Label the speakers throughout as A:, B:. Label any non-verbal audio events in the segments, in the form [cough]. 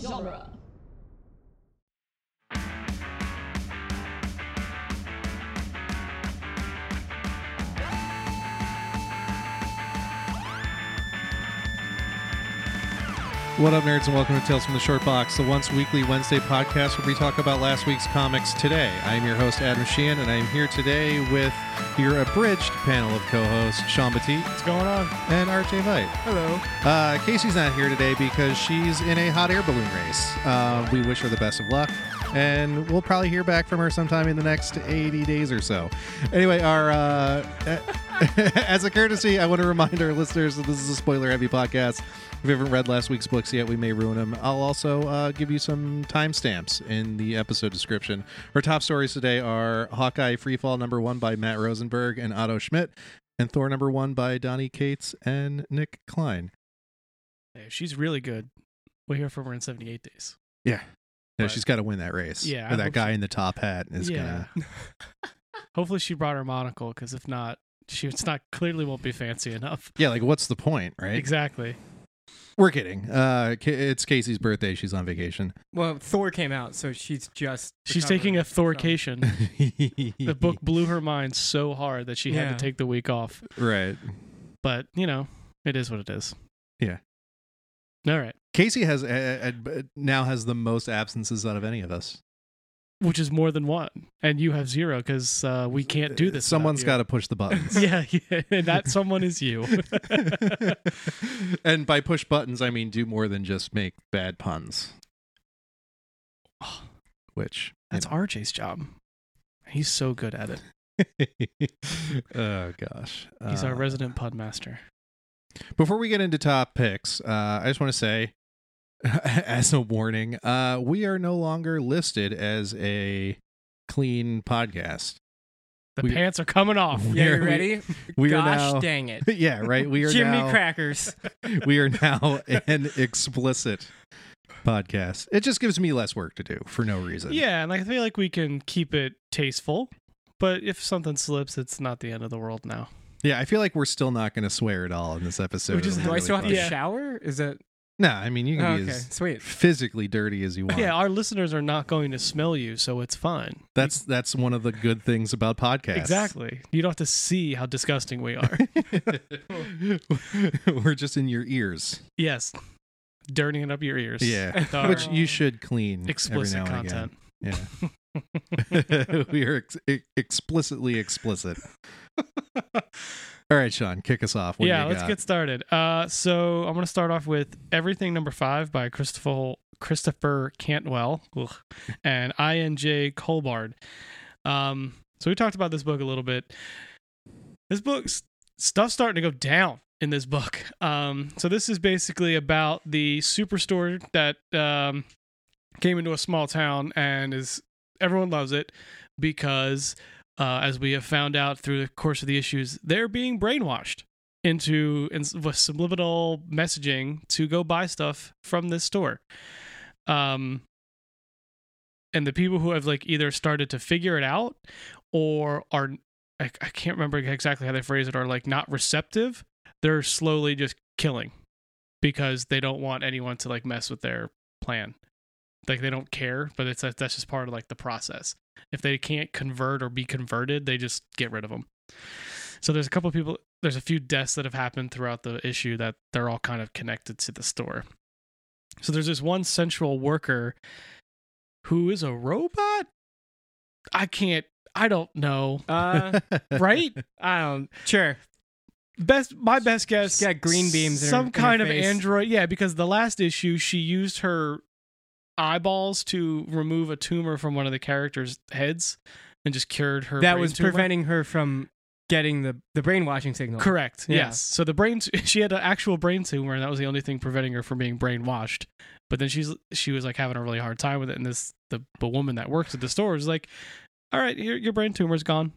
A: genre.
B: What up, nerds, and welcome to Tales from the Short Box, the once weekly Wednesday podcast where we talk about last week's comics today. I am your host, Adam Sheehan, and I am here today with your abridged panel of co hosts, Sean Batiste
C: What's going on?
B: and RJ Vite.
C: Hello.
B: Uh, Casey's not here today because she's in a hot air balloon race. Uh, we wish her the best of luck, and we'll probably hear back from her sometime in the next 80 days or so. Anyway, our uh, [laughs] as a courtesy, I want to remind our listeners that this is a spoiler heavy podcast. If you haven't read last week's books yet, we may ruin them. I'll also uh, give you some timestamps in the episode description. Our top stories today are Hawkeye Freefall number one by Matt Rosenberg and Otto Schmidt, and Thor number one by Donnie Cates and Nick Klein.
C: she's really good. We'll hear from her in 78 days.
B: Yeah. No,
C: But-
B: she's got to win that race.
C: Yeah,
B: Or
C: I
B: that
C: hope
B: guy in the top hat is
C: yeah.
B: gonna. [laughs]
C: Hopefully she brought her monocle because if not, she it's not clearly won't be fancy enough.
B: Yeah, like what's the point, right?
C: Exactly.
B: We're kidding. Uh, Ca- it's Casey's birthday. She's on vacation. [laughs]
D: Well, Thor came out, so she's just.
C: She's taking a
B: [laughs]
D: recovering
C: Thorcation. the book blew her mind so hard that she
D: Yeah.
C: had to take the week off.
B: Right.
C: But you know, it is what it is.
B: Yeah.
C: All right.
B: Casey has uh, uh, now has the most absences out of any of us.
C: Which is more than one, and you have zero because uh, we can't do this.
B: Someone's got
C: without
B: to push the buttons.
C: you. [laughs] Yeah, yeah, and that someone is you.
B: [laughs] and by push buttons, I mean do more than just make bad
C: [sighs]
B: puns. Which you
C: That's RJ's job. He's so good at it.
B: [laughs] oh gosh,
C: He's our
B: Uh,
C: resident pun master.
B: Before we get into top picks, uh, I just want to say, [laughs] as a warning, uh, we are no longer listed as a clean podcast. [laughs]
C: The
B: We-
C: pants are
B: [laughs]
C: coming off.
B: We
D: Yeah,
B: are-
C: [laughs]
D: you ready?
B: We
D: Gosh
B: are now,
D: dang it.
B: yeah, right. We are
D: Jimmy
B: now,
C: [laughs]
D: Crackers.
B: [laughs] we are now an explicit podcast. It just gives me less work to do for no reason.
C: Yeah, and I feel like we can keep it tasteful, but if something slips, it's not the end of the world now.
B: yeah. I feel like we're still not going to swear at all in this episode.
C: We just-
B: It'll
D: Do
B: be
D: I
B: really
D: still have
B: fun.
D: to
C: Yeah.
D: shower? Is that.
B: No, I mean you can
D: Oh,
B: be
D: okay,
B: as
C: [laughs]
D: sweet.
B: physically dirty as you want.
C: Yeah, our listeners are not going to smell you, so it's fine.
B: that's that's one of the good things about podcasts.
C: Exactly. [laughs] You don't have to see how disgusting we are.
B: [laughs] We're just in your ears.
C: yes. Dirtying up your ears.
B: Yeah.
C: With our
B: Which you should clean.
C: explicit
B: every now
C: content.
B: And again. Yeah. [laughs] we are ex- ex- explicitly
C: [laughs]
B: explicit. All right, Sean, kick us off. What do
C: yeah,
B: you
C: let's
B: got?
C: get started. Uh, so I'm going to start off with Everything Number Five by Christopher Christopher Cantwell
B: [laughs]
C: ugh, and INJ Colbard. Um, so we talked about this book a little bit. This book's stuff's starting to go down in this book. Um, so this is basically about the superstore that um, came into a small town and is everyone loves it because. Uh, as we have found out through the course of the issues, they're being brainwashed into ins- with subliminal messaging to go buy stuff from this store. Um, and the people who have like either started to figure it out or are I, I can't remember exactly how they phrase it are like not receptive, they're slowly just killing because they don't want anyone to like mess with their plan. Like they don't care, but it's that's just part of like the process. If they can't convert or be converted, they just get rid of them. So there's a couple of people there's a few deaths that have happened throughout the issue that they're all kind of connected to the store. So there's this one central worker who is a robot? I can't I don't know.
D: Uh,
B: [laughs]
D: [laughs]
C: Right?
D: I don't. Sure.
C: Best my best guess.
D: She's got green beams in her-
C: Some
D: in her
C: kind of
D: face.
C: android. Yeah, because the last issue she used her eyeballs to remove a tumor from one of the characters' heads and just cured her.
D: That
C: brain
D: was
C: tumor.
D: preventing her from getting the, the brainwashing signal.
C: Correct.
D: Yeah.
C: Yes. So the brain, [laughs] she had an actual brain tumor, and that was the only thing preventing her from being brainwashed. But then she's she was like having a really hard time with it, and this the, the woman that works at the store is like, "All right, your your brain tumor's gone.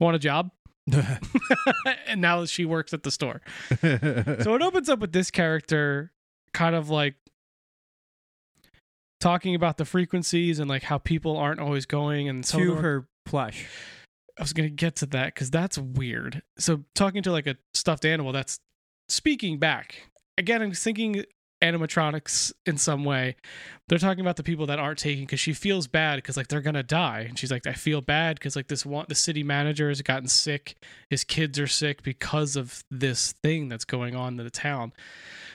C: Want a job?" [laughs] and now she works at the store. So it opens up with this character kind of like talking about the frequencies and like how people aren't always going and some of
D: To
C: them are
D: her plush.
C: I was gonna get to that because that's weird. So talking to like a stuffed animal that's speaking back. Again, I'm thinking animatronics in some way. They're talking about the people that aren't taking because she feels bad because like they're gonna die, and she's like, I feel bad because like this one, the city manager has gotten sick, his kids are sick because of this thing that's going on in the town.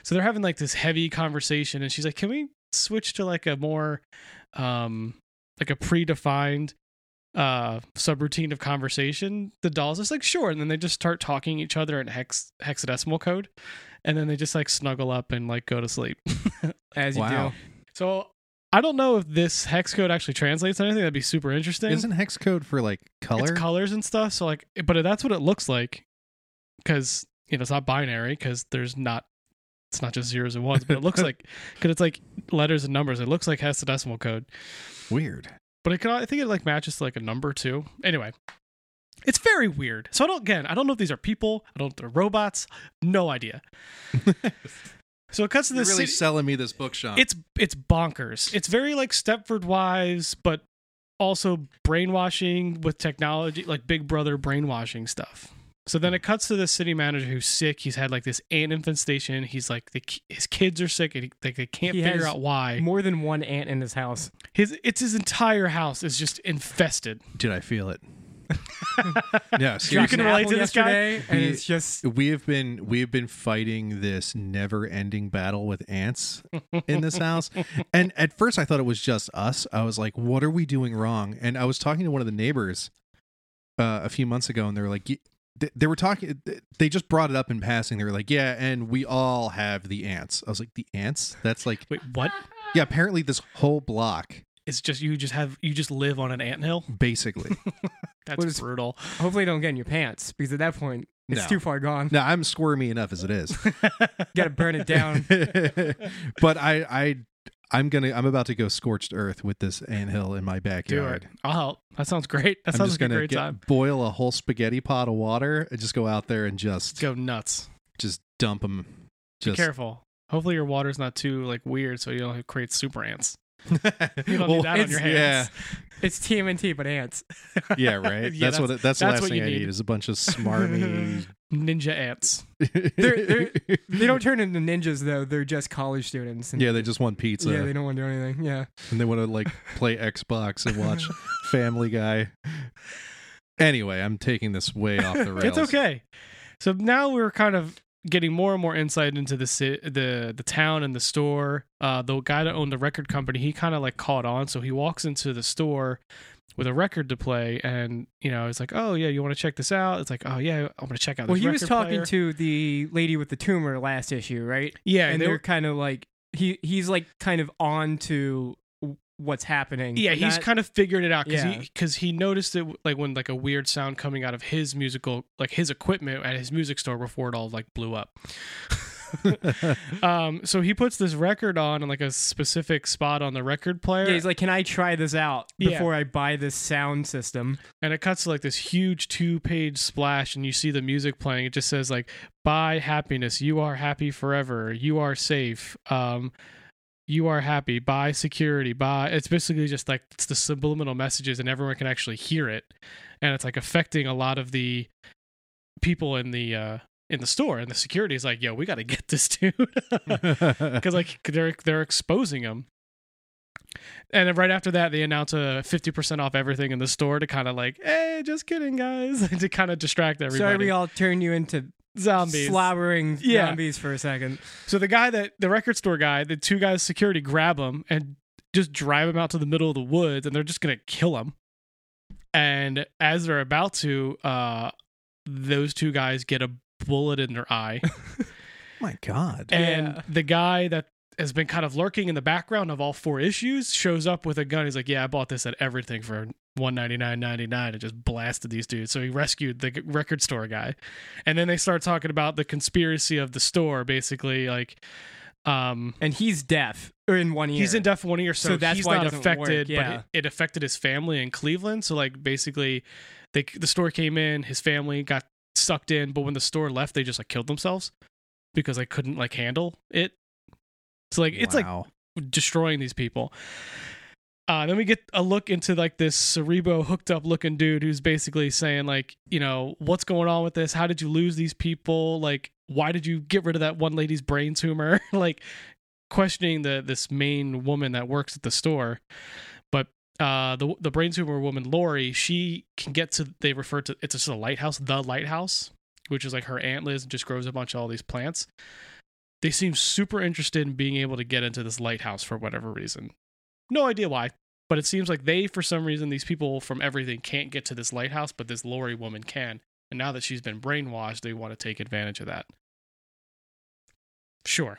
C: So they're having like this heavy conversation, and she's like, Can we switch to like a more, um, like a predefined uh subroutine of conversation the doll's just like sure and then they just start talking each other in hex hexadecimal code and then they just like snuggle up and like go to sleep [laughs]
D: as you
B: Wow.
C: so i don't know if this hex code actually translates to anything that'd be super interesting
B: Isn't hex code for like color?
C: it's colors and stuff so like but that's what it looks like because you know it's not binary because there's not it's not just zeros and ones but it
B: [laughs]
C: looks like because it's like letters and numbers it looks like hexadecimal code
B: Weird.
C: but it can, I think it like matches to like a number too. Anyway, it's very weird. So I don't again, I don't know if these are people. I don't know if they're robots. No idea. so it cuts to
B: You're
C: this.
B: really
C: city-
B: selling me this bookshop.
C: it's it's bonkers. It's very like Stepford Wives, but also brainwashing with technology, like Big Brother brainwashing stuff. So then it cuts to this city manager who's sick. He's had like this ant infestation. He's like the, ki- his kids are sick and he, they, they can't
D: He
C: figure
D: has
C: out why.
D: do. More than one ant in his house.
C: his it's his entire house is just infested.
B: Did I feel
C: [laughs]
B: it? yeah,
C: You
D: Dropped
B: seriously.
C: can
D: an
C: relate
D: apple
C: to this guy?
D: yesterday, and
B: We-
D: it's just
B: we have been we have been fighting this never-ending battle with ants in this
C: [laughs]
B: house and at first i thought it was just us i was like what are we doing wrong and i was talking to one of the neighbors uh, a few months ago and they were like y- they, they were talking they just brought it up in passing they were like yeah and we all have the ants i was like the ants that's like
C: Wait, what?
B: yeah apparently this whole block
C: It's just you just have you just live on an anthill. [laughs]
B: basically
C: That's
D: What is-
C: brutal.
B: [laughs]
D: hopefully don't get in your pants because at that point it's
B: No.
D: too far gone.
B: now i'm squirmy enough as it is
C: [laughs]
D: You gotta burn it
C: Um,
D: down.
B: [laughs] but I, I, I'm gonna, I'm about to go scorched earth with this anthill in my
C: Do
B: backyard.
C: it. I'll help. That sounds great. That
B: I'm
C: sounds
B: just
C: like a
B: gonna
C: great
B: get-
C: time.
B: boil a whole spaghetti pot of water and just go out there and just,
C: Go nuts.
B: just dump them.
C: Be
B: Just [laughs]
C: careful. Hopefully your water's not too like weird, so you don't create super ants. You
B: Well,
C: don't need that on
D: it's-
C: your hands.
D: It's TMNT, but ants.
C: Yeah,
B: Yeah, right.
C: [laughs] Yeah,
B: that's, what. It, that's, the
C: that's
B: last
C: what
B: thing
C: you
B: I need.
C: need.
B: is a
C: [laughs]
B: bunch of smarmy.
C: ninja ants.
D: They're- They don't turn into ninjas though; they're just college students.
B: [laughs]
D: And
B: Yeah, they just want pizza
D: yeah, they don't want to do anything. Yeah,
B: and they want to like play Xbox and
C: [laughs]
B: watch Family Guy. Anyway, I'm taking this way off the rails.
C: [laughs] It's okay. So now we're kind of getting more and more insight into the ci- the the town and the store. Uh, the guy that owned the record company, he kind of like caught on. So he walks into the store with a record to play, and you know, it's like, oh yeah, you want to check this out? It's like, oh yeah, I'm gonna check out.
D: Well,
C: this
D: he was
C: record
D: talking
C: player."
D: to the lady with the tumor last issue, right?
C: yeah,
D: and
C: they
D: they're
C: were-
D: kind of like he he's like kind of on to w- what's happening.
C: yeah,
D: but
C: he's
D: not-
C: kind of figured it out because
D: Yeah.
C: he because he noticed it like when like a weird sound coming out of his musical like his equipment at his music store before it all like blew up. [laughs] Um, so he puts this record on in like a specific spot on the record player,
D: yeah, he's like, can I try this out
C: Yeah.
D: before I buy this sound system?
C: and it cuts to like this huge two-page splash, and you see the music playing. It just says like, "Buy happiness. You are happy forever. You are safe. Um, you are happy. Buy security. Buy." It's basically just like it's the subliminal messages, and everyone can actually hear it, and it's like affecting a lot of the people in the uh in the store. And the security is like, "Yo, we got to get this [laughs] dude."
B: [laughs]
C: because like they're they're exposing them. And then right after that, they announce a fifty percent off everything in the store to kind of like, hey, just kidding, guys, [laughs] to kind of distract everybody.
D: Sorry, we all turned you into
C: zombies.
D: slobbering
C: Yeah.
D: zombies for a second.
C: So the guy that the record store guy, the two guys security grab him and just drive him out to the middle of the woods, and they're just gonna kill him. And as they're about to, uh, those two guys get a bullet in their eye.
B: My God.
C: and
D: Yeah.
C: the guy that has been kind of lurking in the background of all four issues shows up with a gun. He's like, "Yeah, I bought this at everything for one ninety nine ninety nine, and just blasted these dudes." So he rescued the g- record store guy, and then they start talking about the conspiracy of the store, basically like, um,
D: And he's deaf or in one ear.
C: he's in deaf one ear, so,
D: So that's
C: he's
D: why it
C: not
D: doesn't
C: affected.
D: work, yeah.
C: But it, it affected his family in Cleveland. So like basically, they the store came in, his family got sucked in, but when the store left, they just like killed themselves because they couldn't like handle it. So like it's like
B: Wow.
C: destroying these people. Uh, then we get a look into like this Cerebo hooked up looking dude who's basically saying like, you know, what's going on with this? How did you lose these people? [laughs] Like, why did you get rid of that one lady's brain tumor? like, questioning the this main woman that works at the store, but uh, the the brain tumor woman Lori, she can get to. They refer to it's just a lighthouse, the lighthouse, which is like her aunt Liz just grows a bunch of all these plants. They seem super interested in being able to get into this lighthouse for whatever reason. No idea why, but it seems like they, for some reason, these people from everything can't get to this lighthouse, but this Lori woman can. And now that she's been brainwashed, they want to take advantage of that. [laughs] Sure.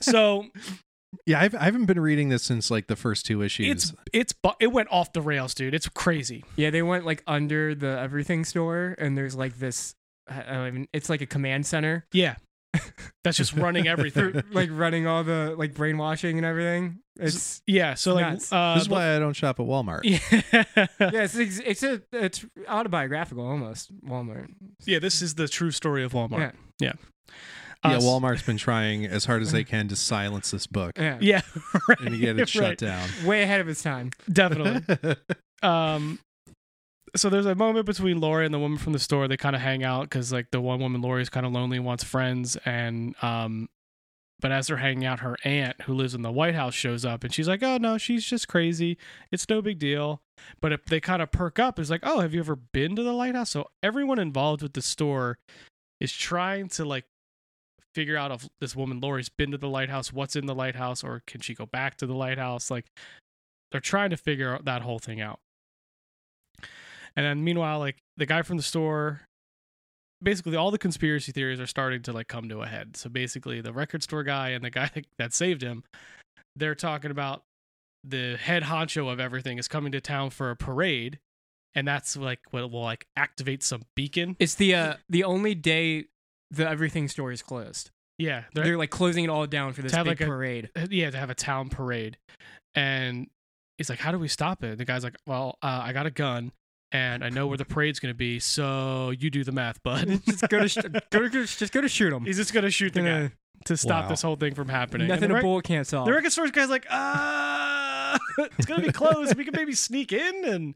C: So
B: [laughs] yeah, I've, I haven't been reading this since like the first two issues.
C: it's it's bu- it went off the rails, dude. It's crazy.
D: Yeah, they went like under the everything store, and there's like this. I I don't even. It's like a command [laughs] center,
C: [laughs] Yeah, that's just running everything. [laughs]
D: They're, like running all the like brainwashing and everything. [laughs] It's
C: Yeah. So like,
D: Nuts.
C: uh,
B: this is why I don't shop at Walmart.
C: [laughs] yeah.
D: yeah, it's ex- it's a it's autobiographical almost. Walmart.
C: yeah, this is the true story of Walmart. Yeah. Uh,
B: Yeah,
C: Us.
B: Walmart's been trying as hard
C: [laughs]
B: as they can to silence this book
D: Yeah,
C: Yeah, [laughs] right.
B: and to get
C: [laughs]
B: it shut
C: right.
B: down.
D: way ahead of its time.
C: Definitely. um so there's a moment between Lori and the woman from the store. They kind of hang out because like the one woman Lori is kind of lonely, wants friends, and um, but as they're hanging out, her aunt who lives in the White House shows up, and she's like, "Oh no, she's just crazy. It's no big deal." But if they kind of perk up, it's like, "Oh, have you ever been to the lighthouse?" So everyone involved with the store is trying to like figure out if this woman Lori's been to the lighthouse, what's in the lighthouse, or can she go back to the lighthouse? Like they're trying to figure out that whole thing out. And then meanwhile, like the guy from the store, basically all the conspiracy theories are starting to like come to a head. So basically, the record store guy and the guy [laughs] that- that saved him, they're talking about the head honcho of everything is coming to town for a parade, and that's like what will like activate some beacon.
D: It's the uh the only day the everything store is closed.
C: Yeah,
D: They're,
C: they're,
D: like closing it all down for this
C: To have,
D: big
C: like, a-
D: parade.
C: yeah to have a town parade, and he's like, "How do we stop it?" The guy's like, "Well, uh, I got a gun." And I know where the parade's gonna be, so you do the math, bud. [laughs]
D: [laughs] just go to sh- go to just go to shoot them.
C: He's just gonna shoot the guy to stop this whole thing from happening. And
D: Nothing
C: the
D: a
C: rec-
D: bullet can't solve.
C: The record store guy's like, uh, [laughs] it's gonna be closed. we can maybe sneak in and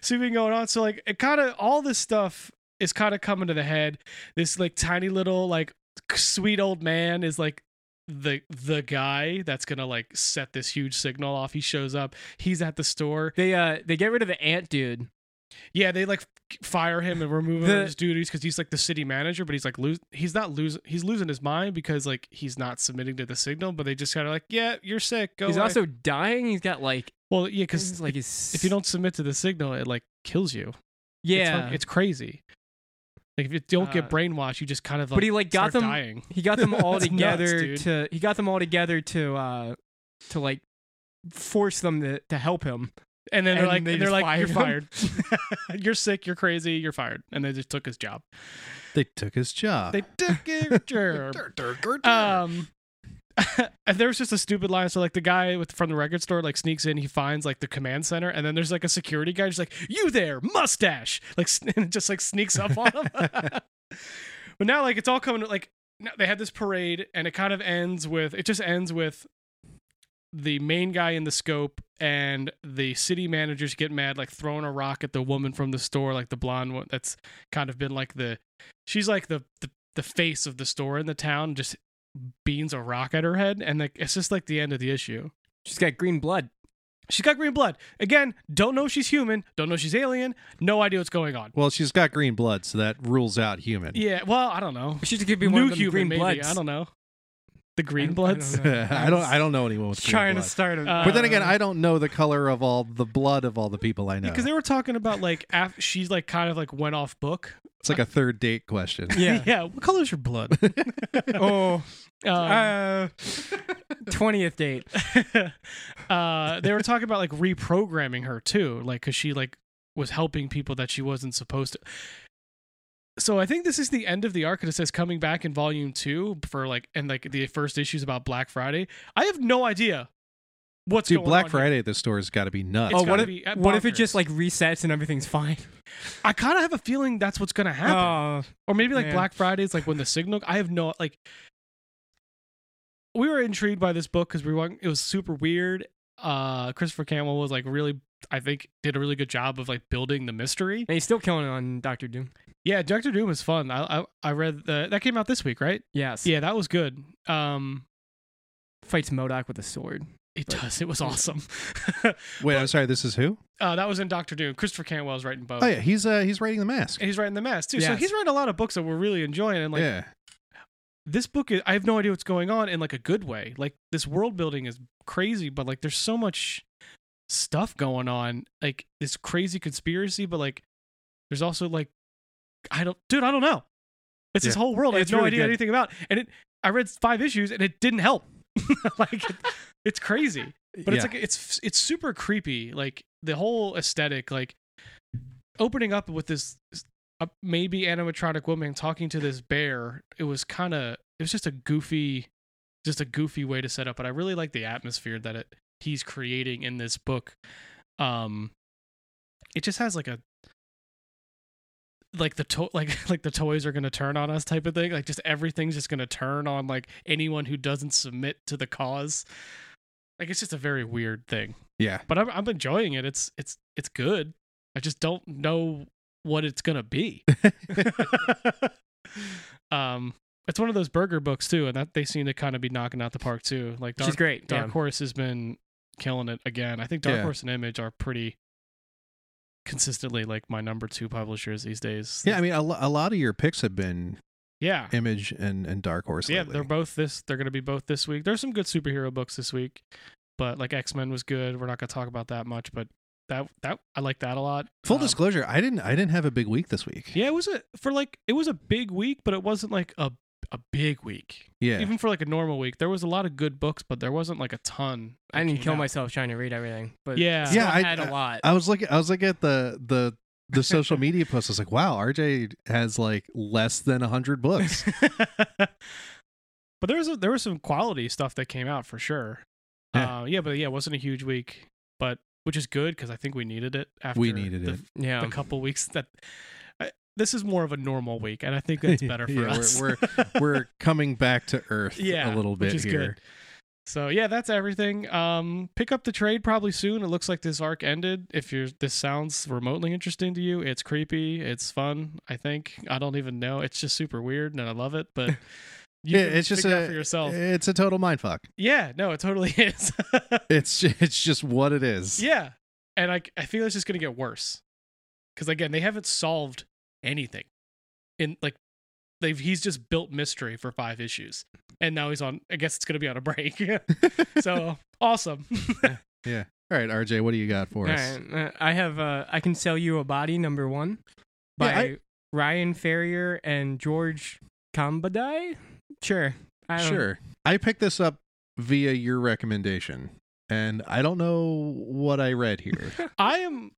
C: see what's going on. So like, it kind of all this stuff is kind of coming to the head. This like tiny little like sweet old man is like the the guy that's gonna like set this huge signal off. He shows up. He's at the store.
D: They uh they get rid of the ant dude.
C: Yeah, they like fire him and remove him
D: The-
C: from his duties because he's like the city manager, but he's like lose. He's not losing. He's losing his mind because like he's not submitting to the signal. But they just kind of like, yeah, you're sick. Go.
D: He's
C: away."
D: also dying. He's got like
C: well, yeah,
D: because
C: because
D: like
C: if,
D: his,
C: if you don't submit to the signal, it like kills you. It's
D: yeah
C: fuck- it's, crazy. Like if you don't
D: Uh,
C: get brainwashed, you just kind of like.
D: but he like got
C: start
D: them
C: dying.
D: [laughs] he
C: [laughs]
D: got them all
C: It's
D: together
C: nuts,
D: to he got them all together to uh to like force them to, to help him
C: and then they're
D: and
C: like,
D: they
C: and they're
D: just
C: like, you're
D: fired
C: fired. [laughs] you're sick. You're crazy. You're fired. And they just took his
D: [laughs]
C: job.
B: [laughs] they took his job. Uh,
C: They
B: [laughs]
C: took your job. Um, [laughs] and there was just a stupid line. So like the guy with from the record store like sneaks in, he finds like the command center, and then there's like a security guy just like you there, mustache, like s- [laughs] and just like sneaks up on him. [laughs] but now like it's all coming like now they had this parade, and it kind of ends with it just ends with the main guy in the scope and the city managers get mad like throwing a rock at the woman from the store like the blonde one that's kind of been like the she's like the the, the face of the store in the town just beans a rock at her head and like it's just like the end of the issue
D: [laughs] she's got green blood
C: she's got green blood again don't know she's human don't know she's alien no idea what's going on
B: well, she's got green blood, so that rules out human.
C: yeah well i don't know
D: she could be one
C: new
D: of them
C: human
D: green
C: maybe
D: bloods
C: i don't know the
D: I
C: green
D: don't
C: bloods
B: [laughs]
D: know.
B: I don't. I don't know anyone with green
D: trying
B: blood.
D: to start a
C: Uh,
B: but then
D: [laughs]
B: again, I don't know the color of all the blood of all the people I know.
C: because they were talking about like af- she's like kind of like went off book
B: it's like a third date question. [laughs]
D: yeah
C: [laughs] yeah what color is your blood
D: [laughs] oh
C: um, [laughs]
D: uh 20th date
C: [laughs] uh, they were talking about like reprogramming her too, like because she like was helping people that she wasn't supposed to. So I think this is the end of the arc. and It says coming back in volume two for like and like the first issues about Black Friday. I have no idea what's
B: Dude,
C: going
B: Black
C: on here.
B: Friday at this store has got to be nuts.
C: It's
D: oh what
C: gotta
D: if
C: be, uh,
D: what if it
C: bonkers.
D: just like resets and everything's fine
C: I kind of have a feeling that's what's gonna happen,
D: oh
C: or maybe like
D: man.
C: Black Friday is like when the signal. I have no like. We were intrigued by this book because we were it was super weird. Uh, Christopher Campbell was like really, I think, did a really good job of like building the mystery.
D: and he's still killing it on Doctor Doom
C: Yeah, Doctor Doom is fun. I I, I read the, that came out this week, right?
D: yes
C: Yeah, that was good. Um,
D: Fights Modoc with a sword.
C: it
D: But-
C: does. It was awesome. [laughs]
B: Wait, I'm sorry. This is who?
C: uh, that was in Doctor Doom. Christopher Cantwell's writing both.
B: Oh yeah, he's uh he's writing the mask.
C: And he's writing the mask too. So
D: Yes.
C: he's writing a lot of books that we're really enjoying. And like
B: yeah,
C: this book, is, I have no idea what's going on in like a good way. Like this world building is crazy, but like there's so much stuff going on. Like this crazy conspiracy, but like there's also like I don't, dude, I don't know. It's this
B: Yeah.
C: whole world. I have
D: It's
C: no
D: really
C: idea
D: good.
C: anything about. And it, I read five issues and it didn't help. [laughs] like it, it's crazy but it's
B: Yeah.
C: like it's it's super creepy like the whole aesthetic like opening up with this uh, maybe animatronic woman talking to this bear it was kind of it was just a goofy just a goofy way to set up but i really like the atmosphere that it he's creating in this book um it just has like a like the to- [laughs] like like the toys are going to turn on us type of thing like just everything's just going to turn on like anyone who doesn't submit to the cause like it's just a very weird thing
B: yeah.
C: but i'm, I'm enjoying it it's it's it's good i just don't know what it's going
B: [laughs]
C: to be [laughs] um it's one of those burger books too and that they seem to kind of be knocking out the park too like
D: She's
C: Dark
D: great.
C: Dark
D: yeah.
C: Horse has been killing it again. I think Dark
B: Yeah.
C: Horse and Image are pretty consistently like my number two publishers these days.
B: Yeah, I mean, a, lo- a lot of your picks have been
C: yeah,
B: Image and, and Dark Horse.
C: yeah.
B: lately.
C: They're both this. They're going to be both this week. There's some good superhero books this week, but like X Men was good. We're not going to talk about that much, but that that I like that a lot.
B: Full
C: Um,
B: disclosure, I didn't I didn't have a big week this week.
C: Yeah, it was a for like it was a big week, but it wasn't like a a big week.
B: Yeah.
C: Even for like a normal week, there was a lot of good books, but there wasn't like a ton. that
D: I didn't
C: came
D: kill
C: out.
D: myself trying to read everything, but
C: Yeah.
D: still
B: Yeah, I-
D: had a lot.
B: I was looking I was looking at the the the social media posts. I was like, wow, RJ has like less than hundred
C: [laughs]
B: books.
C: but there was a, there was some quality stuff that came out for sure.
B: Yeah.
C: Yeah, uh, yeah but yeah, it wasn't a huge week, but which is good because I think we needed it after
B: We needed
C: the,
B: it.
C: the
D: yeah,
C: couple weeks that. I, this is more of a normal week, and
B: [laughs]
C: I think that's better for
B: Yeah, we're-
C: us. [laughs]
B: we're- We're coming back to earth a
C: Yeah,
B: little
C: which
B: bit
C: is
B: here.
C: so yeah, that's everything. Um, pick up the trade probably soon. It looks like this arc ended. If you're this sounds remotely interesting to you, it's creepy, it's fun. I think I don't even know. It's just super weird, and I love it.
B: [laughs]
C: But you
B: Yeah,
C: can
B: it's just
C: figure it out
B: a-
C: for yourself.
B: It's a total mind fuck.
C: Yeah, no, it totally [laughs] is.
B: It's [laughs] it's just what it is.
C: yeah. And I I feel it's just going to get worse. Cuz again, they haven't solved anything. In like they've he's just built mystery for 5 issues. And now he's on I guess it's going to be on a break. [laughs] so, awesome.
B: All right, RJ, what do you got for
D: All
B: us?
D: right, uh, I have. Uh, I can sell you a body number one by
B: Yeah, I-
D: Ryan Ferrier and George Combadai. Sure, I don't-
B: Sure. I picked this up via your recommendation, and I don't know what I read here.
C: I am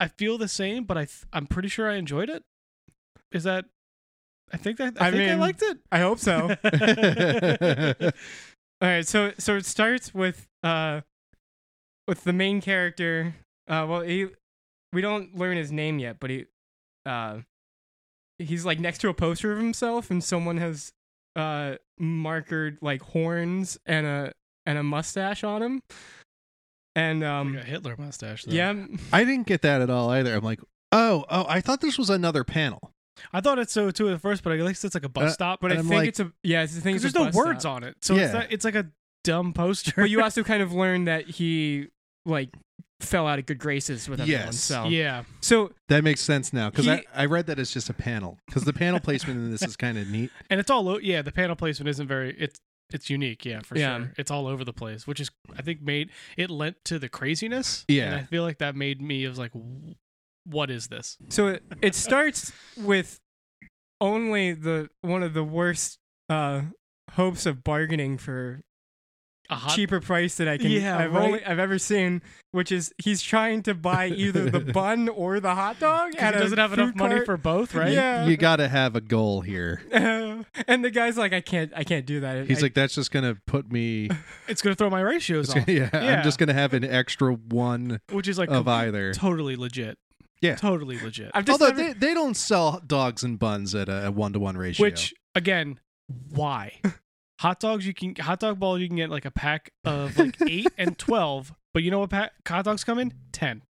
C: I feel the same, but I th- I'm pretty sure I enjoyed it. Is that I think that I,
D: [laughs] I
C: think I
D: mean-
C: liked it.
D: I hope so. All right, so so it starts with uh with the main character. Uh well, he we don't learn his name yet, but he uh he's like next to a poster of himself and someone has uh markered like horns and a and a mustache on him. And um
C: like a Hitler mustache though.
D: yeah,
B: [laughs] I didn't get that at all either. I'm like, oh, oh, I thought this was another panel.
C: I thought it's so too at first, but at least it's like a bus
B: Uh,
C: stop.
D: but I
B: And I'm
D: think
B: like-
D: it's a yeah, it's the thing
C: Because there's no words
D: [laughs]
C: on it, so
B: Yeah.
C: it's, not, it's like a dumb poster. [laughs]
D: But you also kind of learn that he like fell out of good graces with everyone.
B: Yes.
D: So
C: yeah,
D: so
B: That makes sense now because I,
D: He-
B: I read that as just a panel because the panel placement in this is kind
D: [laughs]
B: of neat.
C: and it's all o- yeah. The panel placement isn't very it's it's unique. Yeah, for
D: Yeah.
C: sure. It's all over the place, which is I think made it lent to the craziness.
B: Yeah.
C: and I feel like that made me was like, "W- what is this?
D: So it, it starts with only the one of the worst uh, hopes of bargaining for
C: A hot
D: cheaper price that I can
C: Yeah,
D: I've
C: right.
D: only I've ever seen, which is he's trying to buy
B: [laughs]
D: either the bun or the hot dog
C: 'cause
D: and
C: it doesn't have enough money for both, right?
D: Yeah.
B: You got to have a goal here.
D: [laughs] and the guy's like, I can't I can't do that.
B: He's
D: I-
B: like, that's just gonna put me.
C: It's gonna throw my ratios
B: [laughs]
C: off,
B: yeah,
C: Yeah.
B: I'm just gonna have an extra one
C: which is like
B: [laughs] of
C: com-
B: either.
C: totally legit.
B: Yeah.
C: totally legit.
D: I've just
B: Although
D: never-
B: they, they don't sell dogs and buns at a one to one ratio.
C: Which again, why? hot dogs you can hot dog ball you can get like a pack of like eight and twelve, but you know what pack hot dogs come in? Ten.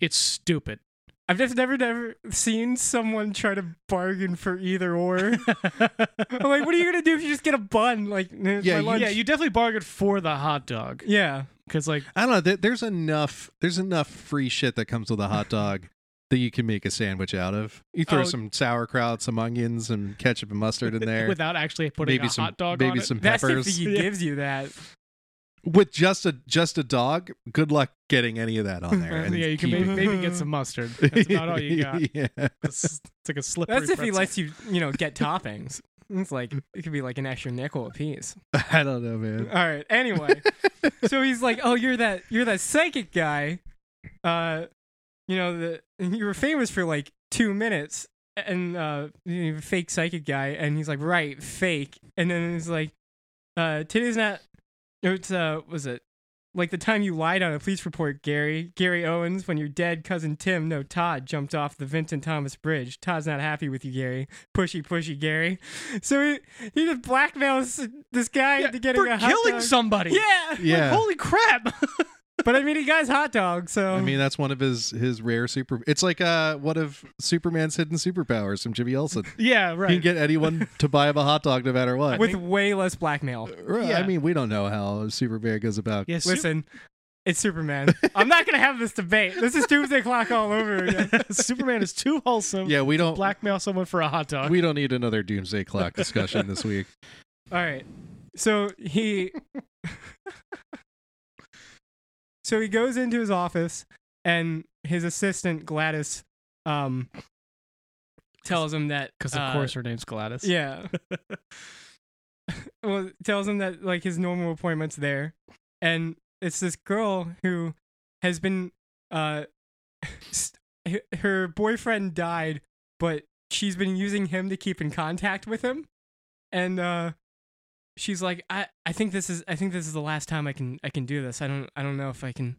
C: It's stupid.
D: I've just never never seen someone try to bargain for either or. I'm like, what are you gonna do if you just get a bun? Like, "It's
B: Yeah,
D: my
B: you-
C: [laughs]
D: lunch."
C: yeah, you definitely bargained for the hot dog
D: yeah.
C: because like
B: I don't know. There, there's enough. There's enough free shit that comes with a hot dog that you can make a sandwich out of. You throw
D: Oh.
B: some sauerkraut, some onions, and ketchup and mustard
C: [laughs]
B: in there.
C: without actually putting
B: maybe
C: a
B: some
C: hot dog
B: maybe
C: on it.
B: some
D: That's if
B: peppers.
D: he
C: Yeah.
D: gives you that.
B: With just a just a dog. Good luck getting any of that on there.
C: [laughs] Uh,
B: and
C: [laughs] yeah, you can
B: keep
C: maybe,
B: it.
C: maybe get some mustard. That's about
B: [laughs]
C: all you got.
B: yeah.
C: It's, it's like a slippery.
D: That's if he
C: pretzel.
D: lets you, you know, get toppings. It's like it could be like an extra nickel a piece.
B: I don't know, man.
D: All right. Anyway, so he's like, "Oh, you're that you're that psychic guy. Uh, you know, the [laughs] and you were famous for like two minutes, and uh, you know, fake psychic guy." And he's like, "Right, fake." And then he's like, "Uh, today's not. no, It's uh, was it like the time you lied on a police report, Gary? Gary Owens, when your dead cousin Tim, no Todd, jumped off the Vinton Thomas Bridge. Todd's not happy with you, Gary. Pushy, pushy, Gary. So he he just blackmails this guy
C: Yeah,
D: into getting
C: for
D: a hot
C: killing
D: dog.
C: somebody.
D: Yeah,
B: Yeah.
C: Holy crap! [laughs]
D: but I mean, he got his hot dog, so
B: I mean, that's one of his his rare super. It's like uh, one of Superman's hidden superpowers from Jimmy Olsen.
C: yeah,
B: You
C: right.
B: can get
D: [laughs]
B: anyone to buy him a hot dog no matter what.
D: with way less blackmail.
B: Right, I
C: yeah.
B: mean, we don't know how Superman goes about.
C: yeah, Su- [laughs]
D: Listen, it's Superman. I'm not gonna have this debate.
C: [laughs]
D: This is Doomsday Clock all over again.
C: Superman is too wholesome.
B: Yeah, we [laughs] don't.
C: Blackmail someone for a hot dog. Uh,
B: we don't need another doomsday clock discussion this [laughs] week.
D: All right. So he [laughs] So he goes into his office and his assistant Gladys um tells him that
C: Because of
D: uh,
C: course her name's Gladys.
D: Yeah. well, tells him that like his normal appointment's there, and it's this girl who has been uh, [laughs] st- h- her boyfriend died, but she's been using him to keep in contact with him, and uh, she's like, I I think this is I think this is the last time I can I can do this. I don't I don't know if I can,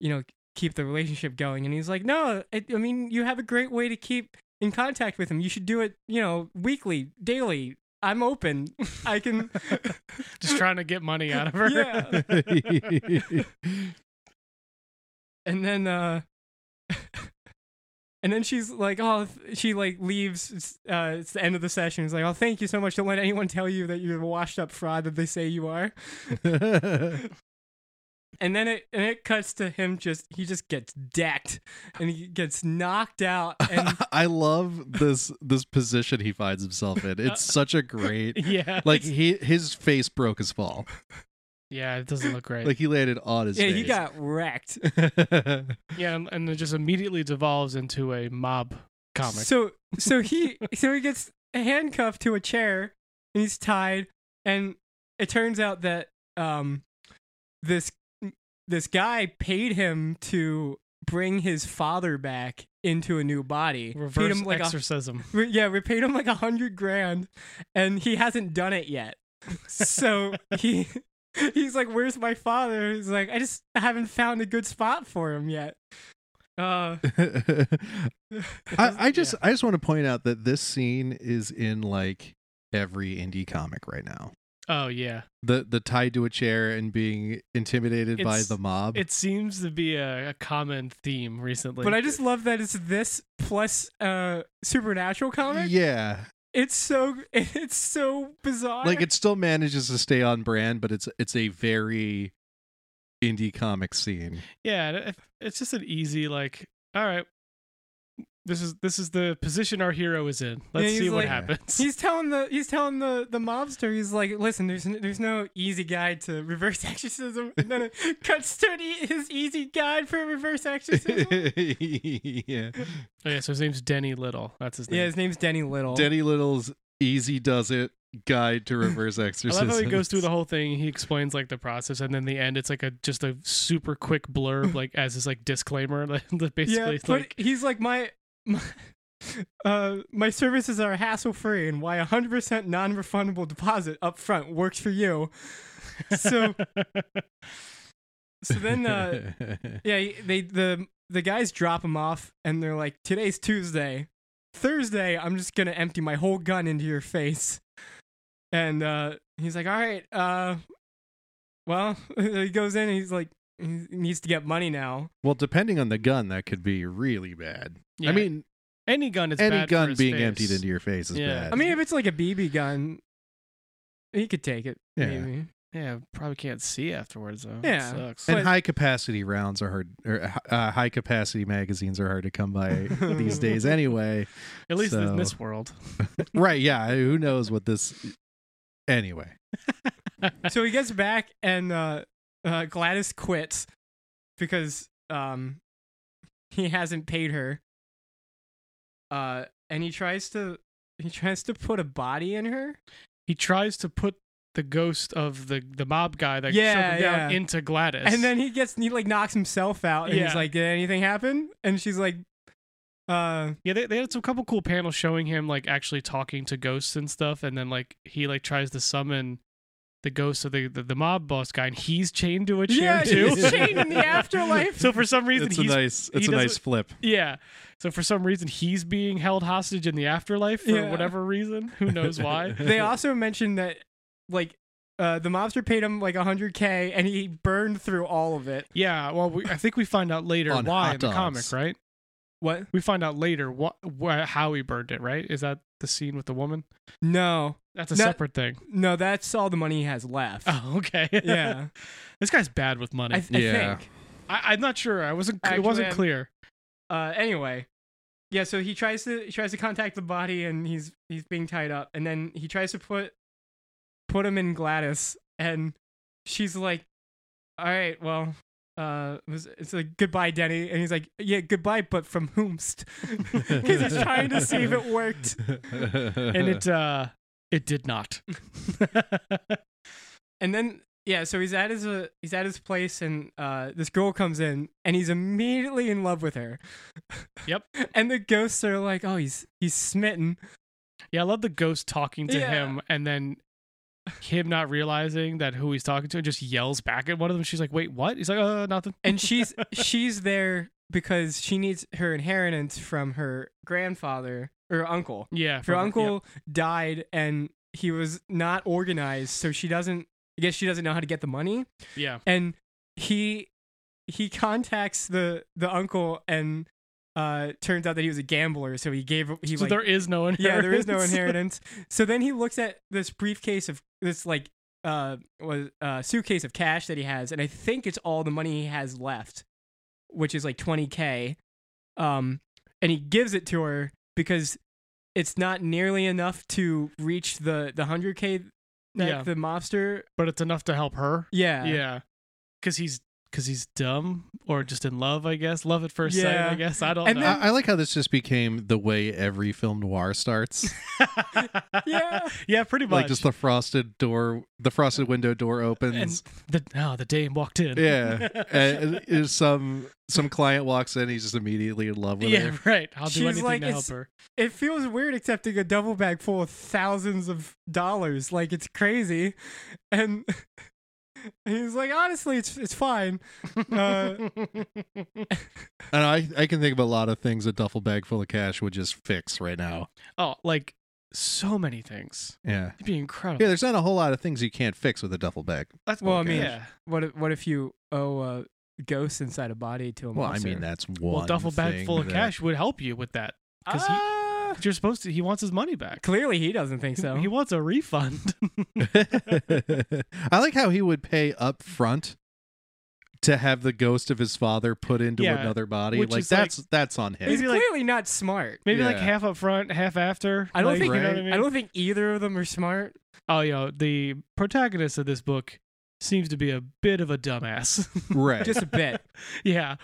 D: you know keep the relationship going and he's like no I, I mean you have a great way to keep in contact with him. You should do it, you know, weekly, daily. I'm open. [laughs] I
B: [laughs]
D: can.
C: Just trying to get money out of her.
D: [laughs] yeah. And then, uh, [laughs] and then she's like, oh, th- she like leaves. It's, uh, it's the end of the session. It's like, oh, thank you so much. Don't let anyone tell you that you're the washed up fraud that they say you are. And then it and it cuts to him just he just gets decked and he gets knocked
B: [laughs]
D: out and
B: I love this this position he finds himself in. It's
D: Uh,
B: such a
D: [laughs]
B: great
C: Yeah.
B: like he his face broke his fall.
C: yeah, it doesn't look great.
B: Like he landed on his
D: yeah
B: face.
D: he got [laughs] wrecked.
C: yeah, and, and it just immediately devolves into a mob comic.
D: So
C: [laughs]
D: so he so he gets handcuffed to a chair and he's tied and it turns out that um this this guy paid him to bring his father back into a new body.
C: Reverse
D: paid him like a,
C: exorcism.
D: re- yeah, we paid him like a hundred grand and he hasn't done it yet.
C: [laughs]
D: So he he's like, Where's my father? He's like, I just haven't found a good spot for him yet. Uh
B: [laughs]
D: [laughs]
B: I, I just I just want to point out that this scene is in like every indie comic right now.
C: Oh yeah.
B: The the tied to a chair and being intimidated by
C: It's-
B: the mob.
C: It seems to be a, a common theme recently.
D: but I just love that it's this plus uh supernatural comic.
B: yeah.
D: It's so [laughs] it's so bizarre.
B: like it still manages to stay on brand, but it's it's a very indie comic scene. [laughs]
C: yeah, and it- it's just an easy like. All right, this is this is the position our hero is in. Let's
D: he's
C: see what
D: like-
C: happens. [laughs]
D: he's telling the he's telling the the mobster he's like, listen, there's n- there's no easy guide to reverse [laughs] exorcism, and then it cuts to an e- his easy guide for reverse
B: [laughs]
D: exorcism.
C: [laughs]
B: yeah.
C: Oh, yeah, so his name's Denny Little. That's his name.
D: yeah, his name's Denny Little.
B: Denny Little's Easy Does It Guide to Reverse
C: [laughs] I
B: Exorcism.
C: love how he goes through the whole thing. He explains like the process, and then the end. It's like a just a super quick [laughs] blurb, like as his like disclaimer. [laughs] Like basically,
D: yeah,
C: it's
D: but
C: like [laughs]
D: he's like my. my [laughs] uh, my services are hassle free, and why 100% non refundable deposit up front works for you. So, so then uh, Yeah, he- they the the guys drop him off, and they're like, "Today's Tuesday. Thursday, I'm just gonna empty my whole gun into your face." [laughs] And uh, he's like, "All right." Uh, well, he goes in, and he's like, he needs to get money now.
B: [laughs] Well, depending on the gun, that could be really bad.
C: Yeah.
B: I mean,
C: any gun is
B: any
C: bad for
B: gun
C: his
B: being
C: face.
B: emptied into your face is
C: Yeah.
B: bad.
D: I mean, if it's like a BB gun, he could take it.
B: Yeah.
D: Maybe.
C: Yeah, probably can't see afterwards though.
D: Yeah.
C: It sucks.
B: and
D: but-
B: high capacity rounds are hard, or uh, high capacity magazines are hard to come
C: [laughs]
B: by these days anyway.
C: At least
B: so-
C: in this
D: [laughs]
C: world.
B: Right? Yeah. Who knows what this? Anyway,
D: so he gets back, and uh, uh, Gladys quits because um, he hasn't paid her. Uh, and he tries to he tries to put a body in her.
C: He tries to put the ghost of the the mob guy that
D: Yeah,
C: shook him down
D: yeah.
C: into Gladys.
D: And then he gets he like knocks himself out, and
C: Yeah.
D: he's like, "Did anything happen?" And she's like, "Uh,
C: yeah, they, they had some couple cool panels showing him like actually talking to ghosts and stuff, and then like he like tries to summon the ghost of the the, the mob boss guy, and he's chained to a
D: yeah,
C: chair too. [laughs]
D: she's chained in the afterlife."
C: so for some reason
B: it's a
C: he's
B: nice, it's
C: he
B: a nice
C: doesn't- [laughs]
B: flip.
C: yeah. So for some reason he's being held hostage in the afterlife for
D: Yeah.
C: whatever reason. Who knows why?
D: [laughs] they also mentioned that like uh, the mobster paid him like 100k, and he burned through all of it.
C: yeah. Well, we, I think we find out later
B: On
C: why
B: hot
C: in the comic,
B: dogs.
C: right?
D: What?
C: we find out later what wh- how he burned it right is that the scene with the woman
D: No,
C: that's a
D: No.
C: separate thing [laughs]
D: no, that's all the money he has left.
C: oh okay
D: [laughs] yeah,
C: [laughs] this guy's bad with money
D: I,
C: I
D: th- I
B: Yeah.
D: think.
C: I, i'm not sure i wasn't it
D: Actually,
C: wasn't
D: I'm-
C: clear
D: Uh, anyway, yeah. So he tries to he tries to contact the body, and he's he's being tied up, and then he tries to put put him in Gladys, and she's like, "All right, well." Uh, it was, it's like goodbye, Denny, and he's like, "Yeah, goodbye, but from [laughs] whomst," because he's trying to see if it worked.
C: and
D: [laughs]
C: it uh it did not [laughs]
D: and then yeah, so he's at his uh, he's at his place, and uh, this girl comes in, and he's immediately in love with her. [laughs]
C: Yep.
D: and the ghosts are like, "Oh, he's he's smitten."
C: yeah i love the ghost talking to
D: Yeah.
C: him and then him not realizing that who he's talking to and just yells back at one of them she's like wait what he's like uh nothing
D: and she's she's there because she needs her inheritance from her grandfather or uncle.
C: yeah
D: Her
C: from-
D: uncle died and he was not organized, so she doesn't I guess she doesn't know how to get the money.
C: yeah,
D: And he he contacts the the uncle and uh turns out that he was a gambler, so he gave he
C: yeah. so
D: like
C: there is no inheritance.
D: yeah, there is no inheritance. so then he looks at this briefcase of this like uh was uh suitcase of cash that he has, and I think it's all the money he has left, which is like twenty k. Um, and he gives it to her because it's not nearly enough to reach the the hundred k that
C: Yeah.
D: the mobster.
C: [laughs] but it's enough to help her
D: Yeah,
C: Yeah, because he's because he's dumb or just in love, I guess. Love at first sight, I
D: Yeah.
C: guess. I don't
D: And
C: know. [laughs]
B: I, I like how this just became the way every film noir
C: [laughs]
B: starts.
D: [laughs] Yeah.
C: yeah, pretty much.
B: like just the frosted door, the frosted window door opens.
C: and the oh, the dame walked in.
B: yeah, and it is some some client walks in, he's just immediately in love with
C: [laughs] yeah,
B: her.
C: right. I'll do
D: She's
C: anything
D: like,
C: to help
D: it's-
C: her.
D: it feels weird accepting a double bag full of thousands of dollars. Like it's crazy, and. [laughs] and He's like, honestly, it's
C: [laughs]
D: it's fine. Uh,
B: And I I can think of a lot of things a duffel bag full of cash would just fix right now.
C: oh, like so many things.
B: Yeah.
C: It'd be
B: Yeah,
C: incredible.
B: there's not a whole lot of things you can't fix with a duffel bag.
C: That's
D: well, I mean,
C: yeah.
D: What if, what if you owe uh, ghosts inside a body to a
B: Well, I
D: monster?
B: mean that's one.
C: Well, duffel bag
B: thing
C: full of
B: that-
C: cash [laughs] would help you with that because
D: Ah,
C: you're supposed to. He wants his money back.
D: clearly he doesn't think so.
C: [laughs] He wants a refund.
B: [laughs]
C: [laughs]
B: I like how he would pay up front to have the ghost of his father put into
C: Yeah,
B: another body.
C: which
B: Like
C: is like-
B: that's that's on him.
D: He's
C: Maybe, like-
D: clearly not smart.
C: Maybe like
B: Yeah.
C: half up front, half after.
D: I don't
C: Like,
D: think
C: you know what
B: Right.
C: I mean.
D: I don't think either of them
C: [laughs]
D: are smart.
C: oh yo the protagonist of this book seems to be a bit of a dumbass [laughs]
B: right.
D: Just a bit.
C: yeah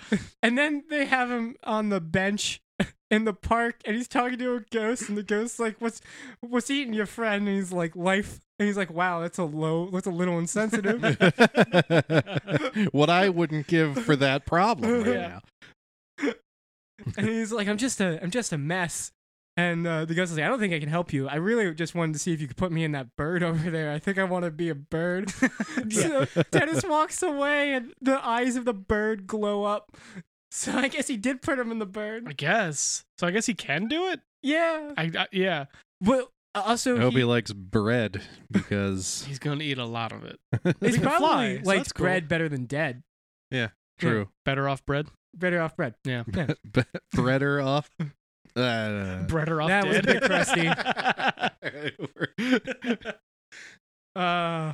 D: And then they have him on the bench [laughs] in the park, and he's talking to a ghost, and the ghost's like, "What's what's eating your friend?" And he's like, "Life." And he's like, "Wow, that's a low. That's a little
B: [laughs]
D: insensitive."
B: [laughs] what I wouldn't give for that problem right
C: Yeah.
B: now.
D: and he's like, "I'm just a, I'm just a mess." And uh, the ghost is like, "I don't think I can help you. I really just wanted to see if you could put me in that bird [laughs] over there. I think I want to be a bird." [laughs]
C: [laughs]
D: so Dennis walks away, and the eyes of the bird glow up. So I guess he did put him in the
C: i
D: bird.
C: guess so i guess he can do it
D: Yeah,
C: i, I yeah
D: but also
B: I hope he
D: he,
B: likes bread because
C: [laughs] he's gonna eat a lot of it
D: he's
C: he can
D: probably
C: fly, so
D: likes
C: that's cool.
D: bread better than dead.
B: [laughs] True.
C: Better off bread.
D: Better off bread.
B: But Breader off. Uh,
C: Breader off
D: That was a
C: dead. [laughs]
D: bit
B: [laughs]
D: crusty.
C: uh, [laughs]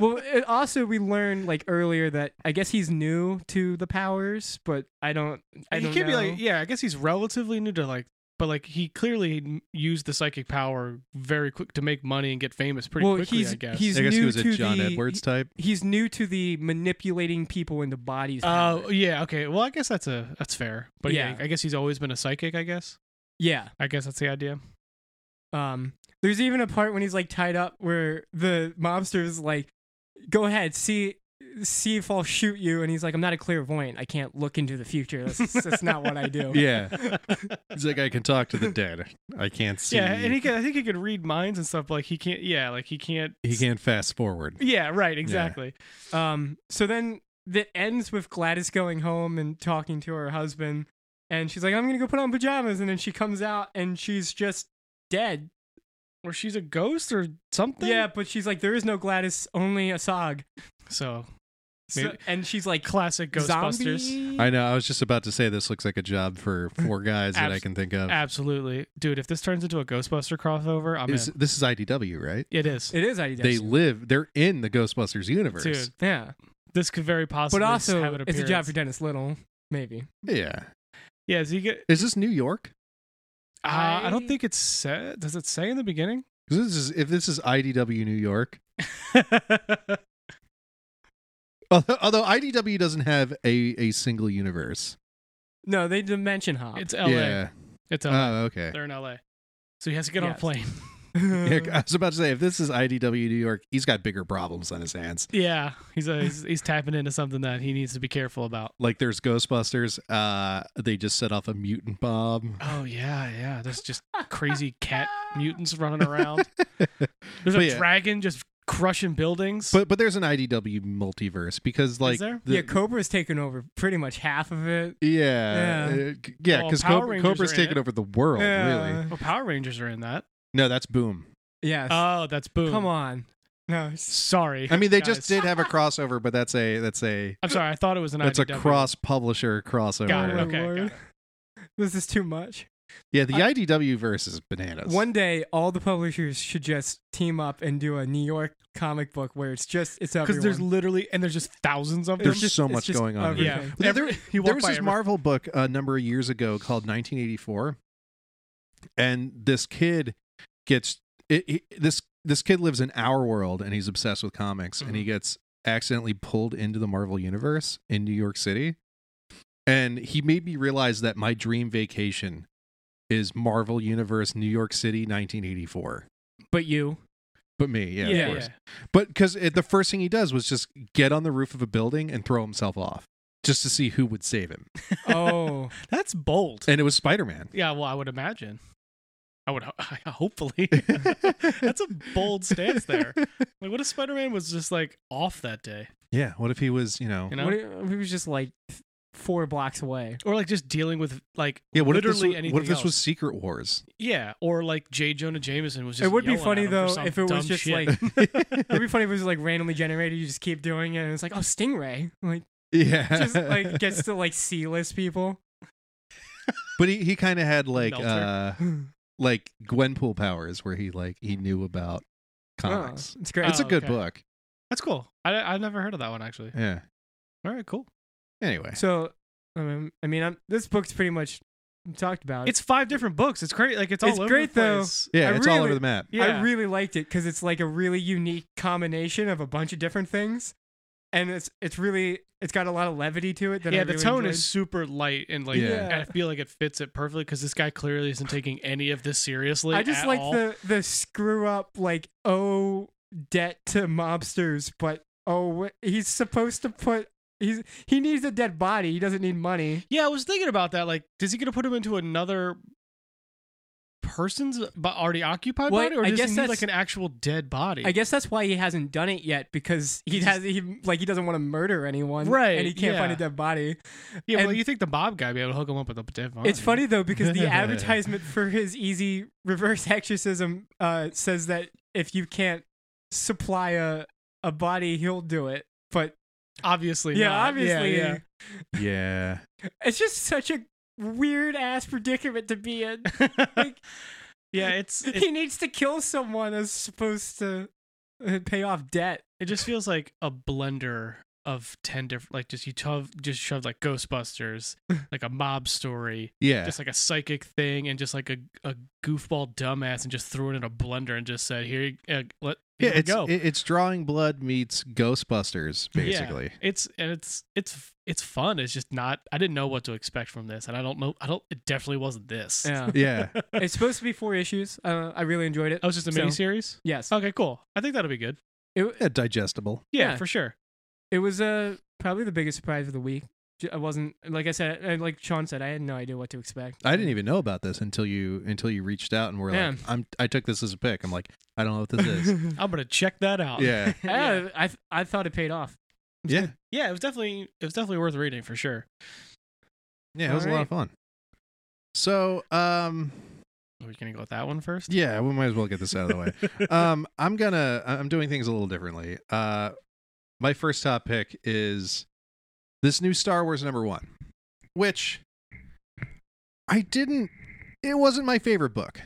D: well, it, also we learned like earlier that I guess he's new to the powers, but I don't. I
C: he
D: don't
C: could be
D: know.
C: like, e-, yeah, I guess he's relatively new to like, but like he clearly m- used the psychic power very quick to make money and get famous pretty
D: well,
C: quickly.
D: he's
C: I guess.
D: he's
B: I guess
D: new
B: he was a
D: to
B: John
C: e-,
D: the,
B: Edwards type.
D: he- he's new to the manipulating people into bodies.
C: Oh
D: power.
C: yeah, okay. Well, I guess that's a that's fair. But yeah.
D: Yeah.
C: I guess he's always been a psychic. I guess.
D: yeah.
C: I guess that's the idea.
D: Um, there's even a part when he's like tied up where the mobster is like, "Go ahead, see." See if I'll shoot you, and he's like, "I'm not a clairvoyant. I can't look into the future. That's, that's not what I do."
B: [laughs] Yeah. He's like, I can talk to the dead. I can't see.
C: Yeah, and he could, I think he could read minds and stuff. Like he can't. Yeah, like he can't.
B: he can't fast forward.
C: Yeah, right. Exactly.
D: Um, so then that ends with Gladys going home and talking to her husband, and she's like, "I'm gonna go put on pajamas," and then she comes out and she's just dead.
C: Or she's a ghost or something.
D: Yeah, but she's like, "There is no Gladys, only Asag,"
C: So
D: so,
C: Maybe-
D: and she's like,
C: classic Ghostbusters.
D: "Zombie?"
B: I know. I was just about to say this looks like a job for four guys that I
C: Abs-
B: can think of.
C: Absolutely, dude. If this turns into a Ghostbuster crossover, I'm
B: Is-
C: in.
B: this is IDW, right?
C: It is.
D: It is IDW.
B: They live. They're in the Ghostbusters universe.
C: Dude,
D: yeah,
C: this could very possibly
D: but
C: have an
D: also it's a job
C: appearance.
D: for Dennis Little, maybe.
B: Yeah.
C: Yeah, so you get.
B: Is this New York?
C: Uh, I... don't
D: I-
C: think it's said. Does it say in the beginning?
B: 'Cause this is if this is IDW New York. Although, although IDW doesn't have a, a single universe.
D: No, they dimension hop. [laughs]
C: it's L.A.
B: Yeah.
C: It's L.A.
B: Oh, okay.
C: They're in L.A. So he has to get on a
D: Yes.
C: plane.
B: [laughs]
C: [laughs]
B: Yeah, [laughs] I was about to say if this is IDW New York, he's got bigger problems on his hands.
C: Yeah, he's, uh he's he's tapping into something that he needs to be careful about.
B: Like there's Ghostbusters. Uh, they just set off a mutant bomb.
C: Oh yeah, yeah. There's just crazy
B: [laughs]
C: cat mutants running around. There's
B: But
C: a
B: yeah.
C: dragon just crushing buildings.
B: But but there's an IDW multiverse because like
C: there?
B: the-
D: yeah, Cobra's taken over pretty much half of it.
B: yeah
D: Yeah.
B: uh, c- yeah
C: Well,
B: because
C: Power
B: Cobra,
C: Rangers
B: Cobra's
C: are in
B: taken
C: it.
B: over the world really.
D: yeah.
C: well, Oh, Power Rangers are in that.
B: No, that's Boom.
D: Uh, Yes.
C: Oh, that's boom.
D: Come on. No.
C: Sorry.
B: I mean
C: [laughs]
B: they
C: guys.
B: just did have a crossover, but that's a that's a
C: I'm sorry. I thought it was an.
B: that's a
C: IDW.
B: cross publisher
C: Got it.
B: crossover.
D: Lord.
C: Okay. Got it.
D: This is too much.
B: Yeah, the IDW verse is bananas.
D: One day, all the publishers should just team up and do a New York comic book where it's just it's everyone.
C: Because there's literally and there's just thousands of them.
B: There's
D: It's just-
B: so
D: it's
B: much
D: just
B: going on.
D: everything.
C: yeah.
B: There-
C: you walk
B: there was
C: by
B: this
C: every-
B: Marvel book a number of years ago called 1984, and this kid gets it, it- this this kid lives in our world and he's obsessed with comics and he
C: Mm-hmm.
B: gets accidentally pulled into the Marvel universe in New York City, and he made me realize that my dream vacation is Marvel Universe New York City 1984.
D: but you.
B: But me, yeah,
C: yeah,
B: of course. But because the first thing he does was just get on the roof of a building and throw himself off just to see who would save him.
D: [laughs] Oh,
C: yeah. That's bold.
B: And it was Spider Man.
C: yeah. Well, I would imagine. I would ho- [laughs]
B: [laughs]
C: hopefully. That's a bold stance there. Like, what if Spider-Man was just like off that day?
B: Yeah. What if he was, you know,
C: You know,
D: What if- he was just like four blocks away.
C: or like just dealing with like
B: yeah, what if
C: literally
B: this was,
C: anything
B: what if this
C: else.
B: was Secret
C: [laughs]
B: Wars? [laughs]
C: yeah, or like J. Jonah Jameson was just.
D: It would be
C: yelling at
D: funny,
C: him for
D: though,
C: some
D: if it was
C: dumb
D: just,
C: shit.
D: like- It'd be funny if it was like randomly generated. You just keep doing it, and it's like, oh, Stingray, [laughs] like
B: yeah.
D: just like gets to like C list [laughs] people.
B: [laughs] but he, he kind of had like
C: Melter.
B: uh
D: Comics.
B: like Gwenpool powers where he like he knew about comics.
D: it's great.
B: It's a
C: Oh,
B: good
C: okay.
B: book.
C: [laughs] that's cool. I I've never heard of that one
D: [laughs]
C: actually.
B: Yeah.
C: All right, cool.
B: Anyway.
D: So, um, I mean, I'm, this book's pretty much talked about.
C: It's five different books. It's great. Like it's all
D: It's
C: over
D: great,
C: the
D: though.
C: place.
B: yeah,
D: I
B: it's all
D: really-
B: over the
C: [laughs]
B: map.
C: Yeah.
D: I really liked it because it's like a really unique combination of a bunch of different things, and it's it's really it's got a lot of levity to it. That I
C: yeah, the
D: really
C: tone
D: enjoyed.
C: is super light and like
B: Yeah.
C: I feel like it fits it perfectly because this guy clearly isn't taking any of this seriously.
D: I just
C: at
D: like
C: all.
D: the the screw up like oh debt to mobsters, but oh he's supposed to put he's he needs a dead body. He doesn't need money.
C: Yeah, I was thinking about that. Like, is he gonna put him into another person's but already occupied
D: Well,
C: body, or
D: I
C: does
D: guess
C: he need
D: that's-
C: like an actual dead body?
D: I guess that's why he hasn't done it yet because he
C: He
D: has he like he doesn't want to murder anyone,
C: Right,
D: And he can't find a
C: yeah.
D: dead body.
C: yeah, well,
D: and-
C: you think the Bob guy be able to hook him up with a dead body?
D: It's funny though because
C: [laughs]
D: the advertisement for his easy reverse exorcism uh, says that if you can't supply a a body, he'll do it. But
C: Obviously.
D: yeah,
C: not.
D: obviously.
C: Yeah,
B: Yeah.
D: It's just such a weird ass predicament to
C: [laughs]
D: be in.
C: yeah.
D: Like,
C: [laughs] Yeah, it's, it's
B: [laughs]
D: he needs to kill someone that's supposed to uh, pay off debt.
C: it just feels like a blender of ten different like just you shove just shoved like
B: [laughs]
C: Ghostbusters, like a mob story,
B: Yeah.
C: just like a psychic thing, and just like a, a goofball dumbass, and just threw it in a blender and just said here you- uh, let
B: yeah,
C: here we
B: it's
C: go.
B: it- it's drawing blood meets Ghostbusters,
C: Yeah.
B: basically.
C: it's and it's it's it's fun. It's just not. I didn't know what to expect from this, and I don't know. I don't. It definitely wasn't this. [laughs]
D: Yeah.
B: Yeah,
D: [laughs] it's supposed to be four issues. Uh, I really enjoyed it.
C: Oh, it's just a
D: So-
C: mini series.
D: Yes.
C: Okay, cool. I think that'll be good.
D: It,
B: yeah, digestible.
C: Yeah,
D: Yeah.
C: for sure.
D: it was uh, probably the biggest surprise of the week. J- I wasn't, like I said, and like Sean said, I had no idea what to expect.
B: I didn't even know about this until you until you reached out and were
D: Yeah.
B: like, "I'm." I took this as a pick. I'm like, I don't know what this
C: [laughs]
D: [laughs]
B: is.
C: I'm gonna check that
D: Oh.
C: out.
B: yeah,
C: yeah.
D: Yeah, I, th- I thought it paid off. [laughs]
B: yeah,
C: Yeah, it was definitely it was definitely worth reading for sure.
B: yeah. It was a lot
D: Alright.
B: of fun. So, um,
C: Are we gonna go with that one first?
B: yeah, we might as well get this out of the way.
D: [laughs]
B: um, I'm gonna. I'm doing things a little differently. Uh, my first top pick is this new Star Wars number one, which I didn't. It wasn't my favorite book.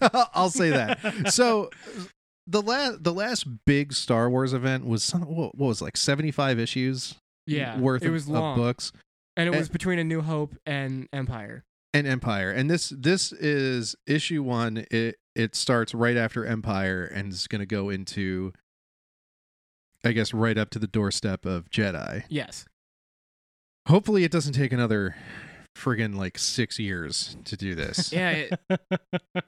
B: [laughs] I'll say that.
C: [laughs]
B: so the last the last big Star Wars event was some what what was it, like seventy five issues
D: Yeah,
B: worth
D: it
B: of-
D: was
B: of,
D: long,
B: books
D: and it
C: Eh.
B: and-
D: was between A New Hope and Empire.
B: and Empire and this this is issue one it it starts right after Empire and is going to go into I guess right up to the doorstep of Jedi.
D: Yes,
B: Hopefully it doesn't take another friggin' like six years to do this.
D: [laughs] yeah.
C: [laughs]
D: It,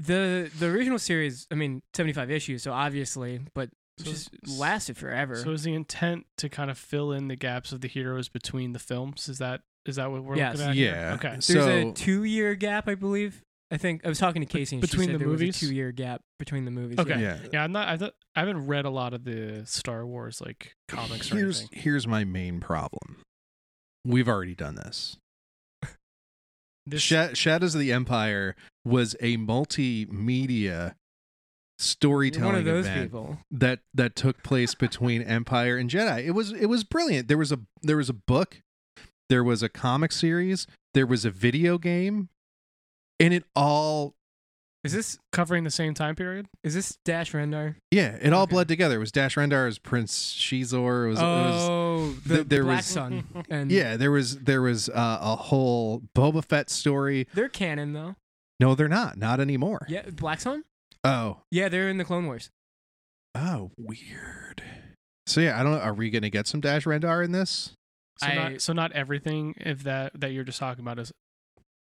D: the The original series, I mean, seventy five issues, so obviously, but
C: So
D: just
C: it's-
D: lasted forever.
C: So is the intent to kind of fill in the gaps of the heroes between the films? Is that is that what we're
D: Yes.
C: looking at? here?
B: Yeah.
C: Okay.
D: There's
B: So
D: a two year gap, I believe. I think I was talking to Casey and she
C: between
D: said
C: the
D: there
C: movies?
D: was a two year gap between the movies.
C: Okay.
B: yeah.
C: Yeah, I'm not. I, th- I haven't read a lot of the Star Wars like comics or
B: here's
C: anything.
B: here's my main problem. We've already done this.
C: This,
B: Sha- Shadows of the Empire was a multimedia
D: You're
B: storytelling
D: one of those
B: event
D: people.
B: that that took place
D: [laughs]
B: between Empire and Jedi. It was it was brilliant. There was a there was a book, there was a comic series, there was a video game, and it all
D: Is this
C: covering the same time period.
D: is this Dash Rendar?
B: yeah, it all
D: Okay.
B: bled together. It was Dash Rendar, it was Prince Shizor, it was, it was
D: oh, the,
B: th- there
D: the Black
B: was-
D: Sun.
C: [laughs]
D: And
B: yeah, there was there was uh, a whole Boba Fett story.
D: they're canon though.
B: No, they're not. Not anymore.
D: Yeah, Black Sun.
B: Oh,
D: Yeah, they're in the Clone Wars.
B: Oh, weird. So yeah, I don't know. Are we gonna get some Dash Rendar in this?
C: So,
D: I-
C: not, so not everything if that that you're just talking about is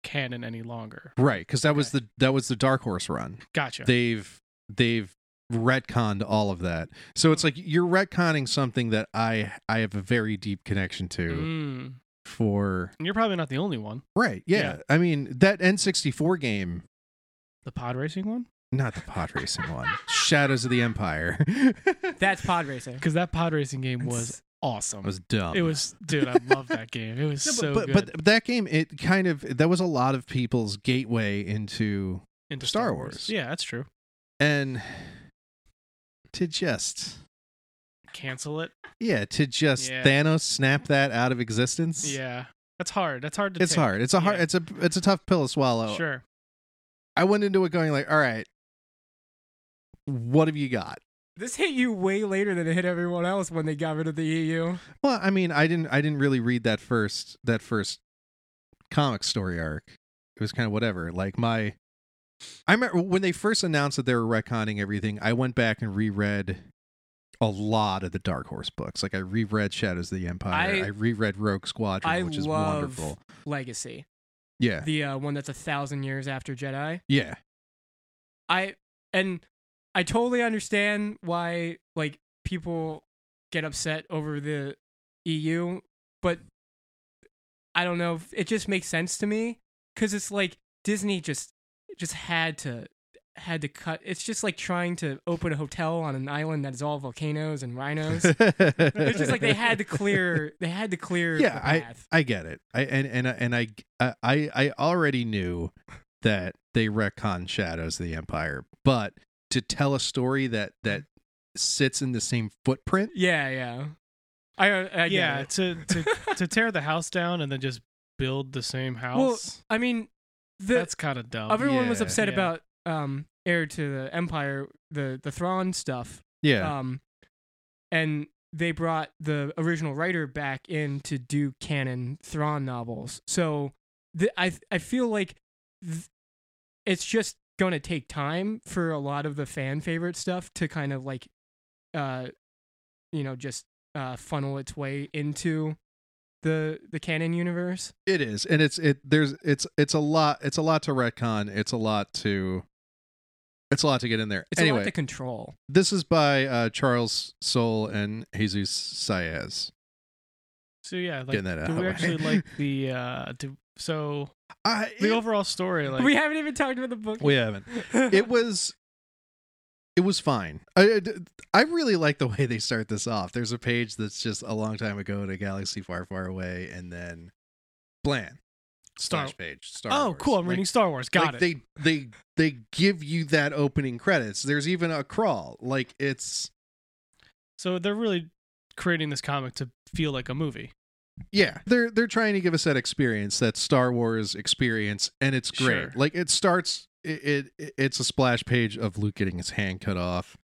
C: canon any longer.
B: Right, because that was the that was the Dark Horse run.
C: Gotcha.
B: They've they've retconned all of that. So it's like you're retconning something that I I have a very deep connection to
D: Hmm.
C: Mm.
B: for
C: And you're probably not the only one.
B: Right. Yeah.
C: Yeah.
B: I mean that N sixty four game,
C: The pod racing one,
B: not the pod racing [laughs] one. Shadows of the Empire. [laughs]
D: That's Pod Racer.
C: because that pod racing game was awesome.
B: That was dumb.
C: It was, dude, I love
B: [laughs]
C: that game. It was
B: No,
C: so
B: but,
C: good.
B: but but that game it kind of that was a lot of people's gateway into
C: Into
B: Star Wars.
C: Yeah, that's true.
B: and to just
C: Cancel it.
B: yeah to just
C: Yeah.
B: thanos snap that out of existence
C: Yeah, that's hard. That's hard to.
B: it's
C: take.
B: hard Oh, it's a hard
C: Yeah.
B: it's a it's a tough pill to swallow
C: Sure.
B: i went into it going like all right what have you got
D: This hit you way later than it hit everyone else when they got rid of the E EU.
B: well i mean i didn't i didn't really read that first that first comic story arc it was kind of whatever like my i remember when they first announced that they were retconning everything i went back and reread a lot of the dark horse books like i reread shadows of the empire i,
D: I-
B: reread rogue squadron
D: I
B: which is
D: love
B: wonderful
D: Legacy,
B: yeah
D: the uh, one that's a thousand years after Jedi.
B: Yeah.
D: I and I totally understand why like people get upset over the EU, but I don't know. It just makes sense to me because it's like Disney just just had to had to cut. It's just like trying to open a hotel on an island that is all volcanoes and rhinos. it's just
B: [laughs]
D: like they had to clear. They had to clear.
B: Yeah,
D: the path.
B: I get it. I and and uh, and I I I already knew that they retcon Shadows of the Empire, but to tell a story that that sits in the same footprint
D: yeah, yeah. I, I get
C: yeah,
D: it.
C: to to
B: [laughs]
C: to tear the house down and then just build the same
D: Well,
C: house.
D: I mean, the
C: that's kind of dumb.
D: everyone was
B: yeah,
D: upset
C: yeah.
D: about um heir to the empire, the the Thrawn stuff.
B: Yeah.
D: Um, and they brought the original writer back in to do canon Thrawn novels. So the, I I feel like th- it's just gonna take time for a lot of the fan favorite stuff to kind of like, uh, you know, just uh funnel its way into the the canon universe.
B: It is, and it's it. There's it's it's a lot. It's a lot to retcon. It's a lot to. It's a lot to get in there.
D: It's a
B: anyway,
D: lot to control.
B: this is by uh, Charles Soule and Jesus Saez.
C: so yeah, like,
B: Getting that out
C: do
B: of
C: we
B: the way.
C: actually like
B: [laughs]
C: the uh? Do, so
B: I,
C: the
B: it-
C: overall story, like
D: we haven't even talked about the book.
B: we haven't. [laughs]
D: [laughs]
B: It was. It was fine. I, I really like the way they start this off. There's a page that's just a long time ago in a galaxy far, far away, and then, bland
C: Star.
B: splash page. Star
C: oh,
B: Wars.
C: cool! I'm
B: Like,
C: reading Star Wars.
B: like,
C: Got it.
B: They they they give you that opening credits. There's even a crawl. Like it's
C: so they're really creating this comic to feel like a movie.
B: yeah. They're they're trying to give us that experience, that Star Wars experience, and it's great.
C: Sure.
B: Like it starts. It, it it's a splash page of Luke getting his hand cut off.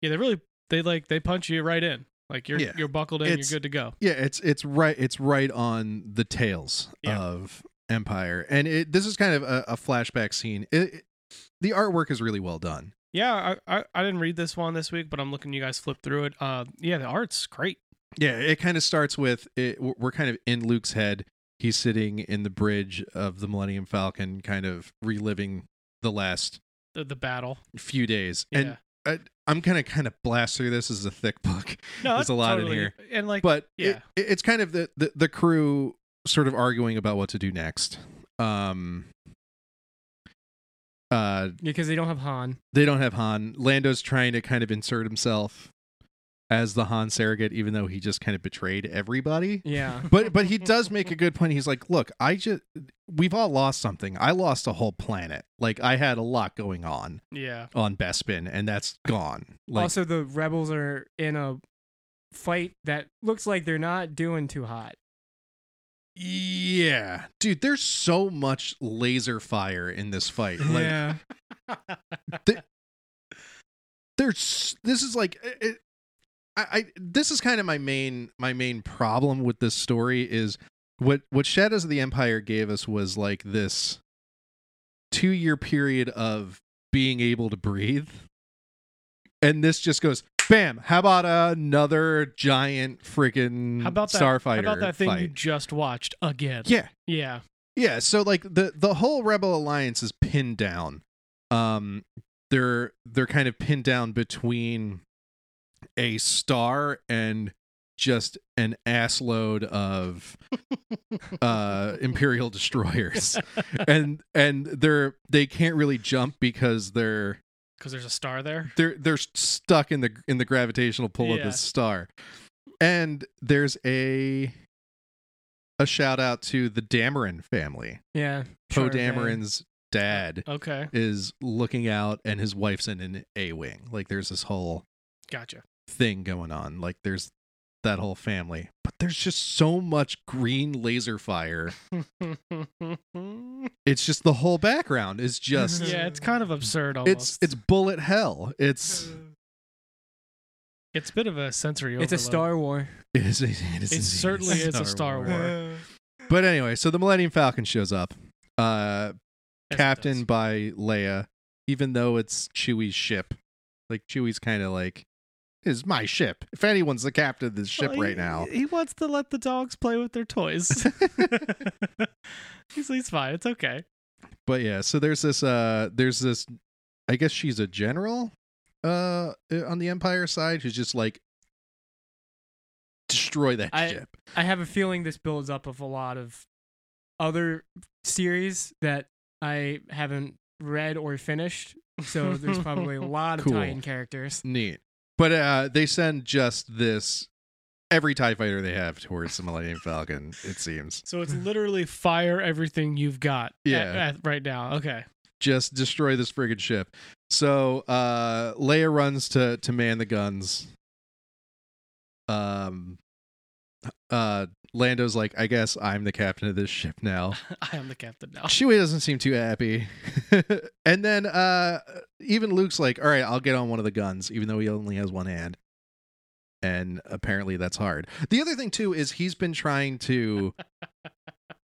C: Yeah, they really they like they punch you right in. Like you're
B: Yeah.
C: you're buckled in.
B: It's-
C: you're good to go.
B: Yeah, it's it's right it's right on the tails
C: Yeah.
B: of Empire, and it this is kind of a, a flashback scene. It, it- the artwork is really well done.
C: Yeah, I, I I didn't read this one this week, but I'm looking you guys flip through it. Uh, yeah, the art's great.
B: Yeah, it kind of starts with it, we're kind of in Luke's head. He's sitting in the bridge of the Millennium Falcon, kind of reliving the last
C: The, the battle.
B: few days.
C: Yeah.
B: And I, I'm kind of kind of blast through this. This is a thick [laughs] book,
C: no,
B: there's
C: that's
B: a lot in
C: totally,
B: here.
C: And like,
B: but
C: yeah.
B: it, it's kind of the, the the crew sort of arguing about what to do next. Um, uh,
D: because they don't have Han.
B: they don't have Han. Lando's trying to kind of insert himself as the Han surrogate, even though he just kind of betrayed everybody.
D: Yeah.
B: but but he does make a good point. He's like, look, I just we've all lost something. I lost a whole planet. Like I had a lot going on
C: yeah,
B: on Bespin, and that's gone. Like
D: also, the rebels are in a fight that looks like they're not doing too hot.
B: yeah, dude, there's so much laser fire in this fight. Like there's this is like it, it- I, I this is kind of my main my main problem with this story is what what Shadows of the Empire gave us was like this two year period of being able to breathe, and this just goes bam. How about another giant freaking
C: How about that-
B: starfighter?
C: How about that thing you
B: fight?
C: just watched again?
B: Yeah,
C: yeah.
B: yeah, so like the the whole Rebel Alliance is pinned down. Um they're they're kind of pinned down between a star and just an assload of uh imperial destroyers. and and they're they can't really jump because they're
C: Because there's a star there.
B: they're they're stuck in the in the gravitational pull of
C: Yeah.
B: this star. And there's a a shout out to the Dameron family.
D: Yeah.
B: Poe
D: sure, they-
B: Dameron's dad
C: Okay,
B: is looking out and his wife's in an A wing. Like there's this whole
C: gotcha.
B: thing going on. Like there's that whole family. But there's just so much green laser fire.
D: [laughs]
C: yeah,
B: It's just the whole background is
C: [laughs]
B: just
C: it's kind of absurd. Almost.
B: [laughs] it's it's bullet hell.
C: [laughs]
B: It's
C: it's a bit of a sensory.
D: It's a
C: overload.
D: Star War.
B: it, is, it, is
C: It certainly is a Star War.
B: But anyway, so the Millennium Falcon shows up. Uh
C: Yes, it
B: captained
C: does.
B: by Leia, even though it's Chewie's ship. Like Chewie's kind of like, "This is my ship. If anyone's the captain of this ship
C: Well,
B: right
C: he-
B: now,
C: He wants to let the dogs play with
B: [laughs]
C: their toys. [laughs] he's, he's fine. It's okay.
B: but yeah. So there's this, uh, there's this. I guess she's a general, uh, on the Empire side who's just like destroy that
D: I-
B: ship.
D: I have a feeling this builds up of a lot of other series that I haven't read or finished. So there's
B: [laughs]
D: probably a lot of
B: Cool.
D: tie-in characters.
B: Neat. But uh, they send just this every Tie Fighter they have towards the Millennium Falcon. It seems
C: So it's literally fire everything you've got. at-
B: Yeah.
C: at- right now. Okay.
B: just destroy this friggin' ship. So uh Leia runs to to man the guns. um uh Lando's like, I guess I'm the captain of this ship
D: [laughs]
B: now.
C: [laughs] I am the captain now.
B: Chewie doesn't seem too happy. [laughs] and then uh even Luke's like, "All right, I'll get on one of the guns even though he only has one hand." And apparently that's hard. The other thing too is he's been trying
D: [laughs]
B: to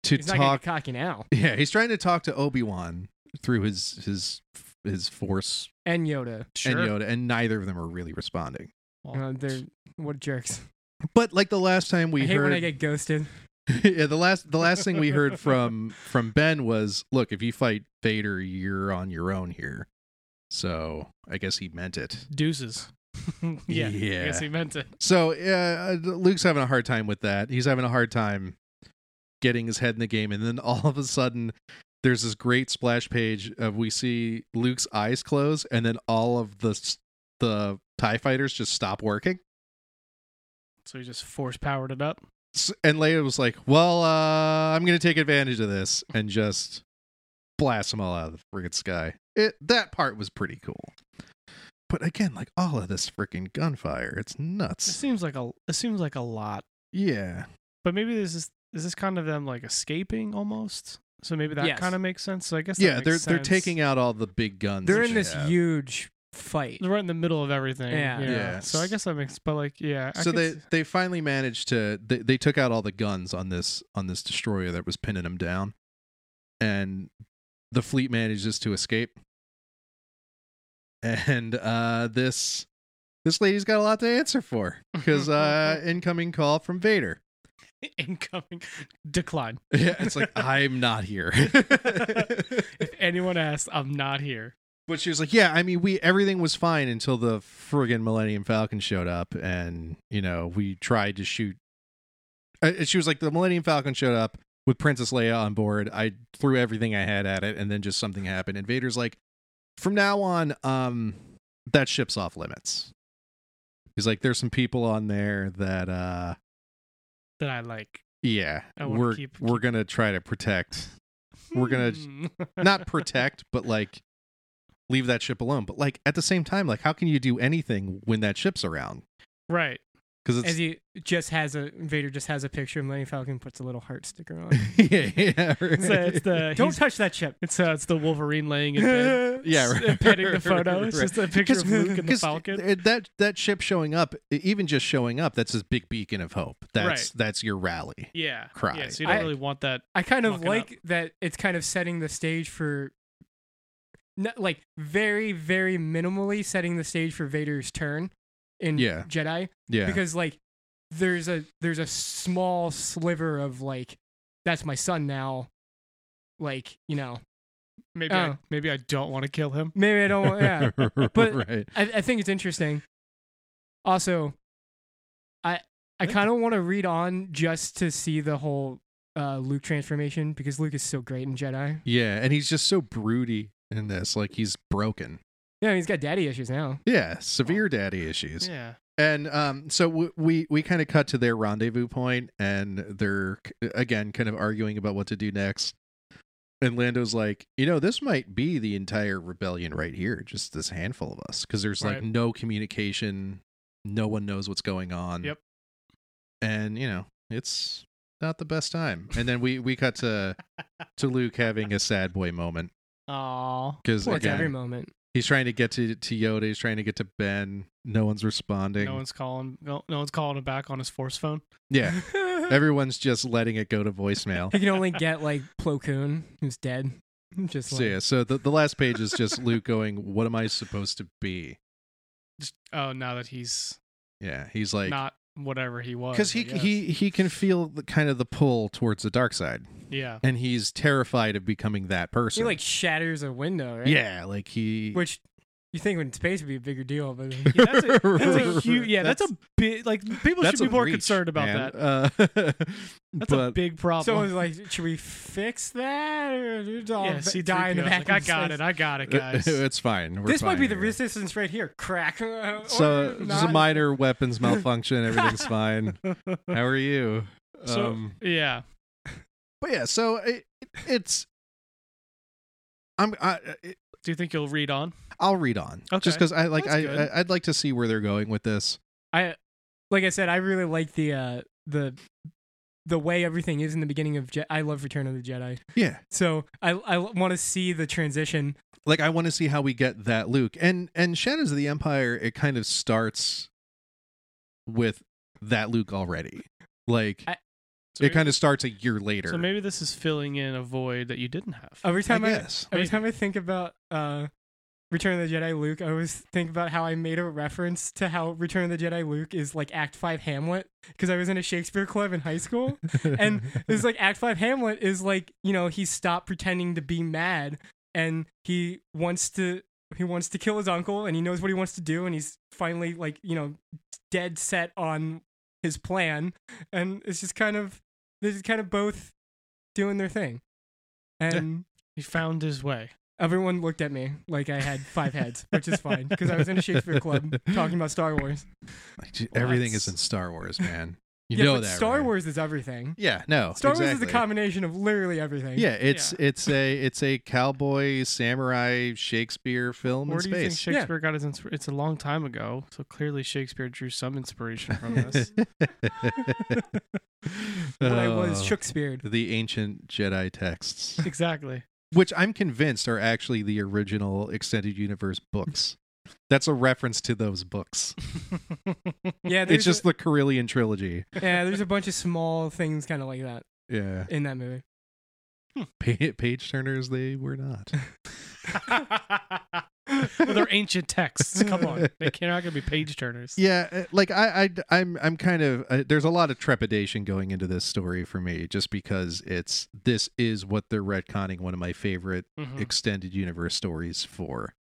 B: to
D: He's not getting
B: talk
D: cocky now.
B: Yeah, he's trying to talk to Obi-Wan through his his his force
D: And Yoda.
C: Sure.
B: and Yoda and neither of them are really responding.
C: Well,
D: Uh, they're what jerks.
B: But like the last time we
D: I hate
B: heard
D: when I get ghosted.
B: [laughs] yeah, the last the last thing we heard from from Ben was, look, if you fight Vader, you're on your own here. So I guess he meant it.
C: deuces. [laughs] yeah, I guess
B: Yeah.
C: he meant it.
B: So yeah, uh, Luke's having a hard time with that. He's having a hard time getting his head in the game, and then [laughs] all of a sudden, there's this great splash page of we see Luke's eyes close, and then all of the s- the Tie fighters just stop working.
C: So he just force powered it up.
B: S- and Leia was like, "Well, uh, I'm going to take advantage of this and just blast them all out of the freaking sky." It that part was pretty cool, but again, like all of this freaking gunfire, it's
C: It
B: nuts.
C: seems like a it seems like a lot.
B: Yeah,
C: But maybe this is is this kind of them like escaping almost. So maybe that
D: Yes.
C: kind of makes sense. So I guess that
B: yeah,
C: makes
B: they're they're
C: sense.
B: taking out all the big guns.
D: They're
B: that
D: in
B: they
D: this
B: have.
D: huge fight.
C: They're right in the middle of everything.
D: Yeah.
C: you know?
B: Yeah.
C: So I guess that makes. But like, yeah. I
B: So
C: could
B: they
C: s-
B: they finally managed to they, they took out all the guns on this on this destroyer that was pinning them down, and the fleet manages to escape. And uh, this this lady's got a lot to answer for because uh, incoming call from Vader.
C: [laughs]
B: [laughs]
C: incoming decline.
B: Yeah, it's like I'm not here.
C: If anyone asks, I'm not here.
B: but she was like, "Yeah, I mean, we everything was fine until the friggin' Millennium Falcon showed up, and you know, we tried to shoot." Uh, and she was like, "The Millennium Falcon showed up with Princess Leia on board. I threw everything I had at it, and then just something happened." And Vader's like, "From now on, um, that ship's off limits." He's like, "There's some people on there that, uh,
C: That I like.
B: yeah,
C: I wanna
B: we're
C: keep-
B: we're gonna try to protect." We're gonna-
C: Hmm.
B: not protect, but like leave that ship alone. But like at the same time, like how can you do anything when that ship's around?
C: [laughs]
B: [laughs]
C: right.
B: Because it's
D: As he just has a Vader just has a picture of Lenny Falcon puts a little heart sticker on.
B: [laughs] yeah, yeah, right. [laughs]
C: So it's the
D: Don't
C: he's-
D: touch that ship.
C: It's uh, it's the Wolverine laying in bed.
B: [laughs] yeah, right.
C: [laughs] and petting the photo. It's just a picture
B: Because-
C: of Luke and the
B: 'cause
C: Falcon.
B: it- That that ship showing up, e- even just showing up, that's this big beacon of hope. That's that's your rally.
C: Yeah.
B: Cry.
C: Yeah, so you don't
D: I-
C: really want that.
D: I kind of
C: Looking
D: like that it's kind of setting the stage for no- like very very minimally setting the stage for Vader's turn in
B: Yeah.
D: Jedi
B: Yeah,
D: because like there's a there's a small sliver of like that's my son now like you know
C: Maybe I,
D: Oh.
C: maybe I don't want to kill him.
D: maybe I don't
B: [laughs]
D: want yeah but-
B: right.
D: I, I think it's interesting. Also, I I kind of want to read on just to see the whole uh, Luke transformation because Luke is so great in Jedi.
B: Yeah, and he's just so broody in this. Like he's broken.
D: Yeah, he's got daddy issues now.
B: Yeah, severe daddy issues.
C: Yeah.
B: and um so w- we we kind of cut to their rendezvous point and they're c- again kind of arguing about what to do next and lando's like you know this might be the entire rebellion right here just this handful of us because there's like
C: Right.
B: no communication no one knows what's going on
C: Yep.
B: and you know it's not the best time and then we we cut
C: [laughs]
B: to to luke having a sad boy moment
C: Aww.
B: because
D: Well, it's every
B: again
D: moment.
B: he's trying to get to to yoda he's trying to get to ben no one's responding
C: No one's calling. No, no one's calling him back on his
B: [laughs]
C: force phone.
B: yeah
D: he
B: Everyone's just letting it go to
C: [laughs]
B: voicemail.
D: can only get like Plo Koon, who's dead. [laughs] Just like,
B: So yeah, so the, the last page is just Luke going, What am I supposed to be?
C: Just oh, now that he's
B: Yeah. He's like
C: not whatever he was.
B: because
C: I
B: he
C: guess.
B: he he can feel the kind of the pull towards the dark side.
C: yeah.
B: And he's terrified of becoming that person.
D: he like shatters a window, right?
B: Yeah, like he
D: Which you think in space would be a bigger
B: [laughs]
D: deal, but
C: Yeah, that's a- That's a huge. Yeah, that's, a big. Like people should
B: that's
C: be
B: a
C: more
B: reach,
C: concerned about
B: man.
C: that.
B: Uh, [laughs]
C: That's a
B: but
C: big problem.
D: someone's like, should we fix that or oh,
C: yeah, see,
D: die in the back?
C: Like, I got it. I got it,
B: [laughs]
C: guys.
B: it's fine. We're
D: this might
B: fine
D: be the
B: here.
D: resistance right here. Crack. [laughs]
B: So just a
D: not.
B: minor
C: [laughs]
B: weapons malfunction, everything's fine.
D: [laughs]
B: How are you? Um,
C: So- yeah.
B: But yeah, so it, it's I'm I it,
C: Do you think you'll read on?
B: I'll read on
C: Okay.
B: just because I like
C: That's
B: I,
C: good.
B: I I'd like to see where they're going with this.
D: I like I said, I really like the uh, the the way everything is in the beginning of. Je- I love Return of the Jedi,
B: Yeah.
D: so I I want to see the transition.
B: like I want to see how we get that Luke and and Shadows of the Empire. It kind of starts with that Luke already. Like
D: I-
B: it
C: So maybe-
B: kind of starts a year later.
C: So maybe this is filling in a void that you didn't have.
D: Every
B: I
D: time I,
B: guess.
D: every
C: Maybe.
D: time I think about uh, Return of the Jedi Luke, I always think about how I made a reference to how Return of the Jedi Luke is like Act Five Hamlet because I was in a Shakespeare club in high school. [laughs] and it's like act five hamlet is like you know he stopped pretending to be mad and he wants to he wants to kill his uncle and he knows what he wants to do and he's finally like you know dead set on his plan and it's just kind of they're just kind of both doing their thing and
C: He found his way.
D: everyone looked at me like i had five heads which is fine because i was in a shakespeare club talking about star wars
B: [laughs] Like, j- everything is
C: Lots.
B: in Star Wars, man. You
D: yeah
B: know
D: but
B: that
D: star
B: right?
D: wars is everything
B: Yeah, no.
D: star wars is
B: exactly.
D: a combination of literally everything
B: Yeah, it's it's a it's a cowboy samurai Shakespeare film
C: Where
B: in
C: do you think
B: space.
D: Yeah.
C: Shakespeare got his? Insp- it's a long time ago, so clearly Shakespeare drew some inspiration from this.
B: [laughs]
D: [laughs] when i was
B: Oh,
D: shakespeare
B: the ancient Jedi texts.
C: [laughs] exactly.
B: which I'm convinced are actually the original extended universe books. That's a reference to those books.
D: Yeah, [laughs]
B: [laughs]
D: there's
B: It's just the Carillion trilogy.
D: a, yeah, there's a bunch of small things kind of like that
B: Yeah,
D: in that movie.
B: pa- page turners they were
D: [laughs]
B: not.
C: well, they're ancient texts. Come on, they cannot gonna be page turners.
B: Yeah, uh, like I, I, I'm, I'm kind of. Uh, there's a lot of trepidation going into this story for me, just because it's this is what they're retconning one of my favorite
C: Mhm.
B: extended universe stories for.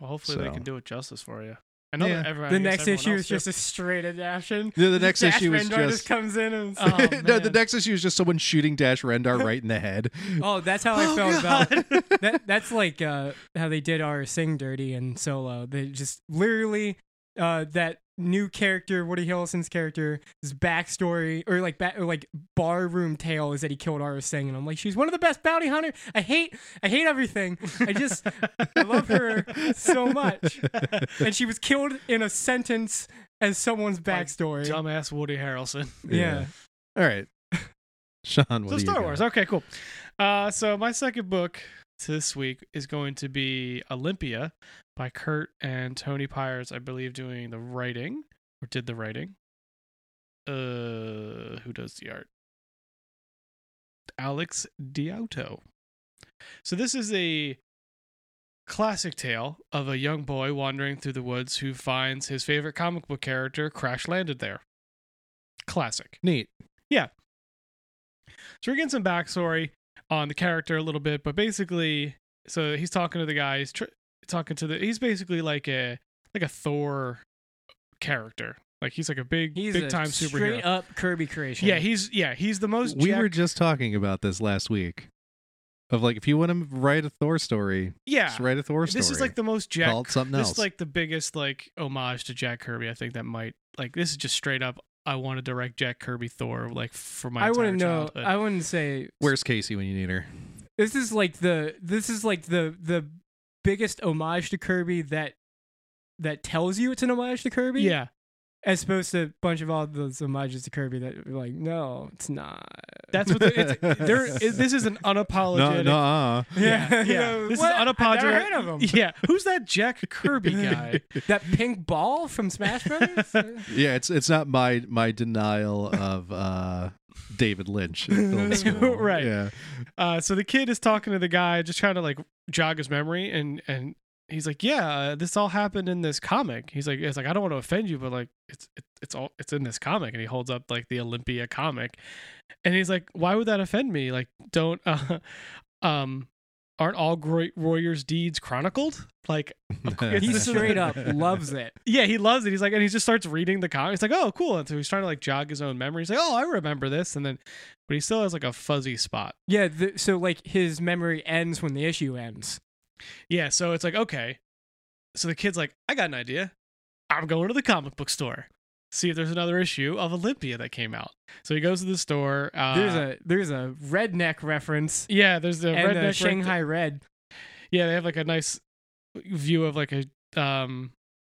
C: Well, hopefully they
B: So.
C: can do it justice for you. I know
B: Yeah.
C: that every, I
D: the
C: guess
D: next
C: everyone
D: issue
C: else
D: is just a straight adaptation.
B: The, the next
D: Dash
B: issue was
D: Rendar
B: just.
D: comes
B: [laughs]
D: in and [laughs]
C: Oh,
B: no, the
C: man.
B: next issue is just someone shooting Dash
C: [laughs]
B: Rendar right in the head.
D: oh, that's how I felt about [laughs] that. That's like uh, how they did our Sing Dirty and Solo. They just literally uh, that new character, Woody Harrelson's character, his backstory or like ba- or like barroom tale is that he killed Ara Singh, and I'm like, she's one of the best bounty hunter. I hate, I hate everything. I just, I love her
B: [laughs]
D: so much. and she was killed in a sentence as someone's backstory.
C: dumbass Woody Harrelson.
D: yeah.
B: All right. Sean, what
C: so
B: do you
C: Star
B: got?
C: Wars. Okay, cool. Uh, so my second book this week is going to be Olympia by Kurt and Tony Pyers, I believe, doing the writing or did the writing. Uh, who does the art? Alex Diotto. So this is a classic tale of a young boy wandering through the woods who finds his favorite comic book character crash landed there. Classic.
B: Neat.
C: So we're getting some backstory on the character a little bit, but basically, so he's talking to the guy. He's tr- talking to the. He's basically like a like a Thor character. Like he's like a big
D: He's
C: big
D: a
C: time superhero.
D: straight up Kirby creation.
C: yeah, he's yeah he's the most.
B: We were
C: jacked-
B: just talking about this last week. Of like, if you want to write a Thor story,
C: yeah.
B: just write a Thor story.
C: This is like the most Jack.
B: call it something
C: This
B: else.
C: is like the biggest like homage to Jack Kirby. I think that might like this is just straight up. I want to direct Jack Kirby Thor like for my.
D: I
C: entire
D: wouldn't know.
C: childhood.
D: I wouldn't say
B: Where's Casey when you need her?
D: this is like the this is like the the biggest homage to Kirby that that tells you it's an homage to Kirby.
C: yeah.
D: as opposed to a bunch of all those homages to Kirby that are like, no, it's not.
C: That's what the, it's, there. Is,
B: [laughs]
C: this is an
B: No,
C: unapologetic
B: no, uh.
C: Yeah,
D: [laughs] You
C: yeah.
D: know,
C: This is
D: what? I've never
C: unapologetic-
D: heard of him.
C: [laughs] Yeah, who's that Jack Kirby guy?
D: That pink ball from Smash
C: [laughs]
D: Brothers.
B: yeah. It's it's not my my denial of uh David Lynch
C: [laughs]
B: in film school.
C: Right.
B: Yeah.
C: Uh, so the kid is talking to the guy, just trying to like jog his memory, and and he's like, "Yeah, uh, this all happened in this comic." He's like, "It's like I don't want to offend you, but like it's it, it's all it's in this comic." And he holds up like the Olympia comic, and he's like, "Why would that offend me? Like, don't [laughs] uh, um." Aren't all great warriors' deeds chronicled? Like,
B: [laughs]
D: he straight up loves it.
C: yeah, he loves it. He's like, and he just starts reading the comic. He's like, oh, cool. And so he's trying to like jog his own memory. He's like, oh, I remember this. And then, but he still has like a fuzzy spot.
D: Yeah, the, so like his memory ends when the issue ends.
C: Yeah, so it's like, okay. So the kid's like, I got an idea. I'm going to the comic book store. See if there's another issue of Olympia that came out. So he goes to the store. Uh,
D: there's a there's a redneck reference
C: yeah, there's the
D: and
C: redneck
D: a Shanghai red.
C: Yeah, they have like a nice view of like a um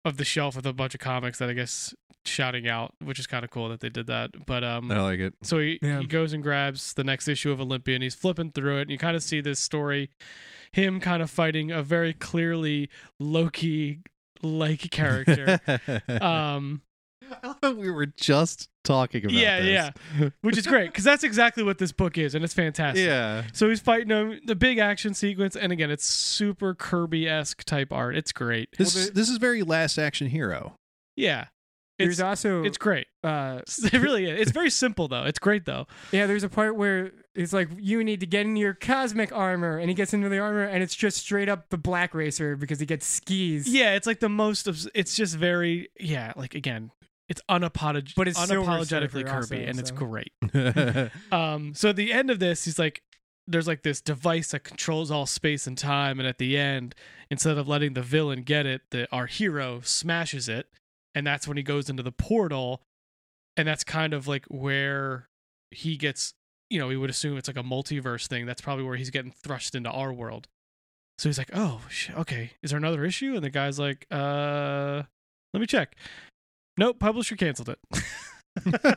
C: of the shelf with a bunch of comics that I guess shouting out, which is kind of cool that they did that. But um,
B: I like it.
C: so he,
D: Yeah.
C: he goes and grabs the next issue of Olympia and he's flipping through it. And you kind of see this story, him kind of fighting a very clearly Loki
B: [laughs]
C: like character. um,
B: we were just talking about
C: Yeah,
B: this.
C: which is great because that's exactly what this book is. And it's fantastic.
B: yeah.
C: So he's fighting him, the big action sequence. And again, it's super Kirby esque type art. It's great.
B: This
D: Well, the-
B: this is very last action
C: [laughs]
B: hero. [laughs]
C: Yeah.
D: There's
C: It's,
D: also
C: it's great. [laughs]
D: uh
C: It really is. It's very simple though. It's great though.
D: yeah, there's a part where it's like you need to get into your cosmic armor, and he gets into the armor, and it's just straight up the Black Racer because he gets skis.
C: Yeah, it's like the most of. It's just very yeah. Like again, it's unapolog-
D: But it's Silver
C: unapologetically Kirby,
D: Surfer also,
C: and it's
D: so.
C: great.
B: yeah.
C: Um, so at the end of this, he's like, there's like this device that controls all space and time, and at the end, instead of letting the villain get it, the our hero smashes it, and that's when he goes into the portal, and that's kind of like where he gets. You know, we would assume it's like a multiverse thing. That's probably where he's getting thrust into our world. So he's like, "Oh, sh- okay. Is there another issue?" And the guy's like, "Uh, let me check." Nope, publisher canceled it. [laughs]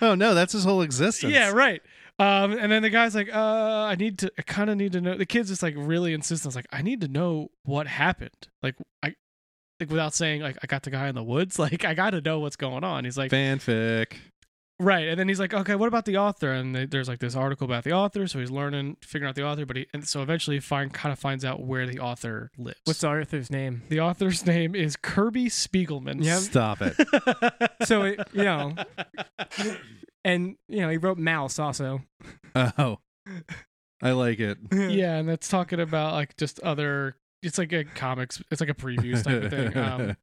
B: oh no, that's his whole existence.
C: Yeah, right. Um, and then the guy's like, uh, I need to, I kind of need to know. The kid's just like really insistent. It's like, I need to know what happened. Like, I, like without saying, like, I got the guy in the woods. [laughs] Like, I got to know what's going on. He's like,
B: Fanfic.
C: right. And then he's like, okay, what about the author? And they, there's like this article about the author. So he's learning, figuring out the author. But he, and so eventually he find, kind of finds out where the author lives.
D: What's Arthur's name?
C: the author's [laughs] name is Kirby Spiegelman.
D: Yep.
B: Stop it.
D: So it, you know, and you know he wrote Mouse also.
B: Oh, I like it.
C: [laughs] yeah, and that's talking about like just other. It's like a comics. It's like a previews type
B: [laughs]
C: of thing. Um,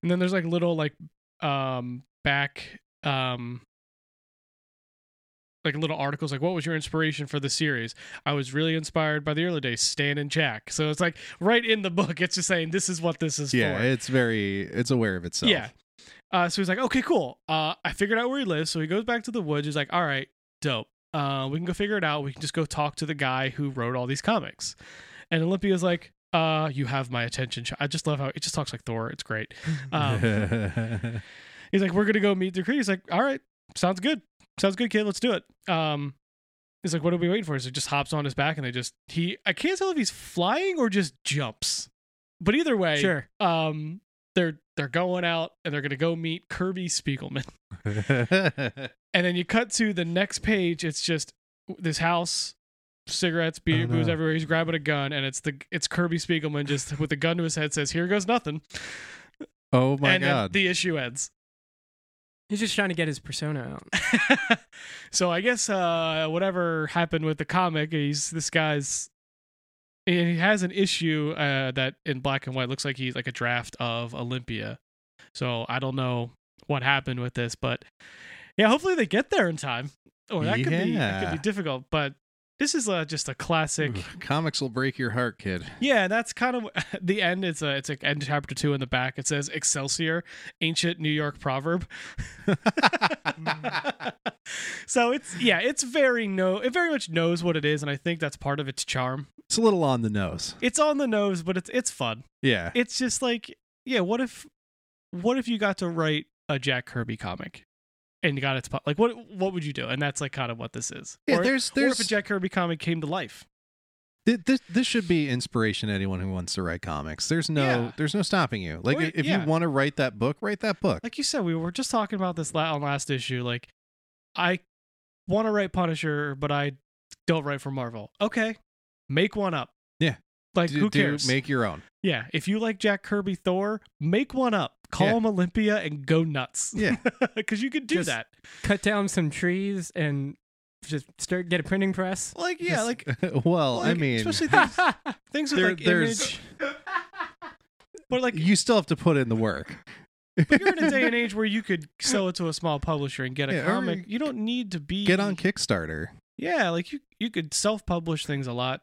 C: and then there's like little like um back um like little articles like what was your inspiration for the series? I was really inspired by the early days, Stan and Jack. So it's like right in the book, it's just saying this is what this is
B: yeah,
C: for.
B: it's very it's aware of itself.
C: Yeah. Uh, so he's like, okay, cool. Uh, I figured out where he lives. So he goes back to the woods. He's like, all right, dope. Uh, we can go figure it out. We can just go talk to the guy who wrote all these comics. And Olympia's like, uh, you have my attention. Ch-. I just love how it just talks like Thor.
B: [laughs]
C: It's great. Um, he's like, we're gonna go meet the crew. He's like, all right, sounds good. Sounds good, kid. Let's do it. Um, he's like, what are we waiting for? So he just hops on his back and they just he. I can't tell if he's flying or just jumps. But either way,
D: Sure.
C: um they're they're going out and they're gonna go meet kirby spiegelman [laughs] and then you cut to the next page it's just this house cigarettes beer
B: Oh,
C: booze
B: no.
C: everywhere he's grabbing a gun and it's the it's kirby spiegelman just with a gun to his head says here goes nothing
B: [laughs] oh my
C: and
B: god.
C: then the issue ends
D: He's just trying to get his persona out.
C: [laughs] so i guess uh whatever happened with the comic he's this guy's he has an issue uh, that in black and white looks like he's like a draft of Olympia. So I don't know what happened with this, but yeah, hopefully they get there in time. Or that could be that could
B: Yeah.
C: be difficult. But this is uh, just a classic.
B: Ooh, Comics will break your heart, kid. [laughs]
C: Yeah, that's kind of [laughs] the end. It's a it's like end chapter two in the back. It says Excelsior, ancient New York proverb. Mm. so it's yeah, it's very no, it very much knows what it is, and I think that's part of its charm.
B: It's a little on the nose.
C: It's on the nose, but it's it's fun.
B: Yeah.
C: It's just like yeah, what if what if you got to write a Jack Kirby comic? And you got its pop- like what what would you do? And that's like kind of what this is.
B: yeah,
C: or,
B: there's
C: or
B: there's
C: if a Jack Kirby comic came to life.
B: Th- this this should be inspiration to anyone who wants to write comics. There's no
C: Yeah.
B: there's no stopping you. Like
C: Or-
B: if
C: yeah.
B: you want to write that book, write that book.
C: like you said, we were just talking about this la- on last issue. Like, I want to write Punisher, but I don't write for Marvel. Okay, make one up.
B: Yeah.
C: Like,
B: Do-
C: who
B: do-
C: cares?
B: make your
C: [laughs]
B: own.
C: yeah, if you like Jack Kirby Thor, make one up. Call
B: Yeah.
C: him Olympia and go nuts. [laughs]
B: Yeah.
C: because you could do
D: Just-
C: that.
D: Cut down some trees and just start get a printing
C: [laughs]
D: press. [laughs]
C: Like, yeah,
D: Just-
C: like,
B: [laughs] well, I
C: like,
B: mean, [laughs]
C: especially things, things with
B: there-
C: like
B: there's-
C: image. [laughs] But like,
B: you still have to put in the work.
C: but you're in a day and age where you could sell it to a small publisher and get a
B: Yeah, or
C: comic. You don't need to be
B: Get on Kickstarter.
C: Yeah, like you you could self-publish things a lot.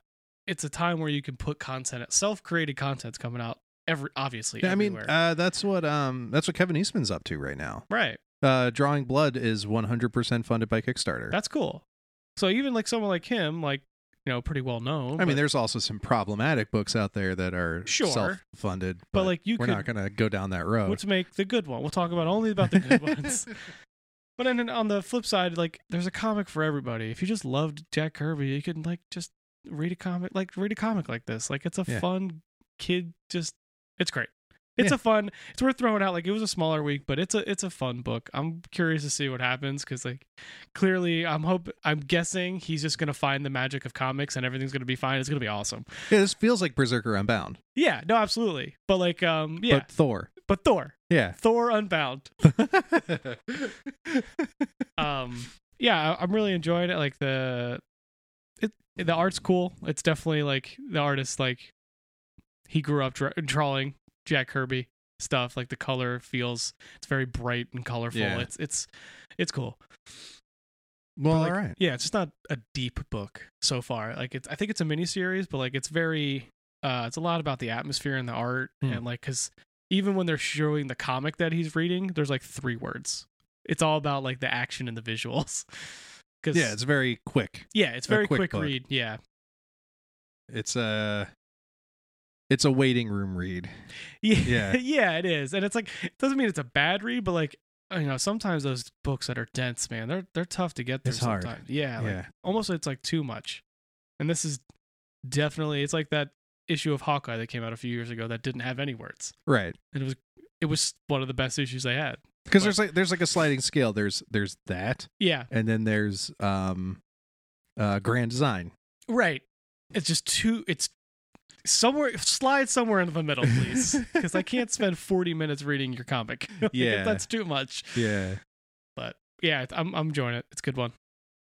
C: It's a time where you can put content out. Self-created content's coming out every obviously
B: I mean,
C: everywhere.
B: uh, that's what um that's what Kevin Eastman's up to right now.
C: right.
B: Uh, Drawing Blood is 100% funded by Kickstarter.
C: That's cool. So even like someone like him like you know pretty well known.
B: I mean,
C: but-
B: there's also some problematic books out there that are
C: Sure.
B: self-funded,
C: But, like, you
B: we're
C: could-
B: not going to go down that road.
C: let's make the good one. We'll talk about only about
B: [laughs]
C: the good ones. But then on the flip side, like there's a comic for everybody. If you just loved Jack Kirby, you can like just read a comic, like read a comic like this. Like it's a
B: Yeah.
C: fun kid. Just it's great. It's
B: Yeah.
C: a fun. It's worth throwing out. Like it was a smaller week, but it's a it's a fun book. I'm curious to see what happens because like clearly I'm hope I'm guessing he's just gonna find the magic of comics and everything's gonna be fine. It's gonna be awesome.
B: Yeah, this feels like Berserker Unbound,
C: Yeah, no, absolutely. But like um yeah,
B: but Thor.
C: but Thor, [laughs]
B: Yeah.
C: Thor Unbound. um yeah I, i'm really enjoying it like the it the art's cool it's definitely like the artist like he grew up dra- drawing jack kirby stuff like the color feels it's very bright and colorful
B: Yeah.
C: it's it's it's cool
B: well,
C: like,
B: all right.
C: yeah it's just not a deep book so far like it's i think it's a mini series but like it's very uh it's a lot about the atmosphere and the art
B: Hmm.
C: and like because even when they're showing the comic that he's reading there's like three words it's all about like the action and the visuals [laughs] because
B: Yeah, it's very quick.
C: yeah it's
B: a
C: very
B: quick
C: quick,
B: book.
C: read yeah
B: It's a it's a waiting room read.
C: yeah
B: Yeah.
C: [laughs] yeah it is and it's like it doesn't mean it's a bad read but like you know sometimes those books that are dense man they're they're tough to get through
B: It's hard.
C: sometimes yeah like,
B: yeah.
C: almost it's like too much. And this is definitely it's like that issue of Hawkeye that came out a few years ago that didn't have any words.
B: Right.
C: And it was it was one of the best issues I had.
B: Because
C: But-
B: there's like there's like a sliding scale. There's there's that,
C: Yeah.
B: and then there's um uh grand design.
C: Right. It's just too it's somewhere slide somewhere in the middle, please. Because I can't spend 40 minutes reading your comic. [laughs] Like,
B: Yeah.
C: That's too much.
B: Yeah.
C: But yeah, I'm I'm enjoying it. It's a good one.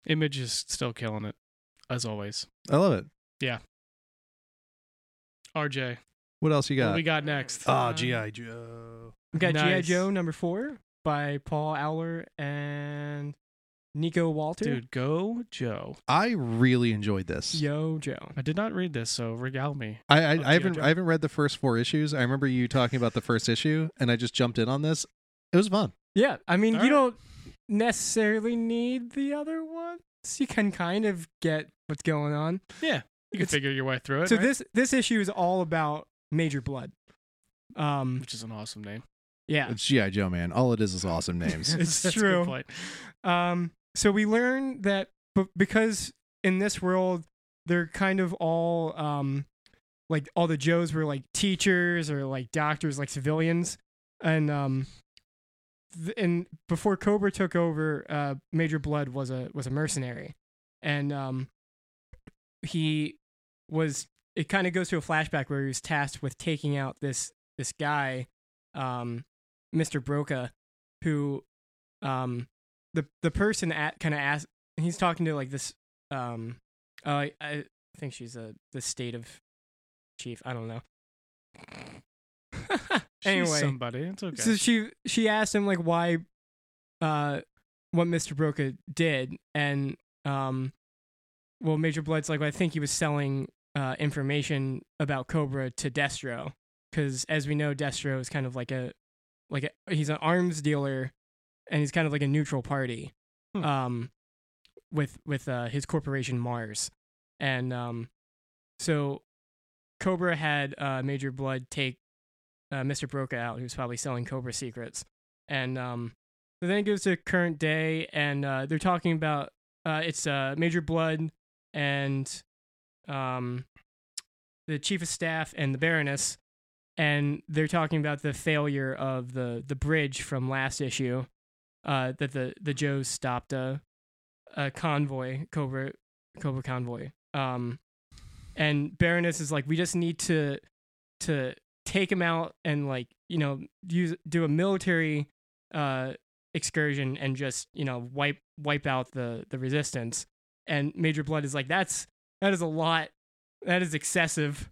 C: Image is still killing it, as always.
B: I love it.
C: RJ,
B: What else you
C: what
B: got?
C: do we got next?
B: Ah, GI Joe.
D: We got
C: Nice.
D: GI Joe number four by Paul Owler and Nico Walter.
C: Dude, go Joe.
B: I really enjoyed this.
D: Yo Joe.
C: I did not read this, so regale me.
B: I, I,
C: G.I.
B: I haven't
C: Joe.
B: I haven't read the first four issues. I remember you talking about the first issue, and I just jumped in on this. It was fun.
D: Yeah, I mean
C: All
D: you
C: right.
D: don't necessarily need the other ones. You can kind of get what's going on.
C: You can
D: It's-
C: figure your way through it.
D: So
C: right?
D: this this issue is all about Major Blood. Um
C: which is an awesome name.
D: yeah.
B: It's GI Joe, man. All it is is awesome names. [laughs]
C: [laughs]
D: It's
C: That's a good
D: true.
C: point.
D: Um, so we learn that b- because in this world they're kind of all um, like all the Joes were like teachers or like doctors, like civilians, and um, th- and before Cobra took over, uh, Major Blood was a was a mercenary, and um, he was. It kind of goes to a flashback where he was tasked with taking out this this guy, um, Mr. Broca, who um, the the person at kind of asked he's talking to like this um uh, I, I think she's a the state of chief i don't know
C: She's
D: anyway
C: somebody. It's okay.
D: so she she asked him like why uh what Mr. Broca did and um well Major Blood's like well, I think he was selling uh information about Cobra to Destro cuz as we know Destro is kind of like a like a, he's an arms dealer and he's kind of like a neutral party
C: Hmm.
D: um with with uh his corporation Mars and um so Cobra had uh Major Blood take uh, Mr. Broca out, who's probably selling Cobra secrets. And um, so then it goes to current day, and uh, they're talking about uh, it's uh, Major Blood and um, the chief of staff and the Baroness, and they're talking about the failure of the the bridge from last issue uh, that the the Joes stopped a a convoy Cobra Cobra convoy. Um, and Baroness is like, we just need to to take him out and like you know use do a military uh excursion and just you know wipe wipe out the the resistance and major blood is like that's that is a lot that is excessive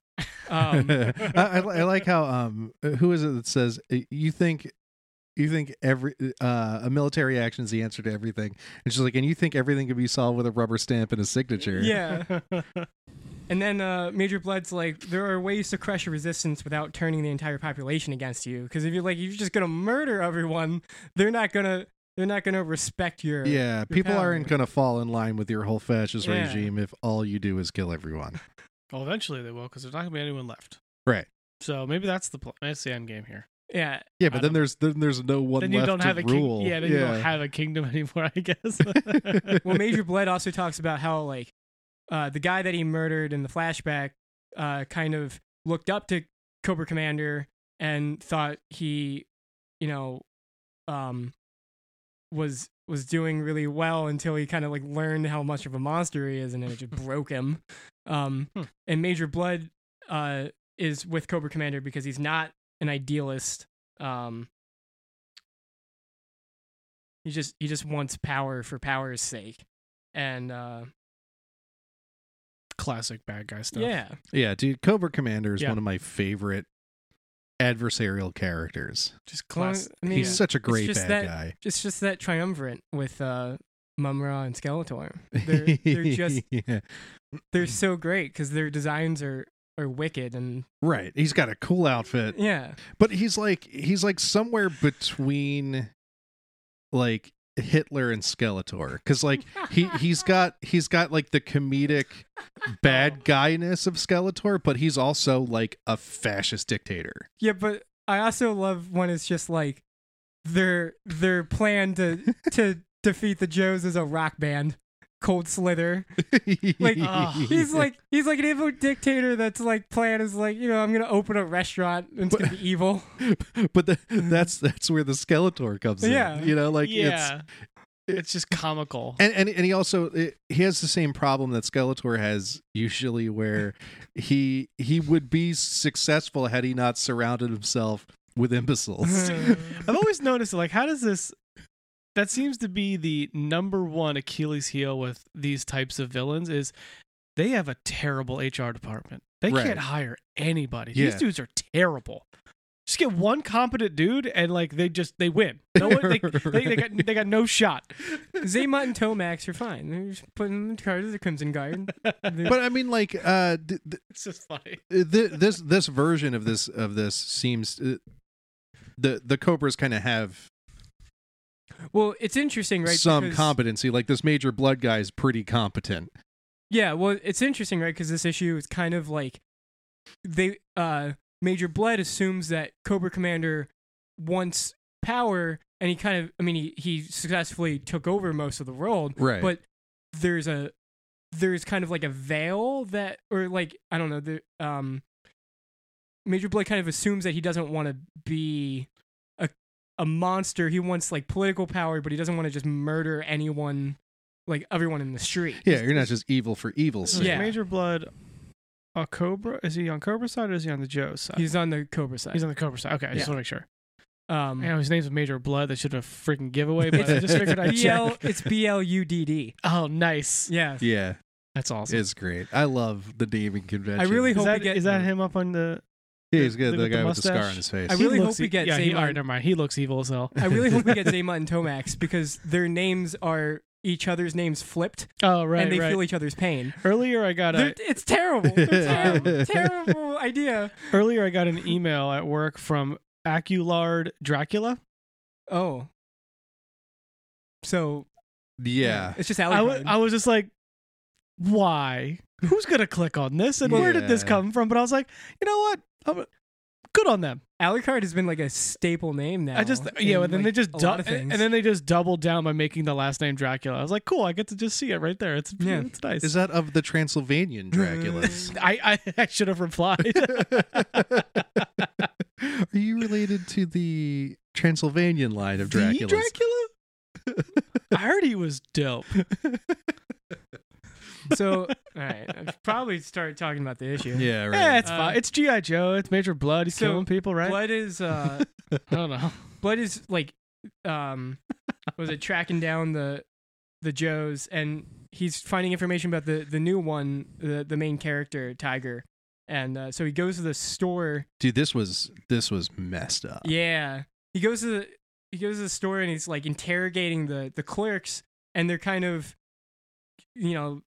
D: um
B: I, I, li- I like how um who is it that says you think you think every uh a military action is the answer to everything and she's like and you think everything can be solved with a rubber stamp and a signature
D: yeah and then uh major blood's like there are ways to crush a resistance without turning the entire population against you because if you're like you're just gonna murder everyone they're not gonna they're not gonna respect your
B: Yeah, people
D: power.
B: aren't going to fall in line with your whole fascist
D: Yeah.
B: regime if all you do is kill everyone.
C: [laughs] Well, eventually they will, because there's not gonna be anyone left.
B: Right.
C: So maybe that's the pl- that's the end game here.
D: yeah.
B: Yeah,
C: I
B: but
C: don't-
B: then there's then there's no one
C: then
B: left
C: you don't
B: to
C: have a
B: rule.
C: king- yeah. Then you don't have a kingdom [laughs] anymore.
B: [laughs]
C: I guess. [laughs]
D: Well, Major Bled also talks about how like uh, the guy that he murdered in the flashback uh, kind of looked up to Cobra Commander and thought he, you know, um, was was doing really well until he kind of like learned how much of a monster he is, and then it just broke him. Um,
C: Hmm.
D: And Major Blood uh, is with Cobra Commander because he's not an idealist. Um, he just he just wants power for power's sake, and uh,
C: Classic bad guy stuff.
D: yeah,
B: yeah, dude, Cobra Commander is
C: Yeah.
B: one of my favorite adversarial characters.
C: Just
D: Well,
C: class.
D: I mean,
B: He's such a great
D: just
B: bad
D: that-
B: guy.
D: it's just that triumvirate with uh, Mumra and Skeletor. They're they're
B: [laughs]
D: just
B: Yeah.
D: they're so great because their designs are are wicked and
B: right. He's got a cool outfit.
D: yeah
B: but he's like he's like somewhere between like Hitler and Skeletor cuz like he he's got he's got like the comedic
C: [laughs] Oh.
B: bad guyness of Skeletor but he's also like a fascist dictator.
D: yeah. But I also love when it's just like their their plan
B: [laughs]
D: to to defeat the Joes is a rock band. Cold Slither. Like,
B: Ah. [laughs]
C: oh,
D: He's like he's like an evil dictator. That's like plan is like you know I'm gonna open a restaurant and it's gonna be
B: [laughs]
D: evil. [laughs]
B: but the, that's that's where the Skeletor comes
D: Yeah.
B: in. You know like it's
C: yeah. It's, just comical. [laughs]
B: and, and and he also he has the same problem that Skeletor has usually, where he he would be successful had he not surrounded himself with
D: [laughs]
B: imbeciles.
C: I've always noticed like how does this that seems to be the number one Achilles heel with these types of villains is they have a terrible HR department. They
B: Right.
C: can't hire anybody. These
B: Yeah.
C: dudes are terrible. Just get one competent dude and like they just they [laughs] win. No one, they, they, they got they got no [laughs] shot.
D: Zaymut and Tomax are fine. They're just putting them in charge of the Crimson Guard. They're-
B: But I mean, like uh, th- th-
C: It's just funny.
B: th- this this version of this of this seems uh, the the Cobras kind of have
D: well, it's interesting, right?
B: some
D: because-
B: competency. Like this Major Blood guy is pretty competent.
D: Yeah, well, it's interesting, right? Because this issue is kind of like they uh Major Bled assumes that Cobra Commander wants power, and he kind of, I mean, he he successfully took over most of the world,
B: Right.
D: But there's a there's kind of like a veil that, or like I don't know, the um Major Bled kind of assumes that he doesn't want to be a a monster. He wants like political power, but he doesn't want to just murder anyone, like everyone in the street.
B: yeah, you're not just evil for evil's sake.
D: Yeah.
C: Major Blood a Cobra is he on Cobra side or is he on the Joe side?
D: He's on the Cobra side.
C: He's on the Cobra side. Okay, I just want
D: Yeah.
C: to make sure.
B: Mm-hmm.
D: um,
C: I know his name's Major Blood. That should have a freaking
B: [laughs]
C: giveaway, but I just figured I'd
D: B L.
C: check.
D: It's B L U D D.
C: Oh, nice.
D: Yeah.
B: [laughs] Yeah,
C: That's awesome.
B: it's great. I love the naming convention.
D: I really
C: Is
D: hope
C: that,
D: we get.
C: is that him up on the?
B: Yeah, he's good.
C: Look
B: The,
C: at the
B: guy with the scar
C: mustache.
B: on his face.
D: I really
C: He
D: hope
C: looks
D: we
C: e-
D: get
C: Yeah, he,
D: Zaymon.
C: all right, never mind. He looks evil as [laughs] hell.
D: I really hope
B: [laughs]
D: we get Zema and Tomax because their names are each other's names flipped,
C: Oh right,
D: and they
C: right.
D: feel each other's pain.
C: earlier I got
D: They're-
C: a
D: it's terrible. [laughs] They're ter- terrible idea.
C: earlier I got an email at work from Aculard Dracula.
D: Oh. So
B: yeah.
D: it's just
C: I was
D: Alucard.
C: I was just like, why? Who's gonna click on this? And where did this
B: Yeah.
C: come from? But I was like, you know what? I'm- good on them.
D: Alucard has been like a staple name now.
C: I just yeah.
D: in,
C: And then
D: like,
C: they just
D: a
C: du-
D: lot of
C: and,
D: things.
C: and then they just doubled down by making the last name Dracula. I was like, cool. I get to just see it right there. It's
D: Yeah.
C: it's nice.
B: Is that of the Transylvanian
D: Mm. [laughs]
B: Draculas?
C: I, [laughs] I I should have replied.
B: Are you related to the Transylvanian line of
C: The
B: Draculas? [laughs]
C: Dracula? I heard he was dope.
D: so [laughs] all right, I should probably start talking about the issue.
B: yeah, right.
C: Yeah, it's
D: Uh,
C: fine. It's GI Joe. It's Major Blood. He's
D: so,
C: killing people, right?
D: Blood is uh,
C: I don't know.
D: Blood is like, um, was it tracking down the the Joes, and he's finding information about the the new one, the the main character Tiger, and uh, so he goes to the store.
B: Uh, Dude, this was this was messed up.
D: Yeah, he goes to the he goes to the store and he's like interrogating the the clerks, and they're kind of, you know,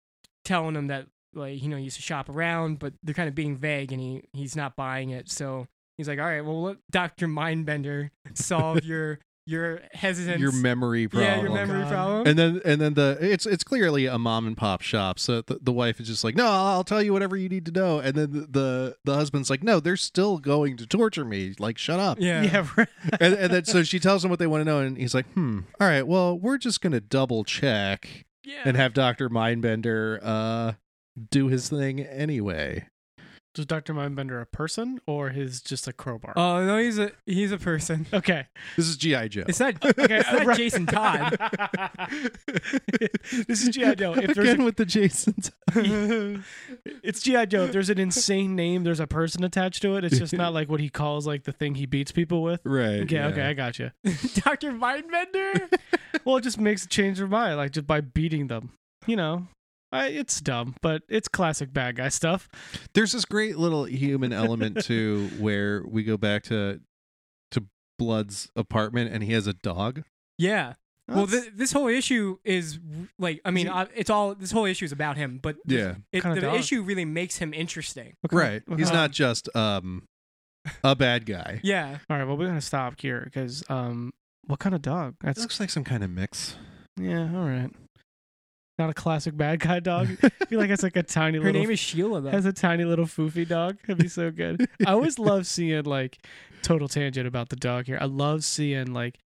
D: telling him that like you know he used to shop around, but they're kind of being vague, and he he's not buying it. So he's like, all right, well, let Doctor Mindbender solve your your hesitance.
B: your memory problem.
D: Yeah, your memory
C: God.
D: problem.
B: and then and then the it's it's clearly a mom and pop shop. So the, the wife is just like, "No, I'll tell you whatever you need to know." And then the the, the husband's like, "No, they're still going to torture me. Like, shut up."
D: [laughs] yeah.
C: yeah, right.
B: [laughs] and, and then so she tells him what they want to know, and he's like, "Hmm, all right. Well, we're just gonna double check
D: Yeah.
B: and have Doctor Mindbender uh do his thing anyway."
C: Was Dr. Mindbender a person or his just a crowbar?
D: oh no, he's a he's a person.
B: [laughs]
C: okay. [laughs]
B: This is GI Joe.
D: [laughs] It's not okay. It's not
C: right.
D: Jason [laughs] Todd.
C: this is G.I. Joe. If there's
B: Again with the Jason. Todd.
C: a, it's G.I. Joe. If there's an insane name, there's a person attached to it. It's just not like what he calls like the thing he beats people with.
B: Right.
C: Okay,
B: yeah.
C: okay, I got you.
D: Doctor Mindbender.
C: Well, it just makes a change their mind, like just by beating them. You know, I, it's dumb, but it's classic bad guy stuff.
B: There's this great little human element too, where we go back to to Blood's apartment, and he has a dog.
D: [laughs] Yeah. Well,
C: That's
D: th- this whole issue is like, I mean,
C: Is he-
D: uh, it's all this whole issue is about him, but
B: Yeah.
D: it,
C: Kinda
D: the
C: dog.
D: issue really makes him interesting.
C: okay.
B: Right. He's
C: Um,
B: not just um a bad
C: [laughs]
B: guy.
D: Yeah,
C: All right. Well, we're gonna stop here because um, what kind of dog?
B: It
C: That's
B: looks like some kind of mix.
C: yeah. All right. Not a classic bad guy dog. I
B: [laughs]
C: feel like it's like a tiny
D: her
C: little
D: name is Sheila. Though.
C: has a tiny little foofy dog. That'd be so good. I always
D: [laughs]
C: love seeing like total tangent about the dog here. I love seeing like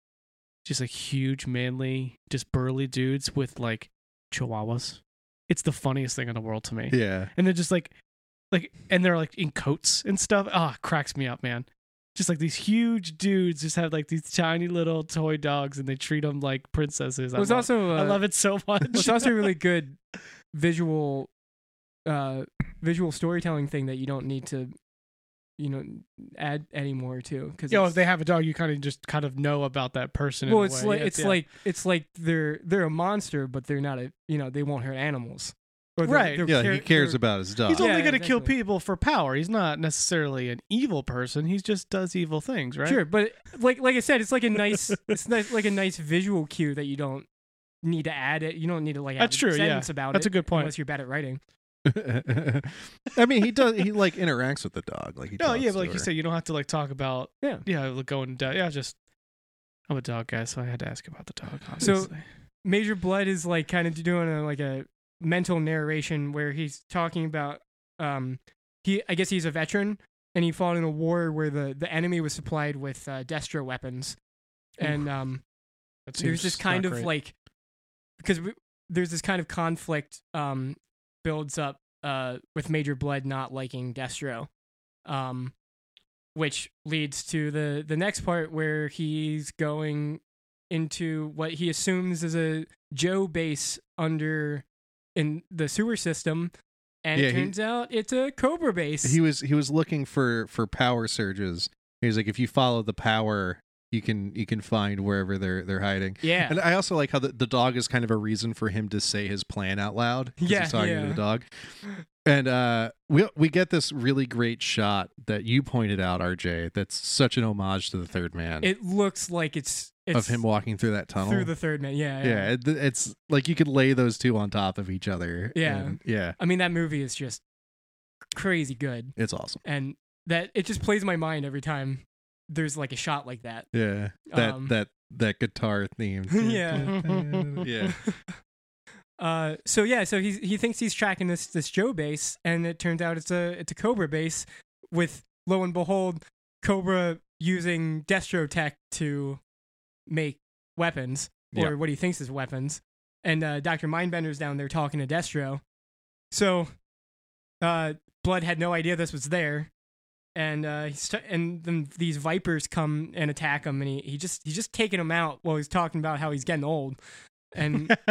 C: just like huge, manly, just burly dudes with like chihuahuas. It's the funniest thing in the world to me.
B: Yeah.
C: And they're just like like and they're like in coats and stuff. Ah, cracks me up, man. Just like these huge dudes just have like these tiny little toy dogs and they treat them like princesses.
D: It was
C: I, love,
D: also uh,
C: I love it
D: [laughs]
C: so much.
D: It's also a really good visual, uh, visual storytelling thing that you don't need to, you know, add anymore to because
C: Yo, if they have a dog, you kind of just kind of know about that person. in
D: well,
C: a
D: it's
C: way.
D: like
C: Yeah,
D: it's
C: yeah.
D: like it's like they're they're a monster, but they're not a you know they won't hurt animals. Or they're-
C: Right.
D: they're
B: Yeah,
D: care-
B: he cares
D: they're-
B: about his
C: he's
B: dog.
D: Yeah,
C: only going to kill
D: exactly.
C: people for power. He's not necessarily an evil person. He just does evil things, right?
D: Sure, but like like I said, it's like a nice it's nice like a nice visual cue that you don't need to add it. You don't need to like add
C: That's
D: a
C: true, yeah.
D: sentence about
C: That's
D: it
C: a good point.
D: unless you're bad at writing.
B: [laughs] I mean, he does. He like interacts with the dog. Like he.
C: No,
B: talks
C: yeah, but
B: to
C: like
B: her.
C: you said, you don't have to like talk about
D: Yeah.
C: yeah like, going down. Yeah, just I'm a dog guy, so I had to ask about the dog.
D: So-
C: Obviously.
D: Major Blood is like kind of doing a like a mental narration where he's talking about um he I guess he's a veteran and he fought in a war where the the enemy was supplied with uh, destro weapons and um
C: That seems
D: there's this kind
C: not
D: of
C: great.
D: like [laughs] because we, there's this kind of conflict um builds up uh with major blood not liking destro um which leads to the the next part where he's going into what he assumes is a joe base under in the sewer system and
B: Yeah,
D: it
B: he-
D: turns out it's a cobra base
B: he was he was looking for for power surges. He's like, if you follow the power, you can you can find wherever they're they're hiding.
D: yeah
B: [laughs] And I also like how the, the dog is kind of a reason for him to say his plan out loud. 'cause
D: Yeah,
B: he's talking
D: yeah.
B: to the
D: [laughs]
B: dog. And uh, we we get this really great shot that you pointed out, RJ. That's such an homage to the Third Man
D: it looks like it's it's
B: of him walking through that tunnel.
D: through the third man yeah
B: yeah, it, it's like you could lay those two on top of each other.
D: Yeah.
B: and yeah,
D: I mean, that movie is just crazy good,
B: it's awesome.
D: and that it just plays in my mind every time there's like a shot like that. [laughs]
B: Yeah, that
D: Um,
B: that that guitar theme.
D: [laughs] Yeah.
B: [laughs] yeah. [laughs]
D: Uh, so yeah, so he he thinks he's tracking this this Joe base, and it turns out it's a it's a Cobra base. With lo and behold, Cobra using Destro tech to make weapons, or
B: Yeah.
D: what he thinks is weapons, and uh, Doctor Mindbender's down there talking to Destro. So, uh, Blood had no idea this was there, and uh, he's t- and then these Vipers come and attack him, and he he just he's just taking him out while he's talking about how he's getting old, and.
C: [laughs]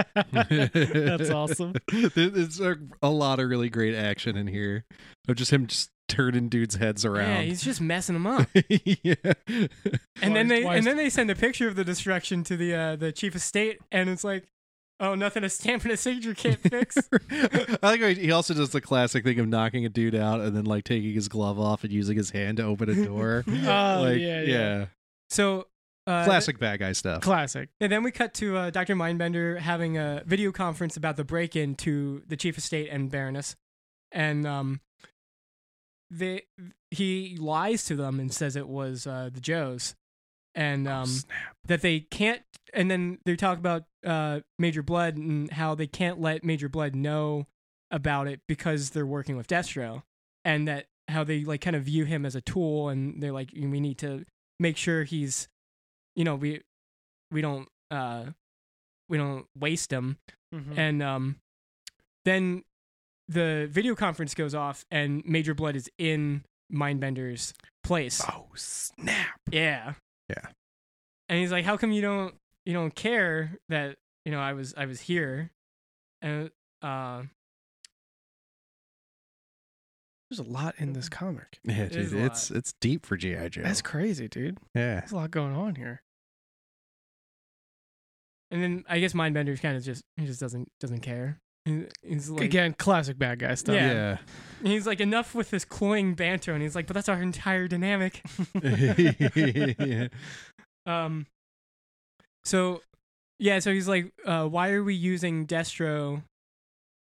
C: That's
D: [laughs]
C: awesome.
B: There's a, a lot of really great action in here of just him just turning dudes' heads
D: Yeah,
B: around.
D: he's just messing
C: [laughs]
D: them up.
B: [laughs] Yeah.
D: and then
C: Twice-
D: they
C: twice.
D: and then they send a picture of the destruction to the uh, the chief of state, and it's like, oh, nothing a stamp and a signature can't fix.
C: [laughs]
B: [laughs] I like how he he also does the classic thing of knocking a dude out and then like taking his glove off and using his hand to open a
D: [laughs]
B: door.
C: Oh
B: like,
C: yeah, yeah,
D: so uh,
B: Classic bad guy stuff.
C: classic.
D: And then we cut to uh, Dr. Mindbender having a video conference about the break in to the chief of state and Baroness, and um, they he lies to them and says it was uh, the Joes, and um,
C: Snap.
D: that they can't. And then they talk about uh, Major Blood and how they can't let Major Blood know about it because they're working with Destro, and that how they like kind of view him as a tool, and they're like, we need to make sure he's, you know, we we don't uh, we don't waste him
C: Mhm.
D: and um, then the video conference goes off, and Major Blood is in Mindbender's place.
C: oh snap!
D: Yeah,
B: Ah. Yeah.
D: And he's like, "How come you don't you don't care that you know I was I was here?" And uh,
C: There's a lot in this
D: Mm-hmm.
C: comic.
B: Yeah,
D: is
B: dude,
D: a lot.
B: it's it's deep for GI Joe.
C: That's crazy, dude.
B: yeah,
C: There's a lot going on here.
D: and then I guess Mindbender's kind of just he just doesn't doesn't care. He- He's like,
C: Again, classic bad guy stuff.
D: Yeah.
B: yeah.
D: he's like enough with this cloying banter, and he's like, "But that's our entire dynamic." [laughs]
B: yeah.
D: Um. So, yeah. So he's like, uh, "Why are we using Destro,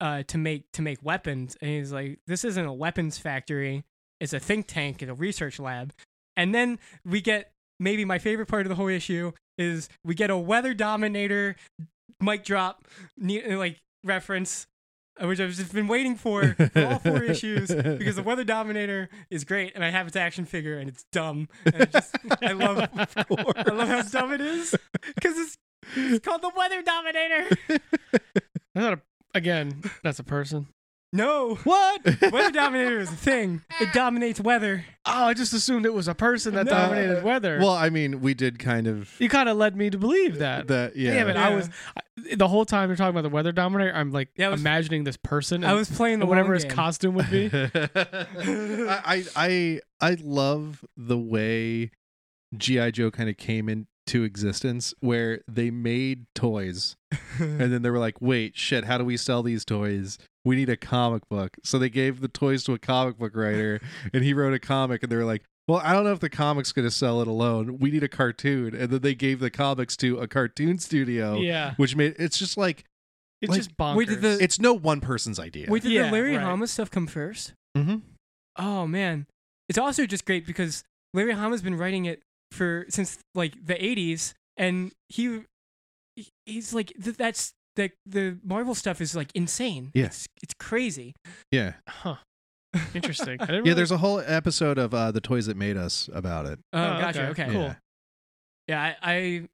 D: uh, to make to make weapons?" And he's like, "This isn't a weapons factory. It's a think tank and a research lab." And then we get maybe my favorite part of the whole issue is we get a weather dominator mic drop ne- like reference. uh, Which I've just been waiting for, for all four issues because the Weather Dominator is great, and I have its action figure, and it's dumb. And it just, I love I love [laughs] how dumb it is because it's, it's called the Weather Dominator.
C: [laughs] That's not a- again, that's a person.
D: [laughs] No,
C: What?
B: [laughs]
D: Weather Dominator is a thing. It dominates weather.
C: Oh, I just assumed it was a person that
D: No.
C: dominated weather.
B: Well, I mean, we did kind of
C: you kind of led me to believe that.
B: that. Yeah,
C: Damn it! I
D: Yeah.
C: was I, the whole time you're talking about the weather dominator. I'm like
D: Yeah, I was-
C: imagining this person.
D: I
C: and-
D: was playing the
C: and whatever
D: long
C: his
D: game.
C: costume would [laughs] be.
B: [laughs] I, I I I love the way GI Joe kind of came into existence, where they made toys, and then they were like, "Wait, shit! How do we sell these toys? We need a comic book." So they gave the toys to a comic book
C: [laughs]
B: writer, and he wrote a comic, and they were like. Well, I don't know if the comic's going to sell it alone. We need a cartoon, and then they gave the comics to a cartoon studio,
C: yeah,
B: which made it's just like
C: it's
B: like-
C: just bonkers.
D: We did the-
B: it's no one person's idea.
D: [laughs] Wait, did
C: Yeah,
D: the Larry
C: right.
D: Hama stuff come first?
B: mm-hmm.
D: Oh man, it's also just great because Larry Hama's been writing it for since like the '80s, and he he- he's like th- that's like the Marvel stuff is like insane.
B: Yeah.
D: It's, it's crazy.
B: Yeah,
C: huh. Interesting. I didn't
B: yeah.
C: really-
B: There's a whole episode of uh, the toys that made us about it.
D: [laughs] Oh, gotcha. Okay.
B: Yeah.
C: Cool.
D: Yeah, I, I,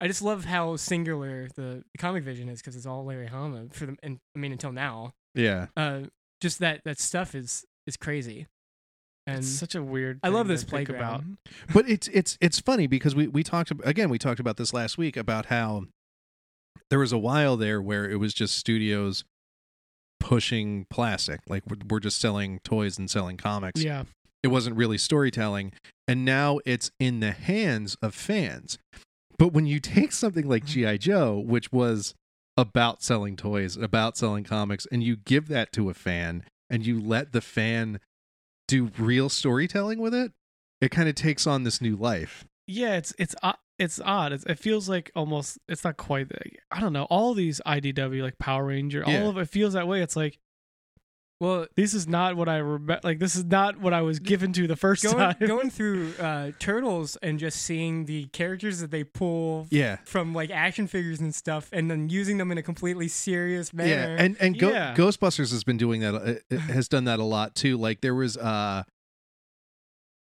D: I just love how singular the comic vision is because it's all Larry Hama for the, and I mean until now.
B: Yeah,
D: Uh, just that that stuff is is crazy, and
C: It's such a weird.
D: I love
C: thing to
D: this
C: think about.
D: playground.
B: but it's it's it's funny because we we talked ab- again. We talked about this last week about how there was a while there where it was just studios pushing plastic, like we're, we're just selling toys and selling comics.
C: Yeah.
B: it wasn't really storytelling and now it's in the hands of fans but when you take something like gi joe which was about selling toys about selling comics and you give that to a fan and you let the fan do real storytelling with it it kind of takes on this new life
C: Yeah. It's it's o- it's odd. It's, it feels like almost. It's not quite. the- I don't know. All these IDW like Power Ranger.
B: Yeah.
C: All of it feels that way. It's like
D: Well,
C: this is not what I remember. Like this is not what I was given to the first
B: [laughs]
D: going
C: time.
D: going through uh, Turtles and just seeing the characters that they pull
B: yeah
D: from like action figures and stuff, and then using them in a completely serious manner.
B: yeah and and Go-
C: Yeah.
B: ghostbusters has been doing that uh, uh, has done that a lot too like there was uh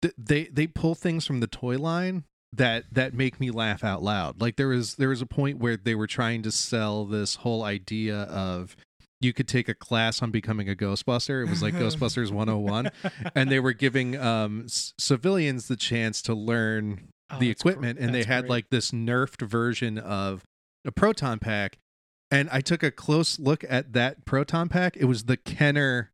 B: th- they they pull things from the toy line that that make me laugh out loud like there was there was a point where they were trying to sell this whole idea of you could take a class on becoming a ghostbuster it was like ghostbusters
C: [laughs]
B: 101
C: Oh,
B: and they were giving um s- civilians the chance to learn
C: Oh,
B: the
C: that's gr-
B: equipment and they
C: that's
B: had
C: great.
B: like this nerfed version of a proton pack and i took a close look at that proton pack it was the kenner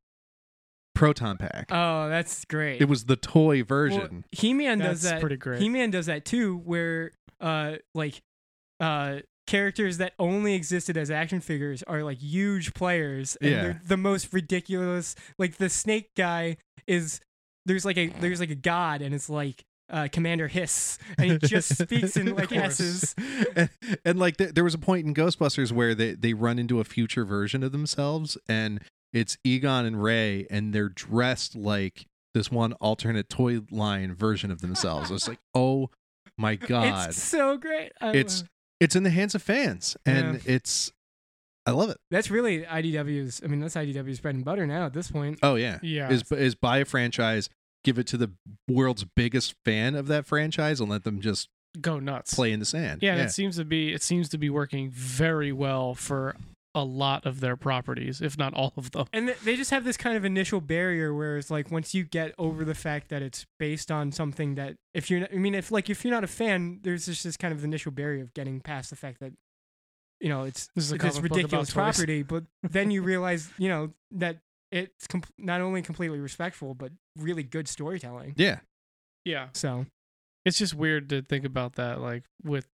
B: proton pack
D: oh, that's great.
B: it was the toy
D: Well,
B: version
D: He-Man does
C: That's
D: that
C: pretty great.
D: He-Man does that too, where uh like uh characters that only existed as action figures are like huge players and
B: Yeah.
D: they're the most ridiculous like the snake guy is there's like a there's like a god and it's like uh, Commander Hiss, and he
B: [laughs]
D: just speaks in
B: Of
D: like
B: course.
D: S's.
B: and, and, like th- there was a point in ghostbusters where they, they run into a future version of themselves and it's egon and ray and they're
D: [laughs]
B: dressed like this one alternate toy line version of themselves it's like oh my god,
D: It's so great. I
B: It's-
D: love it.
B: it's in the hands of fans, and it's I love it.
D: that's really IDW's. I mean, that's IDW's bread and butter now at this point.
B: Oh yeah,
C: Yeah.
B: is is buy a franchise, give it to the world's biggest fan of that franchise, and let them just
C: go nuts.
B: play in the sand.
C: Yeah, and it seems to be it seems to be working very well for a lot of their properties, if not all of them.
D: and th- they just have this kind of initial barrier where it's like once you get over the fact that it's based on something that if you're not, I mean if like if you're not a fan there's just this kind of initial barrier of getting past the fact that you know it's
C: This is a
D: it's this
C: comic book about
D: ridiculous
C: toys.
D: property but then
C: [laughs]
D: you realize you know that it's com- not only completely respectful but really good storytelling
B: yeah,
C: Yeah.
D: so
C: It's just weird to think about that, like with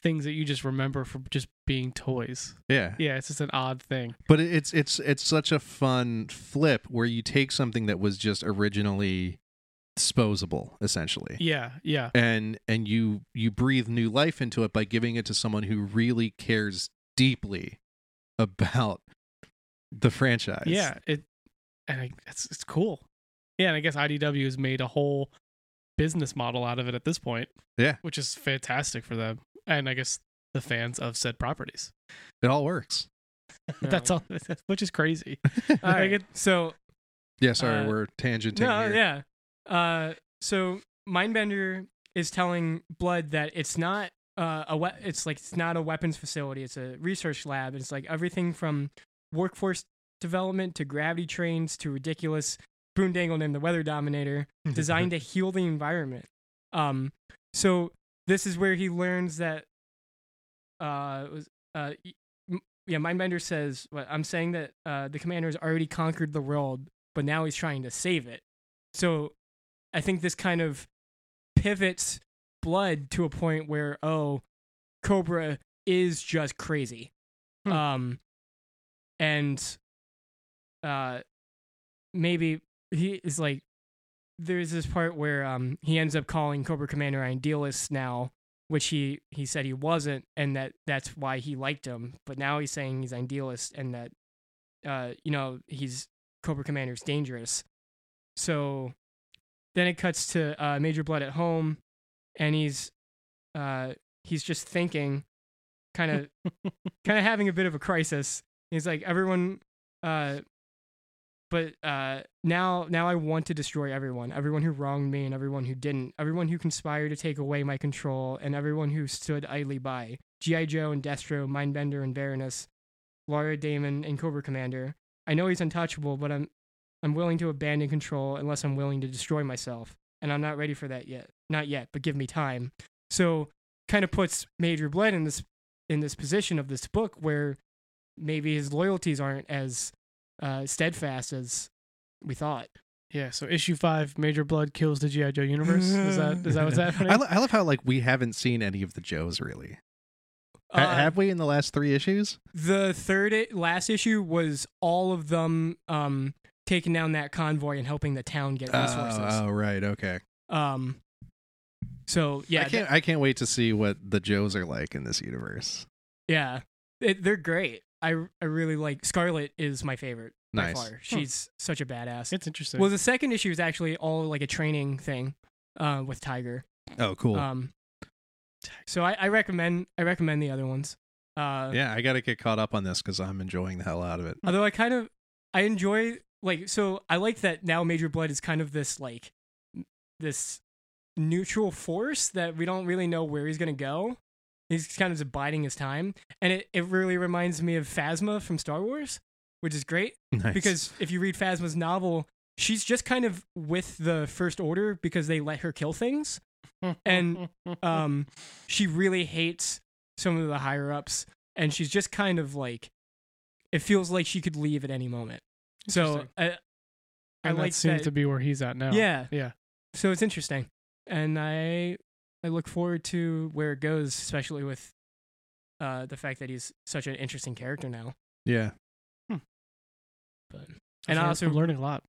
C: things that you just remember from just being toys.
B: yeah.
C: Yeah, it's just an odd
D: [laughs]
C: thing.
B: But it- it's it's it's such a fun flip where you take something that was just originally disposable, essentially.
C: Yeah, yeah.
B: and and you you breathe new life into it by giving it to someone who really cares deeply about the
D: Uh,
B: franchise.
C: Yeah, it and I, it's it's cool. Yeah, and I guess IDW has made a whole business model out of it at this point.
B: Yeah.
C: which is fantastic for them, and I guess the fans of said
D: [laughs]
C: properties. [laughs]
B: it all works.
D: no.
C: That's all, [laughs] which is
D: [laughs]
C: crazy.
D: all
C: I
D: right
C: get-
D: so
B: Yeah, sorry,
D: Uh,
B: we're tangenting
D: no
B: here.
D: yeah uh so mindbender is telling blood that it's not uh, a we- it's like it's not a weapons facility it's a research lab it's like everything from workforce development to gravity trains to ridiculous boondoggle named the weather dominator
B: [laughs]
D: designed to heal the environment um so this is where he learns that uh it was uh y- m- yeah mindbender says well, i'm saying that uh the commander has already conquered the world but now he's trying to save it. So I think this kind of pivots blood to a point where oh, Cobra is just crazy.
C: Hmm.
D: Um and uh maybe he is like there's this part where um he ends up calling Cobra Commander idealist now which he he said he wasn't and that that's why he liked him but now he's saying he's idealist and that uh you know he's Cobra Commander's dangerous. So then it cuts to uh, Major Blood at home, and he's uh, he's just thinking, kind of kind of having a bit of a crisis. He's like, everyone, uh, but uh, now now I want to destroy everyone, everyone who wronged me and everyone who didn't, everyone who conspired to take away my control and everyone who stood idly by. G.I. Joe and Destro, Mindbender and Varanus, Laura Damon and Cobra Commander. I know he's untouchable, but I'm I'm willing to abandon control unless I'm willing to destroy myself, and I'm not ready for that yet. Not yet, but give me time. So, kind of puts Major Blood in this in this position of this book where maybe his loyalties aren't as uh, steadfast as we thought.
C: Yeah, so issue five, Major Blood kills the GI Joe universe. Is that is that
D: [laughs]
C: what's happening?
B: I, lo- I love how like we haven't seen any of the Joes really. Ha-
D: Uh,
B: have we in the last three issues?
D: the third i- last issue was all of them um, taking down that convoy and helping the town get resources.
B: Oh, oh, right, okay.
D: Um, so yeah,
B: I can't I can't wait to see what the Joes are like in this universe.
D: Yeah, it, they're great. I I really like Scarlet is my favorite
B: Nice.
D: by far. She's such a badass.
C: it's interesting.
D: well, the second issue is actually all like a training thing uh, with Tiger.
B: Oh, cool.
D: Um, so I, I recommend I recommend the other ones. Uh,
B: yeah, I got to get caught up on this because I'm enjoying the hell out of it. [laughs]
D: [laughs] Although I kind of I enjoy like so I like that now Major Blood is kind of this like this neutral force that we don't really know where he's gonna go. He's kind of just biding his time, and it, it really reminds me of Phasma from Star Wars, which is great
B: Nice.
D: because if you read Phasma's novel, she's just kind of with the First Order because they let her kill things and, um, she really hates some of the higher ups, and she's just kind of like, it feels like she could leave at any moment. So
C: Interesting.
D: I, I
C: And that
D: like
C: seems
D: that-
C: to be where he's at now.
D: yeah,
C: yeah.
D: so it's interesting, and I, I look forward to where it goes, especially with, uh, the fact that he's such an interesting character now.
B: yeah,
D: But and
C: I'm
D: I also
C: learning a lot.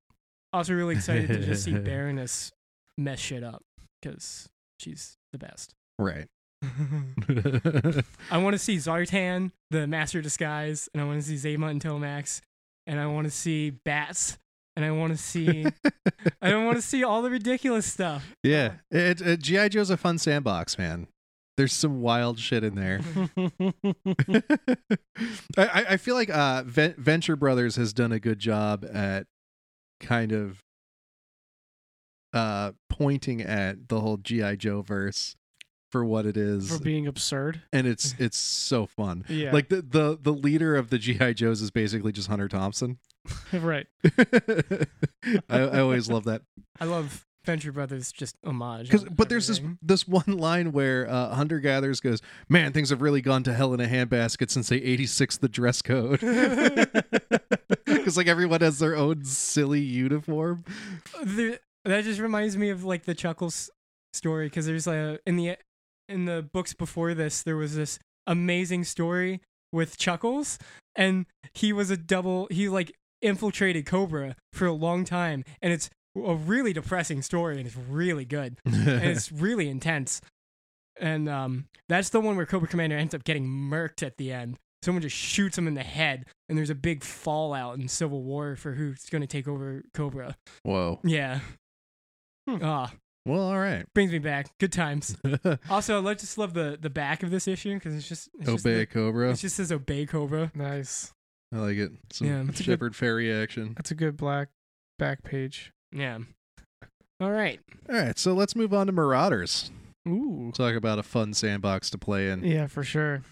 D: also really excited to just
B: [laughs]
D: see Baroness mess shit up because she's the best.
B: right. [laughs]
D: I want to see Zartan, the Master of Disguise, and I want to see Zayma and Tomax, and I want to see Bats and I want
B: [laughs]
D: to see. I don't want to see all the ridiculous stuff.
B: Yeah,
D: Oh.
B: it, it, GI Joe's a fun sandbox, man. There's some wild shit in there.
D: [laughs]
B: [laughs] I, I I feel like uh, Ven- Venture Brothers has done a good job at kind of uh, pointing at the whole GI Joe verse for what it is,
C: [laughs] for being
D: [laughs]
C: absurd.
B: and
C: [laughs]
B: it's it's so fun.
C: Yeah.
B: Like the, the the leader of the GI Joes is basically just Hunter Thompson.
C: [laughs]
B: [laughs]
C: right.
B: I, I always love that
D: I love Venture Brothers just homage.
B: because
D: on
B: but there's this
D: everything.
B: this one [laughs] line where uh, hunter gatherers goes man things have really gone to hell in a handbasket since they 86 the dress code [laughs] because like everyone has their own silly uniform
D: There- that just reminds me of like the Chuckles story because there's a in the in the books before this there was this amazing story with Chuckles and he was a double he like infiltrated Cobra for a long time and it's a really depressing story and it's really good and it's really intense. And um, that's the one where Cobra Commander ends up getting murked at the end. Someone just shoots him in the head, and there's a big fallout in Civil War for who's going to take over Cobra.
B: [laughs] whoa
D: Yeah.
C: Hmm.
D: Ah,
B: well all
D: [laughs]
B: right
D: brings me back. Good times. also, I just love the the back of this issue because it's just it's just
B: obey
D: the-
B: cobra
D: it just says obey Cobra.
C: Nice.
B: i like it some
D: Yeah, that's
C: a good-
B: shepherd fairy action
C: That's a good black back page.
D: Yeah. All right.
B: all right so let's move on to marauders
C: Ooh.
B: talk about a fun sandbox to play in
C: Yeah, for sure.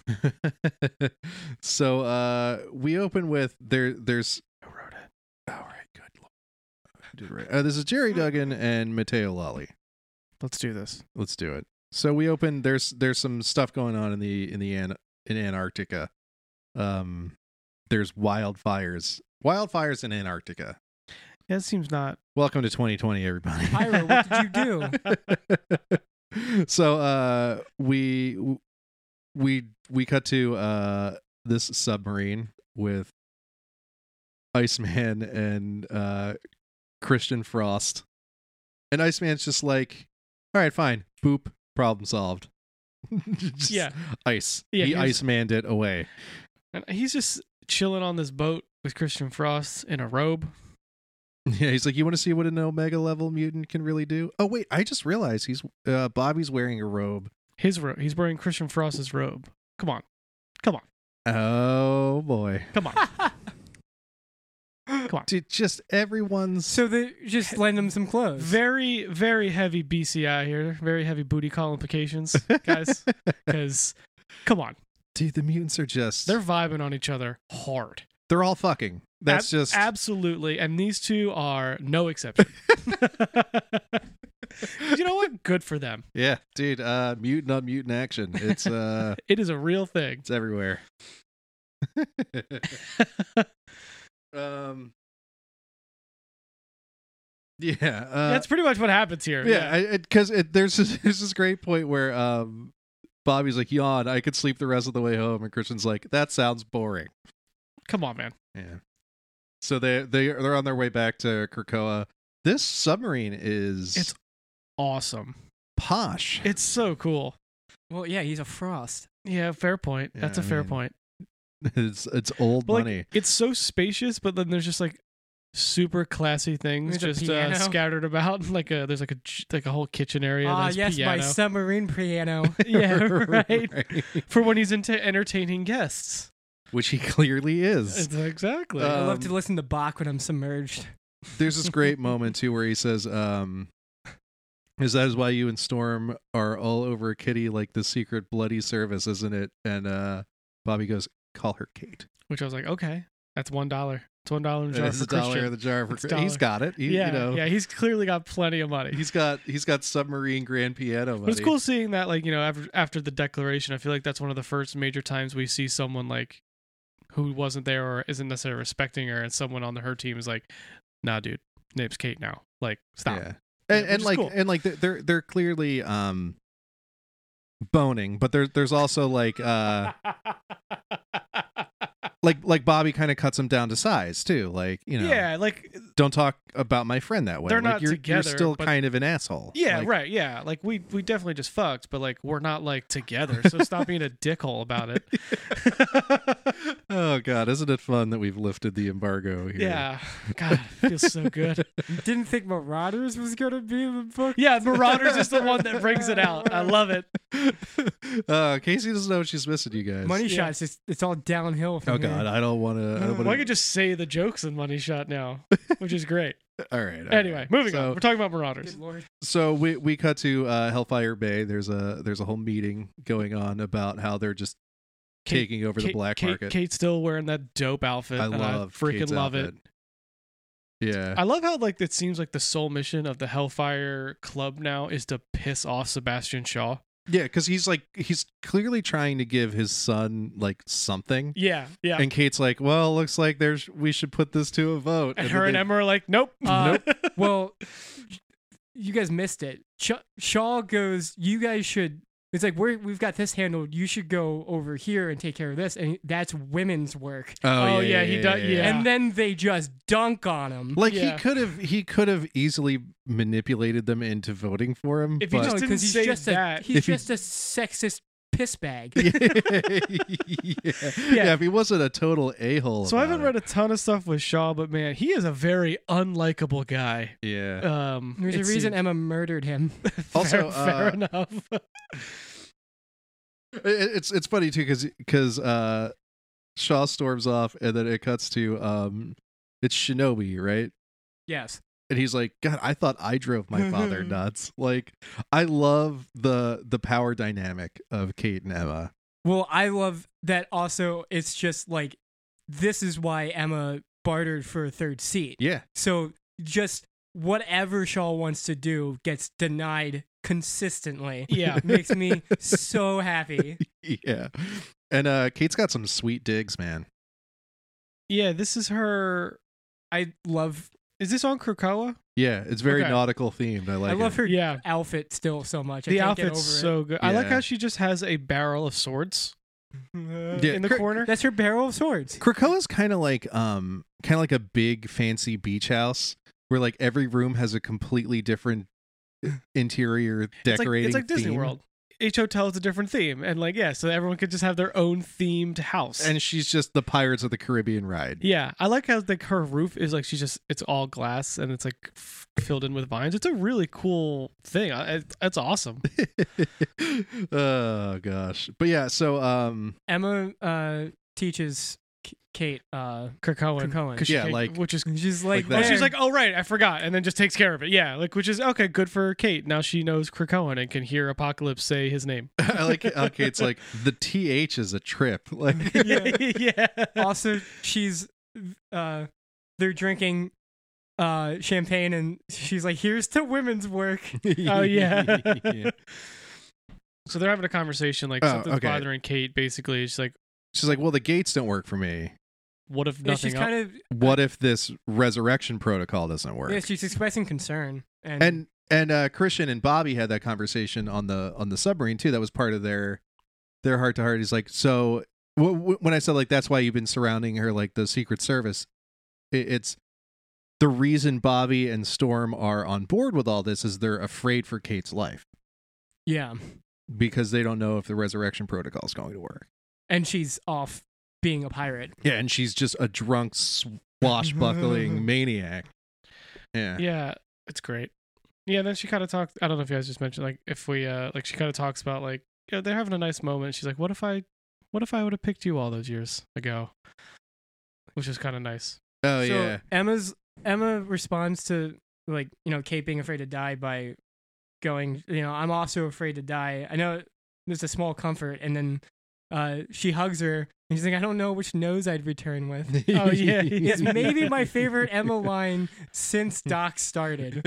B: [laughs] so uh we open with there there's
C: Who wrote it?
B: Oh, all right good lord. I did right. Uh, this is jerry duggan and mateo lally
C: Let's do this.
B: let's do it so we open there's there's some stuff going on in the in the An- in antarctica um there's wildfires wildfires in antarctica
C: Yeah, it seems not.
B: welcome to 2020 everybody
D: Pyro, what did you do?
B: [laughs] so uh we we we cut to uh this submarine with Iceman and uh Christian Frost. And Iceman's just like, all right, fine. Boop, problem solved. [laughs] Just
C: [laughs] Yeah.
B: Ice.
C: Yeah,
B: he
C: he was-
B: Icemanned it away. [laughs]
C: And he's just chilling on this boat with Christian Frost in a robe.
B: Yeah, he's like, you want to see what an Omega level mutant can really do? Oh wait, I just realized he's uh Bobby's wearing a robe.
C: His robe. He's wearing Christian Frost's robe. Come on. Come on.
B: Oh boy.
C: Come on. [laughs] Come on.
B: Dude, just everyone's
D: So they just lend him some clothes.
C: Very, very heavy BCI here. Very heavy booty call implications, [laughs] guys. Because, come on,
B: Dude, the mutants are just
C: they're
B: they're
C: vibing on each other hard.
B: they're all fucking. That's
C: Ab-
B: just
C: absolutely, and these two are
B: [laughs]
C: no exception. you know what? Good for them.
B: yeah, dude, uh mutant on mutant action. It's [laughs] uh
C: It is a real thing.
B: it's [laughs] everywhere. um Yeah, uh
C: That's pretty much what happens here.
B: yeah, I- it, cuz it, there's [laughs] this, there's this great point where um Bobby's like, "Yawn, I could sleep the rest of the way home." And Christian's like, "That sounds boring."
C: Come on, man.
B: Yeah. So they they they're on their way back to Krakoa. This submarine is
C: It's- Awesome.
B: posh. [laughs]
C: It's so cool.
D: well, yeah, he's a frost.
C: Yeah, fair point. That's
B: Yeah,
C: a
B: I
C: fair
B: mean,
C: point.
B: It's it's old
C: But, like,
B: money.
C: It's so spacious, but then there's just like super classy things
D: There's a
C: just uh,
D: piano.
C: scattered about. [laughs] Like a there's like a j- like a whole kitchen area.
D: Ah,
C: there's
D: yes, my
C: piano.
D: [laughs] submarine piano.
C: [laughs]
B: [laughs]
C: yeah, [laughs] right. For when he's into entertaining guests.
B: Which he clearly is.
C: It's- exactly.
B: Uh,
D: I love to
B: Um,
D: listen to Bach when I'm submerged.
B: There's this
C: [laughs]
B: great moment too where he says, um is that is why you and Storm are all over Kitty like the secret bloody service, isn't it? And uh Bobby goes, Call her Kate.
C: Which I was like, okay, that's one dollar. It's one dollar in a jar
B: It's
C: for
B: a dollar in
C: Christian.
B: the jar for
C: It's
B: Christian. He's got it. He-
C: yeah,
B: you know.
C: yeah, he's clearly got plenty of money.
B: [laughs] He's got he's got submarine grand piano money.
C: but it's cool seeing that, like you know, after, after the declaration, I feel like that's one of the first major times we see someone like who wasn't there or isn't necessarily respecting her, and someone on her team is like, "Nah, dude, name's Kate now. Like, stop."
B: Yeah.
C: [laughs] Yeah,
B: And,
C: which
B: and
C: is
B: like
C: cool.
B: and like they're- they're they're clearly um boning, but there there's also like
C: [laughs]
B: uh like like Bobby kind of cuts him down to size too. Like, you know,
C: yeah, like
B: don't talk about my friend that way.
C: They're
B: like,
C: not
B: you're, You're
C: together,
B: still
C: but-
B: kind of an asshole.
C: Yeah,
B: Like,
C: right. Yeah, like we we definitely just fucked,
B: [laughs]
C: but like we're not like together. So stop being a dickhole about it.
B: [laughs] Oh God, isn't it fun that we've lifted the embargo here?
C: Yeah. God, it feels so good.
D: Didn't think Marauders was gonna be in the book.
C: Yeah, Marauders is the one that brings it out. I love it.
B: [laughs] uh, Casey doesn't know what she's missing, you guys.
D: Money
C: Yeah.
D: shots. It's, it's all downhill. From
B: Oh God,
D: here.
B: I don't want to.
C: Well, I Uh, could just say the jokes in Money Shot now, which is great.
B: [laughs] All right. all right.
C: Anyway, moving
B: So-
C: on. We're talking about Marauders.
D: Good lord.
B: so we we cut to uh, Hellfire Bay. There's a there's a whole meeting going on about how they're just
C: Kate-
B: taking over the
C: Kate,
B: black
C: Kate,
B: market.
C: Kate's still wearing that dope outfit.
B: I
C: and
B: love
C: I uh, freaking
B: Kate's
C: love it.
B: outfit. Yeah.
C: I love how like it seems like the sole mission of the Hellfire Club now is to piss off Sebastian Shaw.
B: Yeah, because he's like he's clearly trying to give his son like something,
C: Yeah, yeah. And,
B: and Kate's like, "Well, looks like there's we should put this to a vote."
C: her and
B: then
C: Emma are
B: [laughs]
C: like, nope.
D: Uh,
C: [laughs] nope.
D: Well, you guys missed it. Sh- Shaw goes. You guys should. It's like we're, we've got this handled. You should go over here and take care of this. And that's women's work.
B: they- oh,
C: Oh, yeah, he does- yeah.
D: And then they just dunk on him.
B: Like
C: Yeah.
B: he could have he could have easily manipulated them into voting for him.
C: If he
B: but... [laughs]
C: [laughs] just didn't
D: because he's
C: say
D: just
C: that.
D: a he's
B: If he-
D: just a sexist piss bag.
B: yeah. yeah, if he wasn't a total a hole.
C: so I haven't read a ton of stuff with Shaw, but man, he is a very unlikable guy.
B: Yeah.
C: Um,
D: There's
C: it
D: a reason Emma
B: [laughs]
D: murdered him.
C: seems-
B: Also,
C: [laughs] fair, fair
B: uh,
C: enough.
B: [laughs] It- it's it's funny too because uh, Shaw storms off and then it cuts to um, it's Shinobi right,
D: yes.
B: and he's like, God, I thought I drove my [laughs] father nuts. Like, I love the the power dynamic of Kate and Emma.
D: Well, I love that. Also, it's just like this is why Emma bartered for a third seat.
B: Yeah,
D: So just whatever Shaw wants to do gets denied consistently.
C: yeah.
D: [laughs] Makes me
C: [laughs]
D: so happy.
B: [laughs] yeah, and uh, Kate's got some sweet digs, man.
C: Yeah, this is her.
D: I love
C: Is this on Krakoa?
B: Yeah, it's very
C: Okay.
B: nautical themed. I like.
D: I love
B: it.
D: her
C: Yeah.
D: outfit still so much. I
C: the
D: can't get
C: outfit's
D: over
C: so good. I like
B: Yeah.
C: how she just has a barrel of
D: [laughs]
C: swords
D: it.
B: Yeah,
C: in the
B: Kra-
C: corner.
D: That's her barrel of swords.
B: Krakoa's kind of like um kind of like a big fancy beach house where like every room has a completely different
C: [laughs]
B: interior
C: It's like,
B: decorating.
C: it's like Disney
B: theme.
C: World. Each hotel is a different theme, and like yeah, so everyone could just have their own themed house.
B: And she's just the Pirates of the Caribbean ride.
C: [laughs]
B: [laughs]
C: yeah, I like how like her roof is like she's just it's all glass and it's like f- filled in with vines. It's a really cool thing. I, it, it's awesome.
B: oh gosh. But yeah, so um [laughs]
D: Emma uh, teaches K- Kate uh,
C: Krakoa,
D: Krakoa.
B: Yeah, like-
C: which is.
D: She's
B: Like
D: like,
C: Oh,
B: that.
D: [laughs]
C: she's like, oh right, I forgot, and then just takes care of it. Yeah, like which is okay, good for Kate. Now she knows Krakoan and can hear Apocalypse say his name.
B: I like how Kate's like the TH is a trip. [laughs] Like
D: Yeah.
C: [laughs] [laughs] yeah.
D: also she's uh they're drinking uh champagne and she's like here's to women's work
C: Oh, yeah. So they're having a conversation, like
B: Oh,
C: something's
B: okay.
C: bothering Kate. Basically, she's like,
B: [laughs] She's like, "Well, the gates don't work for me.
C: "What if
D: yeah,
C: nothing?"
D: she's
C: else?
D: kind of
B: What if this resurrection protocol doesn't work?"
D: yeah she's expressing concern and,
B: and and uh, Christian and Bobby had that conversation on the on the submarine too. That was part of their their heart to heart. He's like, so w- w- when I said like that's why you've been surrounding her like the Secret Service, it- it's the reason Bobby and Storm are on board with all this is they're afraid for Kate's life
D: yeah
B: because they don't know if the resurrection protocol is going to work.
D: and she's off being a pirate
B: Yeah, and she's just a drunk [laughs] swashbuckling maniac. Yeah.
C: yeah, it's great. Yeah, then she kind of talks. I don't know if you guys just mentioned like if we uh like she kind of talks about like you know, they're having a nice moment. She's like, "What if I, what if I would have picked you all those years ago?" Which is kind of nice.
B: Oh
D: so
B: yeah.
D: emma's emma responds to like you know kate being afraid to die by going you know i'm also afraid to die i know there's a small comfort and then uh she hugs her and she's like i don't know which nose i'd return with
B: [laughs]
C: Oh, [laughs] yeah.
D: It's maybe my favorite Emma line
C: [laughs]
D: since Doc started.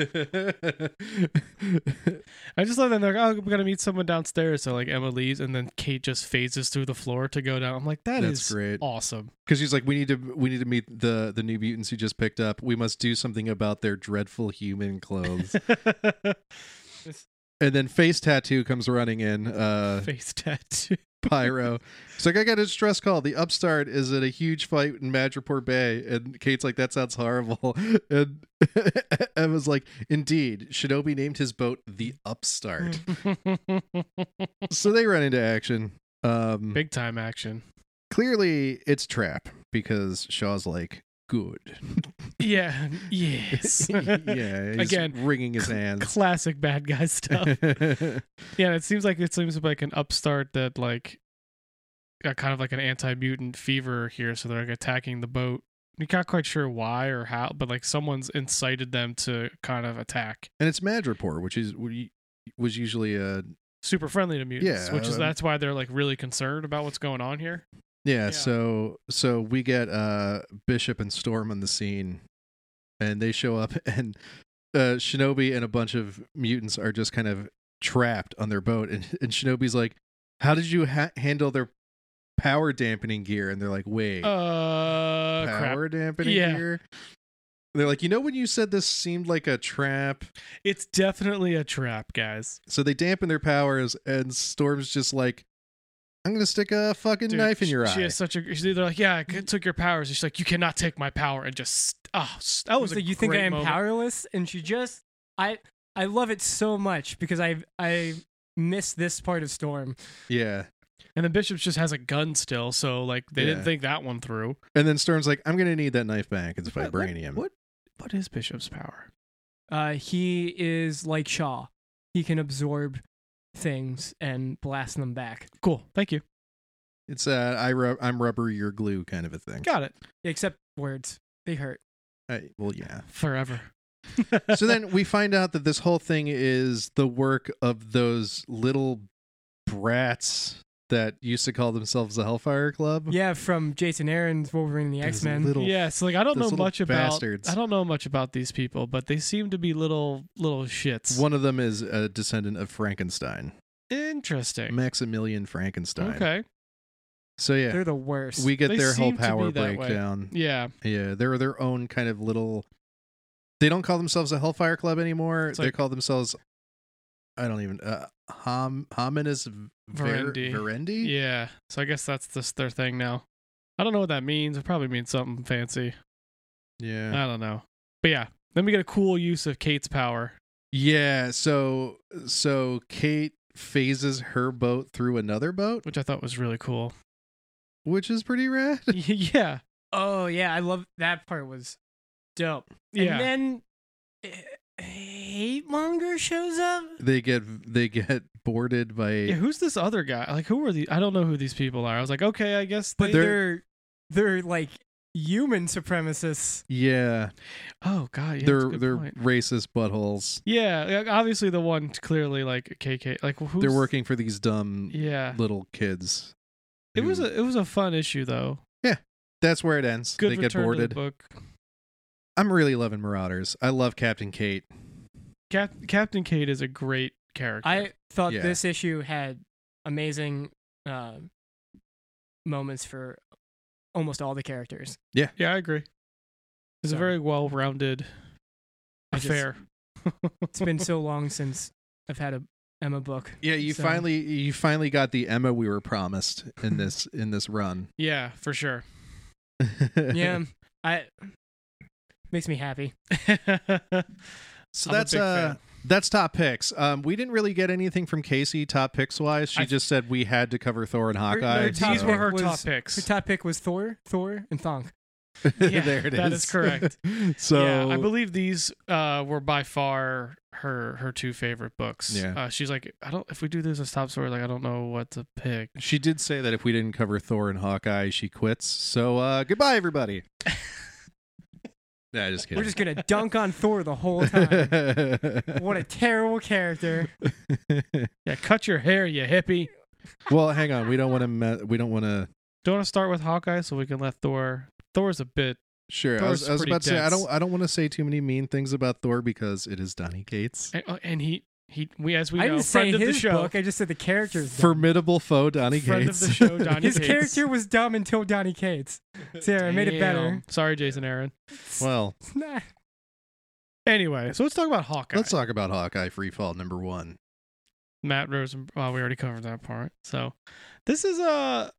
C: I just love that they're like, "Oh, we're gonna meet someone downstairs." So like Emma leaves, and then Kate just phases through the floor to go down. I'm like,
B: That's
C: That's
B: great.
C: awesome. [laughs]
B: because she's like, we need to we need to meet the the new mutants who just picked up. We must do something about their dreadful human
C: [laughs]
B: clothes. and then face tattoo comes running in. Uh,
C: Face
B: [laughs]
C: tattoo.
B: Pyro, it's like I got a stress call. The upstart is at a huge fight in Madripoor Bay, and Kate's like, that sounds horrible. And [laughs] Emma's like, indeed, Shinobi named his boat the Upstart.
C: [laughs]
B: so they run into action. Um,
C: Big time action.
B: clearly, it's trap. because Shaw's like, good.
C: Yeah. Yes.
B: [laughs] yeah. He's
C: Again,
B: wringing his hands.
C: Classic bad guy stuff. Yeah, it seems like it seems like an upstart that like got kind of like an anti mutant fever here, so they're like attacking the boat. You're not quite sure why or how, but like someone's incited them to kind of attack.
B: [laughs] and it's Mad Report, which is was usually a
C: Super friendly to mutants,
B: Yeah,
C: which is
B: um,
C: that's why they're like really concerned about what's going on here.
B: yeah,
C: Yeah.
B: So so we get uh Bishop and Storm on the scene, and they show up, [laughs] and uh Shinobi and a bunch of mutants are just kind of trapped on their boat, and and Shinobi's like, "How did you ha- handle their power dampening gear?" And they're like, "Wait,
C: Uh, Oh, crap.
B: power dampening
C: Yeah.
B: gear." They're like, you know, when you said this seemed like a trap,
C: It's definitely a trap, guys.
B: So they dampen their powers, and Storm's just like, "I'm gonna stick a fucking
C: Dude,
B: knife in your
C: she
B: eye."
C: She has such a. She's either like, yeah, I c- took your powers. She's like, you cannot take my power, and just oh, s- that was
D: He's
C: a
D: like, you think I
C: great
D: am
C: moment.
D: powerless, and she just I I love it so much because I I miss this part of Storm.
B: yeah,
C: And then Bishop's just has a gun still, so like they
B: Yeah.
C: didn't think that one through.
B: and then Storm's like, "I'm gonna need that knife back. It's
C: What- what-
B: vibranium."
C: What what is Bishop's power?
D: Uh, he is like Shaw. He can absorb things and blast them back.
C: Cool. Thank you.
B: It's uh, I rub- I'm rubber, you're glue, kind of a thing.
C: Got it.
D: Except words. They
C: [laughs]
D: hurt.
B: I- well, yeah.
C: Forever.
B: [laughs] so then we find out that this whole thing is the work of those little brats that used to call themselves the Hellfire Club.
D: Yeah, from Jason Aaron's Wolverine and the
B: Those
D: X Men.
B: Little
C: [laughs] yeah, so like I don't
B: those
C: know
B: little
C: much about
B: bastards.
C: I don't know much about these people, but they seem to be little little shits.
B: One of them is a descendant of Frankenstein,
C: Interesting.
B: Maximilian Frankenstein.
C: Okay.
B: So yeah,
D: They're the worst.
B: we get
C: They
B: their whole
C: seem to be
B: power
C: that way.
B: breakdown.
C: [laughs] Yeah.
B: Yeah, they're their own kind of little. They don't call themselves a Hellfire Club anymore.
C: It's
B: they
C: like-
B: call themselves, I don't even, uh, hom, hominis ver,
C: Verendi.
B: verendi?
C: Yeah. So I guess that's just their thing now. I don't know what that means. It probably means something fancy.
B: yeah,
C: I don't know. But yeah. Then we get a cool use of Kate's power.
B: yeah. So, so Kate phases her boat through another boat,
C: Which I thought was really
B: [laughs]
C: cool. [laughs]
B: which is pretty rad.
C: yeah.
D: oh yeah, I love that part was dope.
C: Yeah.
D: And then eh, Hate-monger shows up.
B: [laughs] They get they get boarded by
C: Yeah, who's this other guy? Like, who are the? I don't know who these people are. I was like, okay, I guess.
D: But
C: They,
D: they're they're like human supremacists.
B: yeah,
C: oh god, yeah, that's a
B: they're
C: good
B: they're
C: point.
B: racist buttholes.
C: yeah. like, Obviously, the one clearly like KK. Like, who's,
B: They're working for these dumb
C: Yeah,
B: little kids.
C: it was
B: who-
C: a it was a fun issue though.
B: that's where it ends.
C: Good
B: they get
C: return to
B: boarded.
C: the book.
B: I'm really loving Marauders. I love Captain Kate.
C: Cap- Captain Kate is a great character.
D: I thought
B: Yeah.
D: this issue had amazing uh, moments for almost all the characters.
C: yeah, I agree. It's
D: So-
C: a very well rounded
D: I just-
C: affair.
D: It's been so long since I've had a Emma book.
B: Yeah, you
D: So-
B: finally you finally got the Emma we were promised in
C: [laughs]
B: this in this run.
C: yeah, for [laughs] sure.
B: [laughs]
D: Yeah, I makes me happy.
B: so
C: I'm a
B: that's
C: big
B: uh
C: fan.
B: that's top picks. Um we didn't really get anything from Casey top picks wise. She
C: I-
B: just said we had to cover Thor and
D: Her-
B: Hawkeye.
D: her top
C: These
B: [laughs]
C: were her
D: was-
C: top
D: Her
C: picks.
D: top pick was Thor, Thor, and Thonk.
C: yeah,
B: there it is.
C: that
B: [laughs]
C: is correct.
B: so
C: yeah, I believe these uh, were by far her her two favorite books.
B: Yeah.
C: uh, she's like, I don't. If we do this as top story, like I don't know what to pick.
B: she did say that if we didn't cover Thor and Hawkeye, she quits. So uh goodbye
C: [laughs]
B: everybody. nah, just kidding.
D: We're just gonna dunk on Thor the whole time. what a terrible character.
B: [laughs]
C: Yeah, cut your hair, you hippie.
B: well, hang on. We don't want to. Me- we don't want to.
C: Do you want to start with Hawkeye so we can let Thor? Thor's a bit.
B: Sure, I was,
C: Thor's
B: I was
C: pretty
B: about to say I
C: dense.
B: don't. I don't want to say too many mean things about Thor because it is Donny Cates,
C: And, uh, and he he we as we
D: I
C: know
D: didn't say
C: friend of
D: his
C: the show.
D: book. I just said the characters.
B: formidable foe Donny
C: Friend of
B: Cates.
C: the show, Donny
D: His
C: Cates.
D: character was dumb until Donny Cates. Sarah, I made it better.
C: Damn. Sorry, Jason Aaron.
B: [laughs] well,
D: Nah.
C: Anyway, so let's talk about Hawkeye.
B: let's talk about Hawkeye Freefall number one.
C: Matt Rosen. Well, we already covered that part. So this is a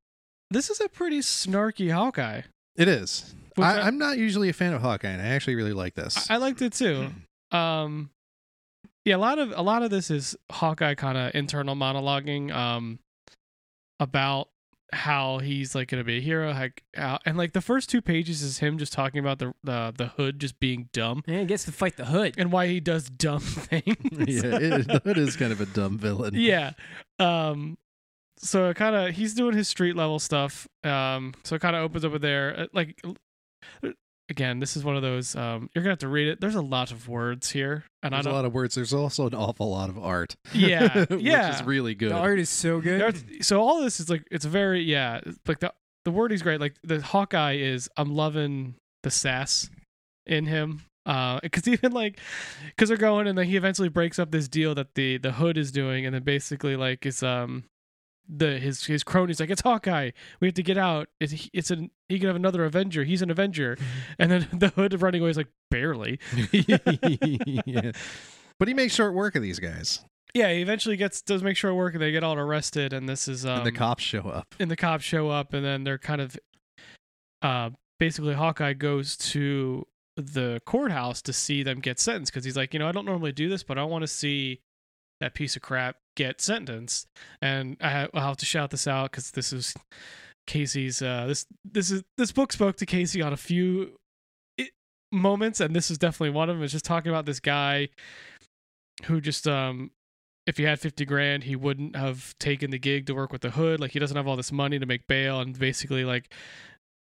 C: this is a pretty snarky Hawkeye.
B: It is.
C: which
B: I, I'm not usually a fan of Hawkeye, and I actually really like this. [laughs]
C: I, I liked it too.
B: Hmm.
C: Um, yeah, a lot of a lot of this is Hawkeye kind of internal monologuing um, about how he's like gonna be a hero, like how, and like the first two pages is him just talking about the the the hood just being dumb
D: Yeah, he gets to fight the hood.
C: and why he does dumb [laughs] things.
B: yeah, it, the hood is kind of a dumb villain.
C: yeah um so it kind of he's doing his street level stuff um so it kind of opens up with there uh, like l- uh, again this is one of those um you're gonna have to read it there's a lot of words here and
B: There's
C: i
B: a
C: don't
B: lot of words. There's also an awful lot of art.
C: [laughs] yeah
B: [laughs] Which
C: yeah
B: is really good.
D: The art is so good.
C: That's- so all this is like it's very yeah it's like the the wording's great like the hawkeye is i'm loving the sass in him uh because [laughs] even like because they're going and then he eventually breaks up this deal that the the hood is doing and then basically like it's um the his his cronies like it's hawkeye we have to get out it's it's an he can have another avenger he's an avenger and then [laughs] the hood running away is like barely
B: [laughs] yeah. But he makes short work of these guys.
C: yeah he eventually gets does make sure it work and they get all arrested and this is um
B: and the cops show up.
C: and the cops show up and then they're kind of uh basically hawkeye goes to the courthouse to see them get sentenced because he's like you know i don't normally do this but i want to see that piece of crap get sentenced and i ha- i'll have to shout this out because this is casey's uh this this is this book spoke to casey on a few i- moments and this is definitely one of them it's just talking about this guy who just um if he had 50 grand, he wouldn't have taken the gig to work with the hood. Like, he doesn't have all this money to make bail. And basically, like,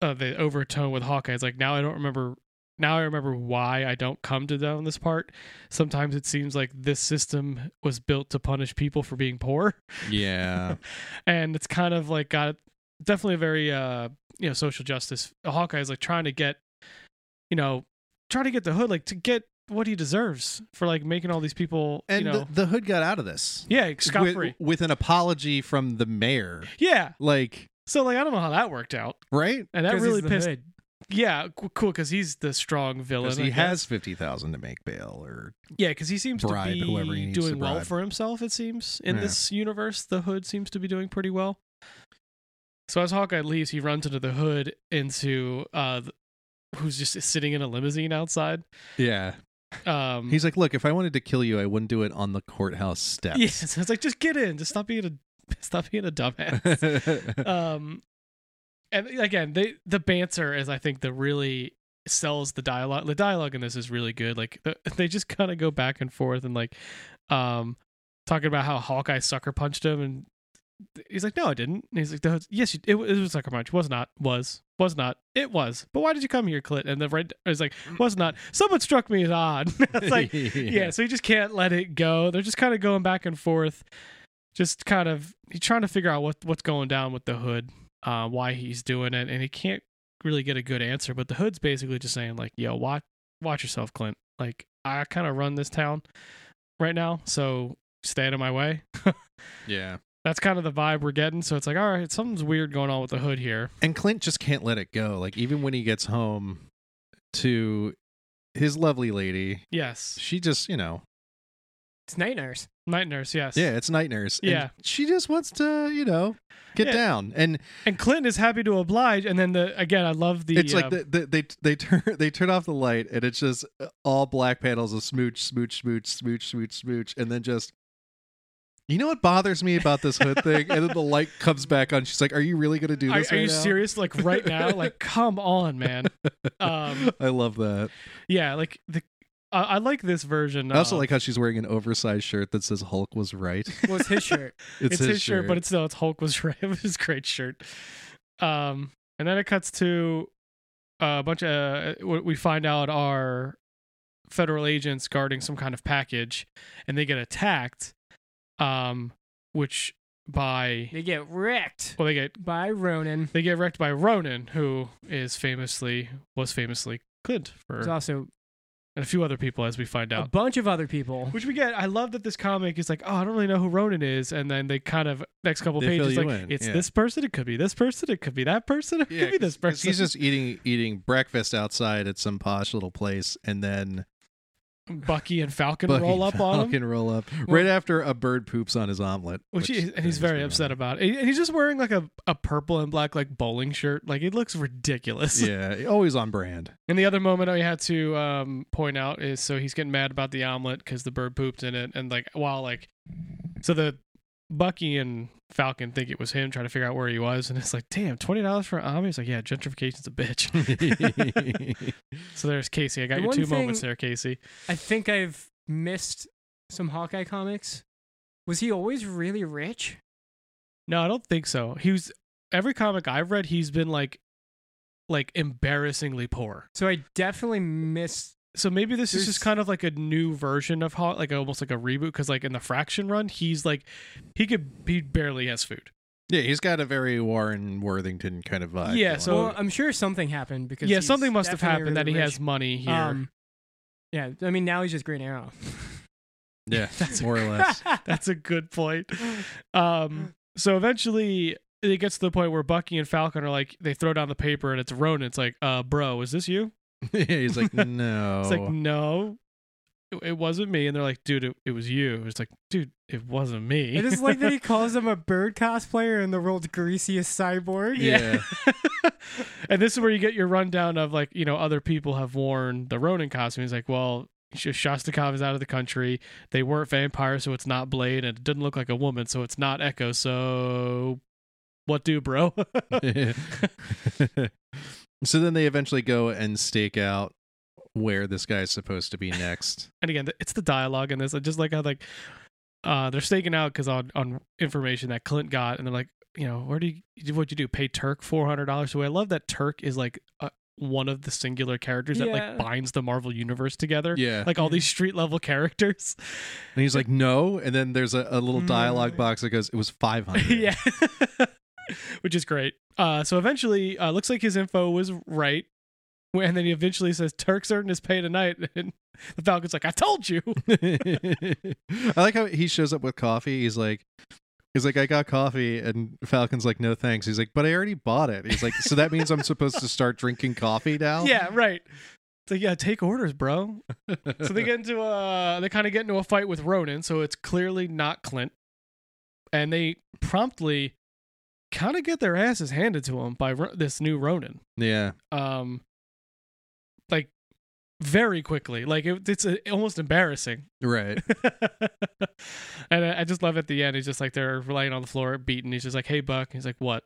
C: uh, the overtone with Hawkeye is like, now I don't remember. Now I remember why I don't come to down this part. Sometimes it seems like this system was built to punish people for being poor. [laughs]
B: Yeah.
C: And it's kind of like got definitely a very, uh, you know, social justice. Hawkeye is like trying to get, you know, trying to get the hood, like, to get what he deserves for like making all these people,
B: and
C: you
B: the-
C: know.
B: the, hood got out of this.
C: yeah, scot
B: With-
C: free.
B: with an apology from the mayor.
C: Yeah,
B: Like,
C: So like I don't know how that worked out,
B: right?
C: and that
D: 'Cause he's
C: really
D: the
C: pissed.
D: hood.
C: Yeah, c- cool because he's the strong villain.
B: Because he
C: I
B: has
C: guess.
B: fifty thousand to make bail, or
C: yeah, because he seems
B: bribe
C: to
B: whoever he
C: be
B: needs to
C: doing well
B: bribe.
C: for himself. It seems in
B: Yeah.
C: this universe, the Hood seems to be doing pretty well. So as Hawkeye leaves, he runs into the Hood into uh, th- who's just sitting in a limousine outside.
B: yeah.
C: Um,
B: He's like, look, if I wanted to kill you, I wouldn't do it on the courthouse steps.
C: [laughs]
B: [laughs]
C: yeah, so it's like just get in, just stop being a [laughs] stop being a
B: [laughs]
C: dumbass. um and again they the banter is i think the really sells the dialogue the dialogue in this is really good like the, [laughs] they just kind of go back and forth and like um talking about how hawkeye sucker punched him and he's like no i didn't and he's like "No, it's- yes you, it, wa- it was a sucker punch was not was was not it was but why did you come here clit and the red is like was not someone struck me as odd [laughs] it's like yeah. so you just can't let it go. They're just kind of going back and forth, just kind of he's trying to figure out what what's going down with the hood, uh, why he's doing it, and he can't really get a good answer. But the hood's basically just saying like, "Yo, watch watch yourself, Clint. Like I kind of run this town right now, so stay out of my way."
B: [laughs] yeah.
C: That's kind of the vibe we're getting. So it's like, all right, something's weird going on with the hood here.
B: And Clint just can't let it go. Like even when he gets home to his lovely lady,
C: Yes,
B: she just, you know,
D: It's night nurse. [laughs]
C: night nurse. Yes.
B: yeah, it's night nurse. and
C: Yeah.
B: she just wants to, you know, get
C: Yeah.
B: down. And
C: And Clint is happy to oblige. And then the again, I love the.
B: it's like
C: um,
B: the, the, they they turn [laughs] they turn off the light and it's just all black panels of smooch smooch smooch smooch smooch smooch and then just you know what bothers me about this hood thing and then the light comes back on she's like are you really going to do
C: Are,
B: this
C: are
B: right
C: you
B: now?"
C: serious? Like right now?
B: [laughs]
C: Like come on, man. Um,
B: I love that
C: yeah, like the I I like this version. um,
B: I also
C: of-
B: like how she's wearing an oversized shirt that says Hulk was right [laughs]
D: Well, it's his shirt.
B: it's,
C: it's, his, shirt, but it's no, it's Hulk was [laughs] right. It was his great shirt. Um, and then it cuts to uh, a bunch of what we find out are federal agents guarding some kind of package, and they get attacked. Um, which by
D: They get wrecked
C: well, they get
D: by Ronan.
C: they get wrecked by Ronan, who is famously was famously Clint for
D: There's also
C: and a few other people as we find
D: a
C: out.
D: bunch of other people.
C: Which we get. I love that this comic is like, oh, I don't really know who Ronan is, and then they kind of next couple
B: They fill
C: pages
B: you
C: like,
B: in,
C: it's
B: yeah.
C: this person, it could be this person, it could be that person, it
B: Yeah,
C: could be this
B: 'cause
C: person.
B: he's just eating eating breakfast outside at some posh little place and then
C: [laughs] Bucky and Falcon
B: Bucky
C: roll up on him,
B: Falcon roll up
C: Well-
B: right after a bird poops on his omelet
C: which, he, and he's
B: is
C: very
B: pretty
C: upset
B: funny.
C: about. it. And he's just wearing like a, a purple and black like bowling shirt. Like it looks ridiculous.
B: [laughs] yeah, always on brand. [laughs]
C: And the other moment I had to um, point out is so he's getting mad about the omelet because the bird pooped in it, and like while like so the Bucky and Falcon think it was him trying to figure out where he was, and it's like, damn, twenty dollars for an army. It's like, yeah, gentrification's a bitch.
D: [laughs]
C: [laughs] So there's Casey. I got
D: The
C: your
D: one
C: two
D: thing-
C: moments there, Casey.
D: I think I've missed some Hawkeye comics. Was he always really rich?
C: No, I don't think so. He was every comic I've read, he's been like, like embarrassingly poor.
D: So I definitely missed.
C: So maybe this is
D: There's-
C: just kind of like a new version of Hawk, like almost like a reboot. Because like in the Fraction run, he's like, he could he barely has food.
B: yeah, he's got a very Warren Worthington kind of vibe.
C: Yeah,
B: going
C: So- uh,
D: well, I'm sure something happened because
C: Yeah,
D: he's
C: something must have
D: definitely
C: happened that he
D: really
C: has money
D: rich.
C: here.
D: Um, yeah, I mean now he's just Green Arrow.
B: on. yeah,
C: [laughs] that's a-
B: more or less.
C: [laughs]
D: [laughs]
C: [laughs] That's a good point. Um, so eventually it gets to the point where Bucky and Falcon are like, they throw down the paper and it's Ronan. It's like, uh, bro, is this you?
B: [laughs] yeah, he's like, no,
C: [laughs] It's like, no, it, it wasn't me. And they're like, dude, it, it was you. It's like, dude, it wasn't me.
D: I just like that
C: [laughs]
D: he calls him a bird cosplayer and the world's greasiest cyborg.
B: yeah,
C: [laughs] and this is where you get your rundown of like, you know, other people have worn the Ronin costume. He's like, well, Sh- Shostakov is out of the country. They weren't vampires, so it's not Blade, and it doesn't look like a woman, so it's not Echo. So, what do, bro? [laughs]
B: [laughs] so then they eventually go and stake out where this guy's supposed to be
C: [laughs]
B: next.
C: and again, th- it's the dialogue in this. I just like how like uh, they're staking out because on on information that Clint got, and they're like, you know, where do you what you do? Pay Turk four hundred dollars away. I love that Turk is like uh, one of the singular characters that
D: Yeah.
C: like binds the Marvel universe together.
B: Yeah.
C: Like all
D: Yeah.
C: these street level characters. [laughs]
B: And he's like, no. And then there's a, a little dialogue
D: Mm.
B: box that goes, it was 500.
C: [laughs] yeah. Which is great. Uh, so eventually, uh, looks like his info was right. And then he eventually says, Turk's earning his pay tonight. [laughs] And the Falcon's like, I told you.
B: [laughs] I like how he shows up with coffee. He's like, he's like, I got coffee, and Falcon's like, no thanks. He's like, but I already bought it. He's like, so that means I'm supposed to start drinking coffee now.
C: [laughs] Yeah, right. It's like, yeah, take orders, bro. so they get into a, they kind of get into a fight with Ronan. So it's clearly not Clint, and they promptly kind of get their asses handed to them by Ro- this new Ronan.
B: yeah,
C: Um, like very quickly, like it, it's uh almost embarrassing. [laughs]
B: right.
C: and I, I just love at the end. He's just like they're laying on the floor, beaten. He's just like, "Hey, Buck." He's like, "What?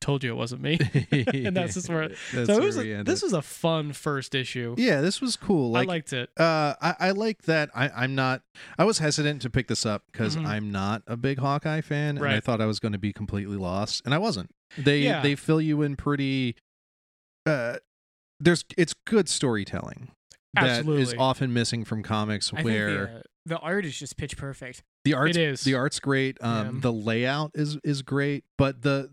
C: Told you it wasn't me."
B: and
C: that's just where-
B: [laughs] That's
C: so
B: where
C: it was
B: we
C: a,
B: ended.
C: this was a fun first issue.
B: yeah, this was cool. Like,
C: I liked it.
B: uh, I, I like that. I, I'm not. I was hesitant to pick this up because
C: Mhm.
B: I'm not a big Hawkeye fan, and I
C: Right.
B: thought I was going to be completely lost, and I wasn't. They
C: Yeah.
B: they fill you in pretty. Uh, there's it's good storytelling that is
C: Absolutely.
B: often missing from comics,
D: I think
B: where
D: the, uh, the art is just pitch perfect.
B: the art's
C: It is.
B: the art's great. Um,
D: Yeah.
B: the layout is is great, but the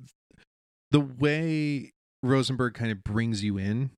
B: the way Rosenberg kind of brings you in,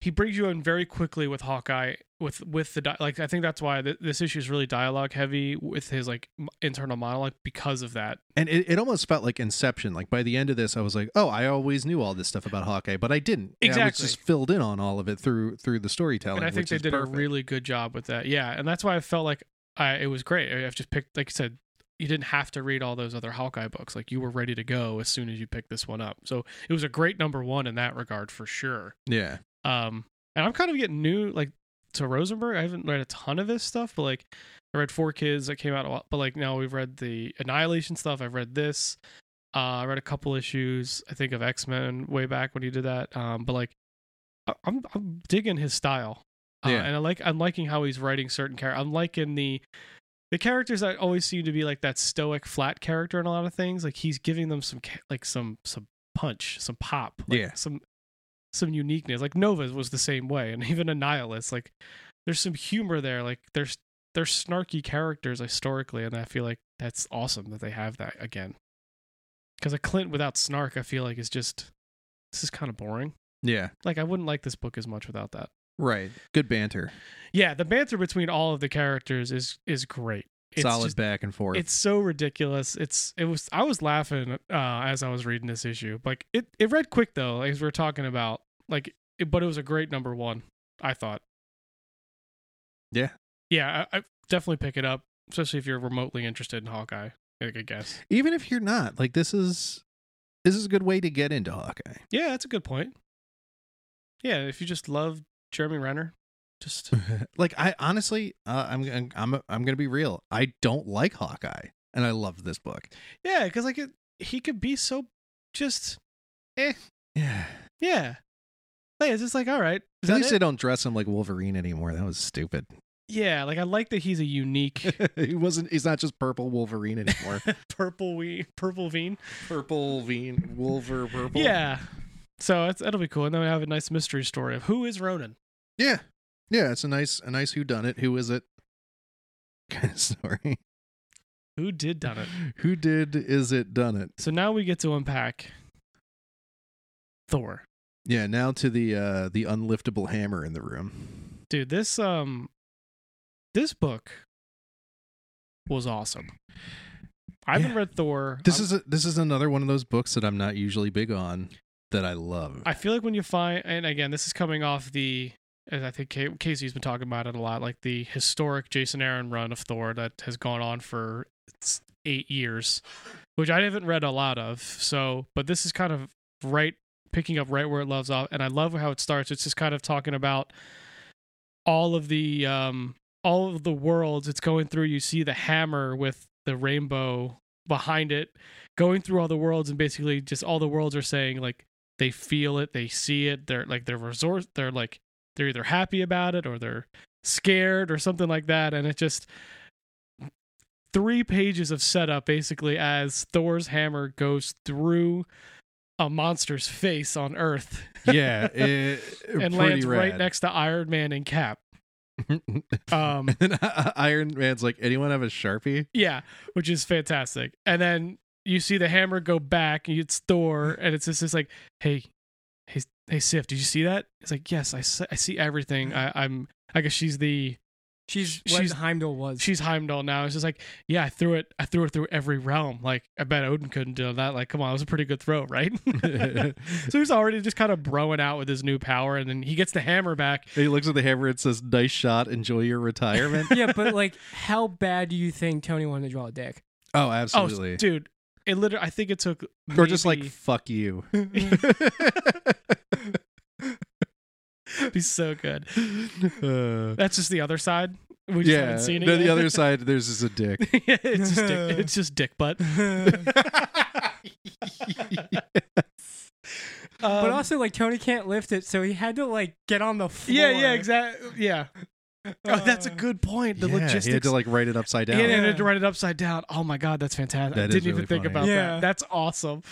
C: he brings you in very quickly with Hawkeye with with the di- like I think that's why th- this issue is really dialogue heavy with his like m- internal monologue because of that.
B: and it, it almost felt like Inception. Like by the end of this, I was like, oh, I always knew all this stuff about Hawkeye, but I didn't. And I was
C: Exactly.
B: just filled in on all of it through through the storytelling.
C: and I think
B: which
C: they
B: is
C: did
B: perfect.
C: a really good job with that. Yeah, and that's why I felt like I it was great. I- I've just picked like you said you didn't have to read all those other Hawkeye books. Like you were ready to go as soon as you picked this one up. So it was a great number 1 in that regard for sure.
B: yeah.
C: Um and I'm kind of getting new like to Rosenberg. I haven't read a ton of his stuff, but like I read Four Kids that came out a while, but like now we've read the Annihilation stuff. I've read this. Uh, I read a couple issues, I think, of X Men way back when he did that. Um, but like, I- I'm I'm digging his style, uh,
B: Yeah.
C: and I like I'm liking how he's writing certain characters. I'm liking the the characters that always seem to be like that stoic, flat character in a lot of things. Like he's giving them some ca- like some some punch, some pop, like,
B: Yeah.
C: some some uniqueness. Like Nova was the same way, and [laughs] even Annihilus. Like there's some humor there. Like there's they're snarky characters historically, and I feel like that's awesome that they have that again. Because a Clint without snark, I feel like is just this is kind of boring.
B: Yeah.
C: Like I wouldn't like this book as much without that.
B: Right. Good banter.
C: Yeah, the banter between all of the characters is is great. It's
B: Solid
C: just-
B: back and forth.
C: It's so ridiculous. It's it was I was laughing uh, as I was reading this issue. Like it it read quick though, as we are talking about. Like, it, but it was a great number one. I thought.
B: Yeah.
C: Yeah, I, I definitely pick it up, especially if you're remotely interested in Hawkeye. I could guess.
B: Even if you're not, like this is this is a good way to get into
C: [laughs]
B: Hawkeye.
C: Yeah, that's a good point. Yeah, if you just love Jeremy Renner, just
B: [laughs] like I honestly, uh, I'm I'm I'm gonna be real. I don't like Hawkeye. and I loved this book.
C: Yeah, because like it, he could be so just
B: Yeah.
C: yeah. Like it's just like all right. Is
B: At
C: that
B: least
C: it?
B: they don't dress him like Wolverine anymore. That was stupid. [laughs]
C: yeah, like I like that he's a unique
B: he wasn't. He's not just purple Wolverine anymore.
C: [laughs] purple we purple vein.
B: purple Veen Wolver purple.
C: Yeah. So it's, that'll be cool, and then we have a nice mystery story of who is Ronan.
B: Yeah. Yeah. It's a nice, a nice who done it. Who is it? [laughs] Kind of story.
C: Who did done it?
B: Who did is it done it?
C: So now we get to unpack Thor.
B: Yeah, now to the uh the unliftable hammer in the room.
C: Dude, this um this book was awesome. I haven't
B: Yeah.
C: read Thor.
B: This
C: I'm-
B: is a, this is another one of those books that I'm not usually big on that I love.
C: I feel like when you find, and again, this is coming off the, as I think Ca- Casey's been talking about it a lot, like the historic Jason Aaron run of Thor that has gone on for s- eight years, which I haven't read a lot of. So, but this is kind of right, picking up right where it loves off. And I love how it starts. It's just kind of talking about all of the, um, all of the worlds it's going through. You see the hammer with the rainbow behind it going through all the worlds and basically just all the worlds are saying like they feel it, they see it, they're like they're resort they're like they're either happy about it or they're scared or something like that. And it just three pages of setup basically as Thor's hammer goes through a monster's face on Earth
B: [laughs] yeah, it,
C: [laughs] and
B: pretty
C: lands right
B: rad.
C: next to Iron Man and Cap. Um
B: [laughs] And then Iron Man's like, anyone have a sharpie?
C: Yeah, which is fantastic. And then you see the hammer go back, and it's Thor, and it's just, it's like, hey, hey, hey, Sif, did you see that? It's like, yes, I, se- I see everything. I, I'm, I guess she's the,
D: She's
C: She's-
D: what Heimdall was.
C: she's Heimdall now. It's just like, yeah, I threw it, I threw it through every realm. Like, I bet Odin couldn't do that. Like, come on, it was a pretty good throw,
B: [laughs]
C: right? [laughs] so he's already just kind of broing out with his new power, and then he gets the hammer back.
B: he looks at the hammer and says, "Nice shot. Enjoy your retirement."
D: [laughs] yeah, but like, how bad do you think Tony wanted to draw a
C: [laughs]
D: dick?
B: oh,
C: [laughs] Oh,
B: absolutely.
C: dude, it literally, I think it took,
B: or just like,
C: maybe- [laughs]
B: "Fuck you."
C: be so good.
B: Uh,
C: That's just the other side. We just
B: yeah.
C: haven't seen it.
B: no, the
C: yet. [laughs]
B: other side, there's is a dick.
C: it's
B: [laughs]
C: just dick, it's just dick butt.
D: but
C: Um,
D: also, like, Tony can't lift it, so he had to like get on the floor.
C: yeah, yeah, exactly. Yeah. Oh, that's a good point. The
B: Uh, yeah,
C: logistics.
B: He had to like write it upside
C: Yeah,
B: down.
C: they had to write it upside down. Oh my god, that's fantastic. I
B: That is
C: didn't even
B: really
C: think
B: funny.
C: about
D: Yeah.
C: that. That's awesome.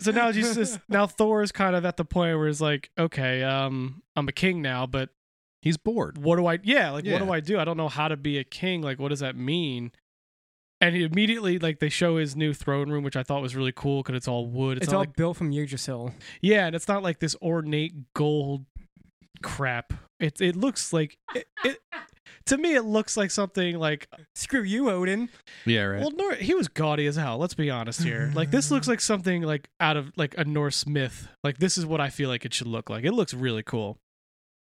C: So now he's just now Thor is kind of at the point where he's like, okay, um, I'm a king now, but
B: He's bored.
C: what do I yeah, like
B: Yeah.
C: what do I do? I don't know how to be a king. Like what does that mean? And he immediately like they show his new throne room, which I thought was really cool because it's all wood. It's,
D: It's
C: not
D: all
C: like
D: built from Yggdrasil.
C: yeah, and it's not like this ornate gold crap. It it looks like it, it to me it looks like something like
D: Screw you, Odin.
B: Yeah, right.
C: well Nor- he was gaudy as hell, let's be honest here. Like this looks like something like out of like a Norse myth. Like this is what I feel like it should look like. It looks really cool.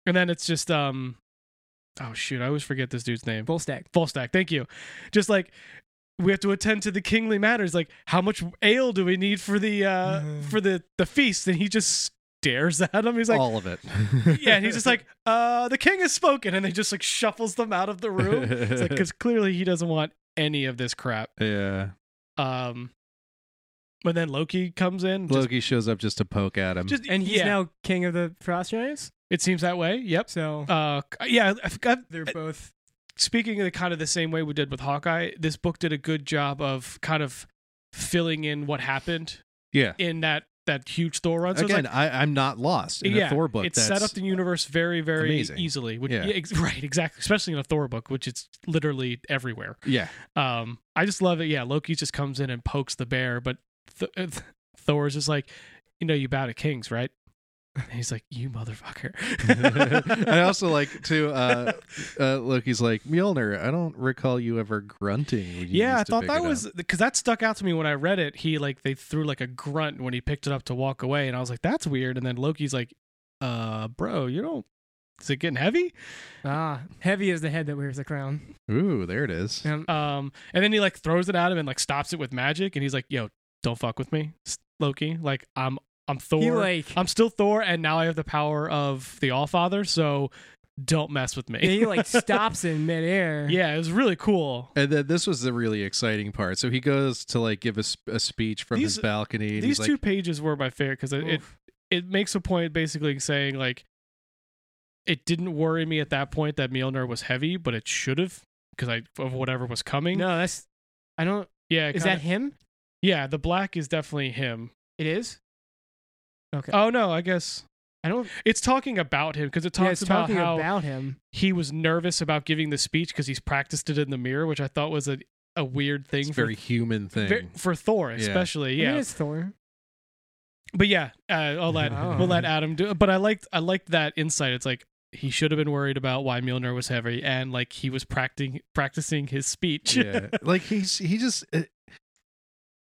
C: And then it's just um oh shoot, I always forget this dude's name.
D: Volstagg.
C: Full stack. Thank you. Just like we have to attend to the kingly matters. Like how much ale do we need for the uh
D: Mhm.
C: for the the feast? And he just stares [laughs] at him. He's
D: Oh.
C: like,
B: All of it.
C: yeah. And
B: [laughs]
C: he's just like, uh, the king has spoken. And they just like shuffles them out of
D: [laughs]
C: the room. It's like because clearly he doesn't want any of this crap.
B: yeah.
C: Um, but then Loki comes in. Just,
B: Loki shows up just to poke at him.
C: just
D: And he's
C: yeah.
D: now king of the Frost Giants.
C: It seems that way. Yep.
D: So
C: Uh, c- yeah. I forgot.
D: they're both.
C: speaking of the kind of the same way we did with Hawkeye, this book did a good job of kind of filling in what happened
B: yeah.
C: in that that huge Thor run. So
B: Again,
C: it's
B: I, I'm not lost in
C: like, yeah,
B: a Thor book.
C: it
B: that's,
C: set up the universe very, very
B: amazing.
C: easily. Which,
B: Yeah.
C: yeah, ex- [laughs] right, exactly. Especially in a Thor book, which it's literally everywhere.
B: [laughs] yeah.
C: Um, I just love it. Yeah, Loki just comes in and pokes the bear, but Th- uh, Th- Thor's just like, you know, you bow to kings, right? And he's like, you
B: [laughs]
C: motherfucker.
B: I also like to uh, uh, Loki's like Mjolnir. I don't recall you ever grunting. When you
C: Yeah,
B: used
C: I
B: to
C: thought
B: pick
C: that
B: it
C: was
B: up."
C: because that stuck out to me when I read it. He like they threw like a grunt when he picked it up to walk away, and I was like, "That's weird." And then Loki's like, "Uh, bro, you don't." Is it getting heavy?
D: Ah, heavy is the head that wears the crown.
B: Ooh, there it is.
D: Um,
C: Um, and then he like throws it at him and like stops it with magic, and he's like, "Yo, don't fuck with me, S- Loki. Like I'm, I'm Thor.
D: he like
C: I'm still Thor, and now I have the power of the All Father. So don't mess with
D: And
C: me. [laughs]
D: he like stops in midair.
C: Yeah, it was really cool.
B: And then this was the really exciting part. So he goes to like give a, sp- a speech from his
C: These- uh,
B: balcony. And
C: These
B: he's
C: two
B: like,
C: pages were my favorite because it, it
D: Oof.
C: it makes a point basically saying like it didn't worry me at that point that Mjolnir was heavy, but it should have because I of whatever was coming.
D: No, that's. I don't.
C: yeah, it
D: Is
C: kinda-
D: that him?
C: yeah? The black is definitely him.
D: It is. Okay.
C: Oh no, I guess
D: I don't.
C: it's talking about him because it
D: Yeah,
C: talks
D: it's
C: about
D: talking
C: how
D: about him.
C: he was nervous about giving the speech because he's practiced it in the mirror, which I thought was a a weird thing
B: it's a
C: for
B: very human thing.
C: [laughs] ver- for Thor
B: Yeah.
C: especially.
D: I
C: Yeah,
D: mean, it's Thor.
C: but yeah, uh, I'll let
D: Oh.
C: we'll let Adam do. it. But I liked I liked that insight. It's like he should have been worried about why Milner was heavy, and like he was practicing practicing his speech.
B: yeah. Like he's he just uh,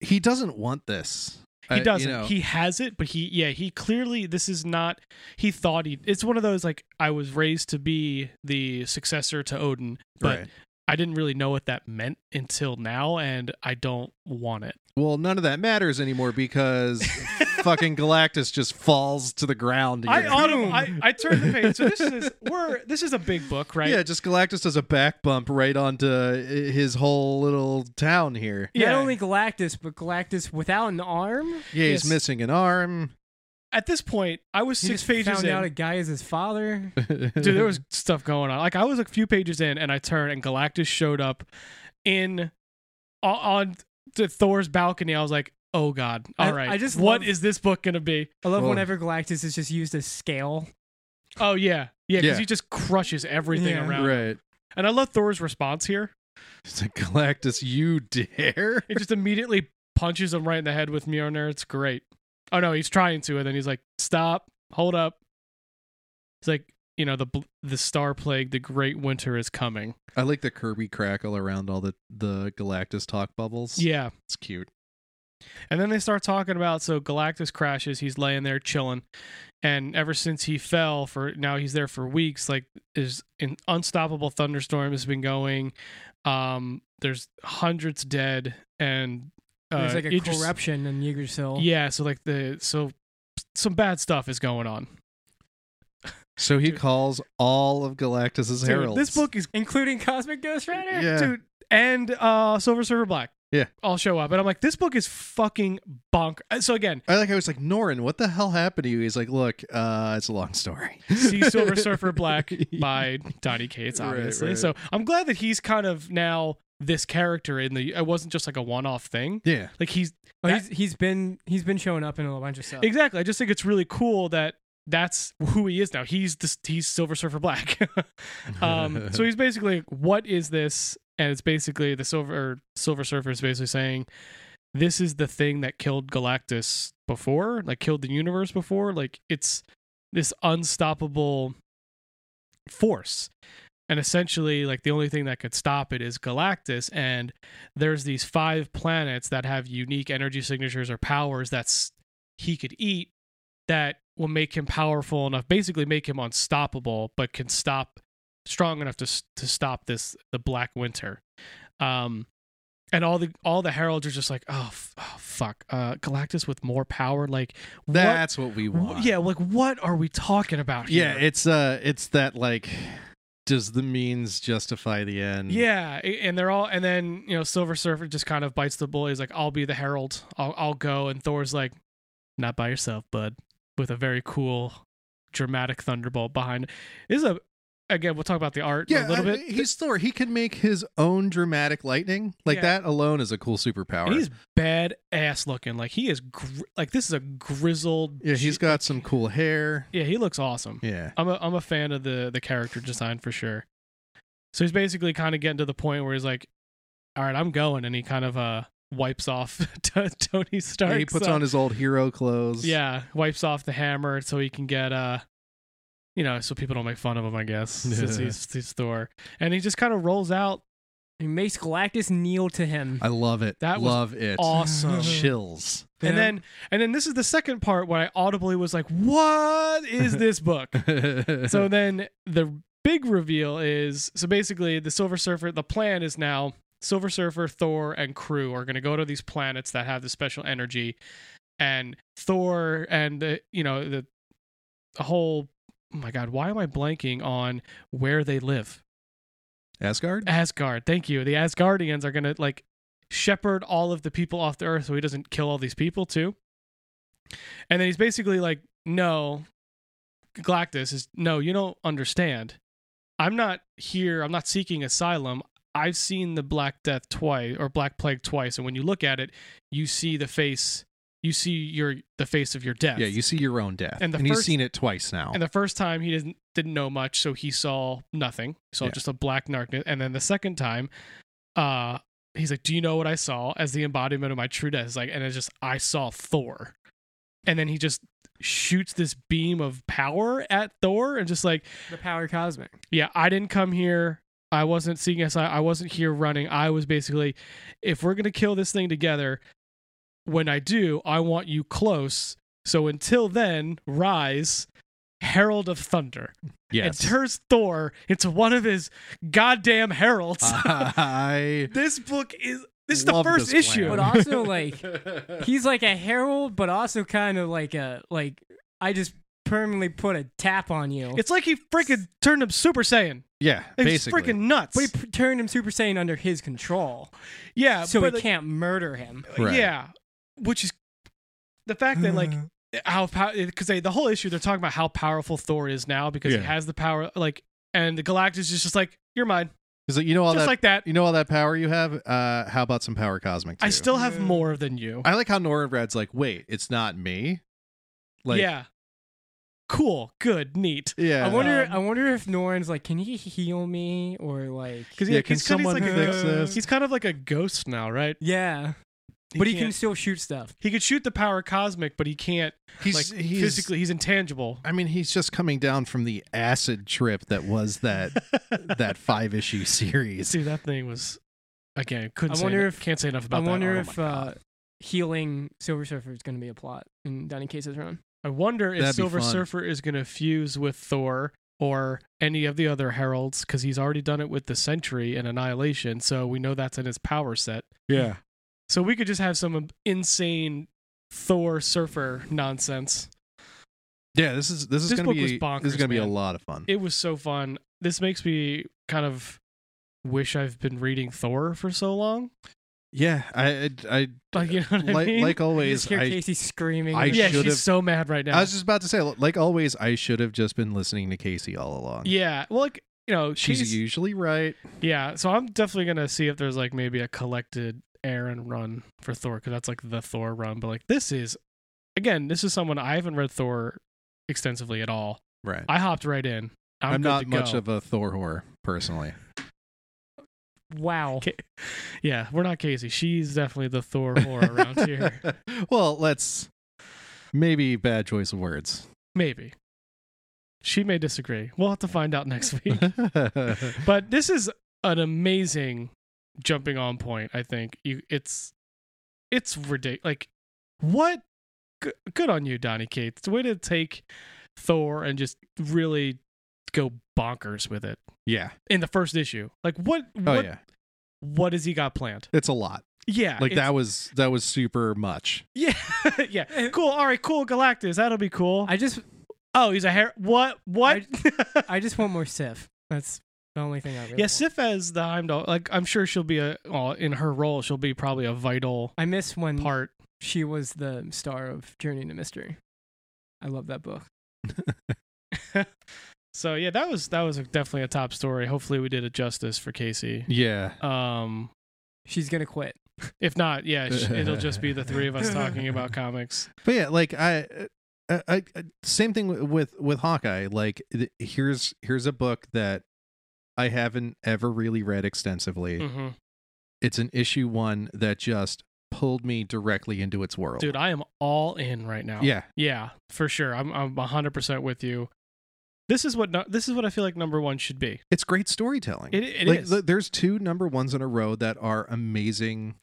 B: he doesn't want this. I-
C: [laughs] he
B: you
C: doesn't.
B: know,
C: He has it, but he yeah he clearly this is not. He thought he. It's one of those like I was raised to be the successor to Odin, but
B: right.
C: I didn't really know what that meant until now, and I don't want it.
B: Well, none of that matters anymore
C: [laughs]
B: because fucking Galactus just falls to the ground.
C: I,
B: here.
C: autom-
B: [laughs]
C: I I turned the page. So this is we're this is a big book, right?
B: Yeah, just Galactus does a back bump right onto i- his whole little town here.
C: Yeah.
D: Not only Galactus, but Galactus without an arm.
B: Yeah, he's
C: Yes.
B: missing an arm.
C: At this point, I was
D: He
C: six
D: just
C: pages
D: found
C: in.
D: out a guy is his father.
C: dude
D: [laughs]
B: [laughs]
C: there was stuff going on like i was a few pages in and i turned and galactus showed up in on, on to thor's balcony i was like oh god
D: I-
C: all right
D: I just
C: what
D: love-
C: is this book gonna be
D: I love
B: Well-
D: whenever Galactus is just used as scale.
C: oh yeah yeah because
B: Yeah.
C: he just crushes everything
D: Yeah.
C: around
B: right.
C: and i love thor's response here
B: It's like Galactus, you dare?
C: it just immediately punches him right in the head with Mjolnir. it's great oh no he's trying to and then he's like stop hold up it's like you know the bl- the star plague the great winter is coming
B: I like the Kirby crackle around all the the Galactus talk bubbles.
C: yeah
B: it's cute.
C: And then they start talking about so Galactus crashes, he's laying there chilling, and ever since he fell for now he's there for weeks. Like there's an unstoppable thunderstorm has been going. Um, there's hundreds dead, and uh,
D: There's like a
C: Idris-
D: corruption in Yggdrasil.
C: Yeah, so like the so some bad stuff is going on.
B: So he
C: Dude.
B: calls all of Galactus's
C: Dude,
B: heralds.
C: this book is
D: Including Cosmic Ghost Rider.
B: Yeah.
C: dude, and uh, Silver Surfer Black.
B: Yeah.
C: all show up, and I'm like, this book is fucking bonk. uh, So again,
B: I like. I was like, Norin, what the hell happened to you? He's like, look, uh, it's a long story.
C: see
B: [laughs]
C: Silver Surfer Black by Donny Cates,
B: Right,
C: obviously.
B: right.
C: So I'm glad that he's kind of now this character in the. It wasn't just like a one-off thing.
B: Yeah,
C: Like he's
D: Oh, he's, he's been he's been showing up in a bunch of stuff.
C: exactly. I just think it's really cool that that's who he is now. He's this. He's Silver Surfer Black. [laughs] um, so he's basically, like, what is this? And it's basically the Silver or Silver Surfer is basically saying, this is the thing that killed Galactus before, like killed the universe before. Like it's this unstoppable force. And essentially, like the only thing that could stop it is Galactus. And there's these five planets that have unique energy signatures or powers that's he could eat that will make him powerful enough, basically make him unstoppable, but can stop strong enough to s- to stop this the Black Winter. Um, and all the all the heralds are just like, oh, f- oh fuck, uh, Galactus with more power, like
B: [laughs]
C: what-
B: that's what we
C: w-
B: want.
C: yeah, like what are we talking about? Here?
B: yeah. It's uh, it's that like, does the means justify the end?
C: Yeah, a- and they're all, and then you know, Silver Surfer just kind of bites the bullet. He's like, "I'll be the herald. I'll, I'll go." And Thor's like, "Not by yourself, bud." With a very cool, dramatic thunderbolt behind. This is a again. We'll talk about the art
B: Yeah,
C: a little
B: I-
C: bit.
B: he's Thor. He can make his own dramatic lightning. Like
C: Yeah.
B: that alone is a cool superpower.
C: And he's bad ass looking. Like he is, gr- like this is a grizzled.
B: yeah, he's
C: sh-
B: got some cool hair.
C: Yeah, he looks awesome.
B: Yeah.
C: I'm a I'm a fan of the the character design for sure. So he's basically kind of getting to the point where he's like, "All right, I'm going," and he kind of uh wipes off [laughs] T- Tony Stark.
B: And he puts on his old hero clothes.
C: yeah, wipes off the hammer so he can get uh, you know, so people don't make fun of him. I
B: [laughs]
C: guess since
B: Yeah.
C: he's, he's Thor, and he just kind of rolls out.
D: He makes Galactus kneel to him.
B: I love it.
C: That was
B: love it. [laughs]
C: awesome.
B: Chills.
C: And
D: Yeah.
C: then, and then this is the second part where I audibly was like,
B: [laughs]
C: "What is this book?" [laughs] so
B: so
C: then the big reveal is so basically the Silver Surfer. The plan is now Silver Surfer, Thor, and crew are going to go to these planets that have the special energy, and Thor and the you know the, the whole oh my god, why am I blanking on where they live?
B: [laughs] Asgard?
C: Asgard. Thank you. The Asgardians are gonna like shepherd all of the people off the earth so he doesn't kill all these people too. And then he's basically like, no, Galactus is no, you don't understand. I'm not here. I'm not seeking asylum. I've seen the Black Death twice or Black Plague twice, and when you look at it, you see the face. You see your the face of your death.
B: Yeah, you see your own death.
C: And
B: And,
C: the
B: you've
C: first-
B: seen it twice now.
C: And the first time he didn't didn't know much, so he saw nothing. He saw
B: Yeah.
C: just a black darkness. And then the second time, uh, he's like, "Do you know what I saw?" As the embodiment of my true death, It's like, and it's just I saw Thor. And then he just shoots this beam of power at Thor, and just like,
D: The power cosmic.
C: yeah, I didn't come here. I wasn't seeking us. I I wasn't here running. I was basically, if we're gonna kill this thing together, when I do, I want you close. So until then, rise, herald of thunder,
B: yes.
C: and turns Thor into one of his goddamn
B: [laughs]
C: heralds.
B: I
C: [laughs] this book is this is the
B: Uh-huh. love
C: first
B: this plan.
C: issue.
D: But also
C: [laughs]
D: like he's like a herald, but also kind of like a like I just permanently put a tap on you.
C: It's like he freaking turned him Super Saiyan.
B: yeah,
C: It's
B: basically.
C: freaking nuts.
D: but he p- turned him Super Saiyan under his control,
C: yeah,
D: so
C: but
D: we
C: like,
D: can't murder him.
B: Right.
C: Yeah, which is the fact that [laughs] like how because they the whole issue they're talking about how powerful Thor is now because
B: Yeah.
C: he has the power like and the Galactus is just like you're mine
B: He's like, you know all
C: just
B: that
C: like that
B: you know all that power you have? Uh how about some power cosmic too?
C: I still have
D: Yeah.
C: more than you
B: I like how Norad's like, wait, it's not me. Like
C: yeah cool good neat
B: yeah.
D: I wonder.
C: Um,
D: I wonder if Norn's like, can he heal me or like?
C: because
B: Yeah, can
C: he's, 'cause he's
B: someone
C: like a-
B: fix this?
C: he's kind of like a ghost now right
D: Yeah, but he can
C: can't-
D: still shoot stuff.
C: he could shoot the power cosmic but he can't
B: He's,
C: like
B: he's-
C: physically he's intangible
B: I mean, he's just coming down from the acid trip that was
C: [laughs]
B: that that five issue series.
C: see that thing was again couldn't
D: I
C: say
D: wonder
C: eno-
D: if-
C: can't say enough
D: I
C: about that art.
D: wonder
C: Oh
D: if
C: my
D: uh,
C: God.
D: healing Silver Surfer is going to be a plot in Donny Case's run.
C: I wonder if
B: That'd be
C: Silver
B: fun.
C: Surfer is going to fuse with Thor or any of the other heralds because he's already done it with the Sentry and Annihilation, so we know that's in his power set.
B: Yeah.
C: So we could just have some insane Thor Surfer nonsense.
B: Yeah, this is this is
C: This
B: gonna
C: book
B: be
C: was
B: this is
C: bonkers,
B: gonna be a
C: man.
B: lot of fun.
C: It was so fun. This makes me kind of wish I've been reading Thor for so long.
B: yeah, I I, I
C: Like you know what I
B: like,
C: mean?
B: like
D: You
B: always.
D: just hear
B: I,
D: Casey screaming.
B: I
C: yeah,
B: should've-
C: she's so mad right now.
B: I was just about to say, like always, I should have just been listening to Casey all along.
C: yeah, well, like you know,
B: she's
C: she's
B: usually right.
C: Yeah, so I'm definitely gonna see if there's like maybe a collected Aaron run for Thor because that's like the Thor run. But like this is, again, this is someone I haven't read Thor extensively at all.
B: Right.
C: I hopped right in. I'm,
B: I'm,
C: good
B: not
C: to
B: much
C: go.
B: of a Thor whore personally.
D: wow.
C: Okay. yeah. We're not Casey. She's definitely the Thor [laughs]
B: [laughs]
C: whore around here.
B: well, let's maybe bad choice of
C: [laughs]
B: words.
C: Maybe she may disagree. We'll have to find out next week.
B: [laughs] yeah,
C: but this is an amazing jumping on point i think you it's it's ridiculous like what G- good on you donnie cates the way to take thor and just really go bonkers with it in the first issue like what
B: Oh
C: what,
B: yeah,
C: what has he got planned
B: it's a lot.
C: yeah
B: Like
C: it's-
B: that was that was super much.
C: [laughs] yeah cool all right cool galactus that'll be cool
D: Eh, I just,
C: oh he's a hair what what [laughs]
D: I just want more Sif. That's the only thing I really.
C: yeah
D: want.
C: sif as the heimdall like i'm sure she'll be a well, in her role she'll be probably a vital
D: I miss when
C: part
D: she was the star of Journey to Mystery. I love that book.
C: So yeah, that was that was definitely a top story. Hopefully, we did it justice for Casey.
B: Yeah.
C: Um,
D: She's gonna quit.
C: if not, yeah, sh- it'll just be the three of us talking about comics.
B: But [laughs] yeah, like I, uh, I, I same thing wi- with with Hawkeye. Like th- here's here's a book that I haven't ever really read extensively.
C: hmm
B: It's an issue one that just pulled me directly into its world.
C: Dude, I am all in right now.
B: yeah,
C: yeah, for sure. I'm I'm 100 percent with you. This is what nu- this is what I feel like number one should be.
B: it's great storytelling.
C: It it is.
B: like th- there's two number ones in a row that are amazing.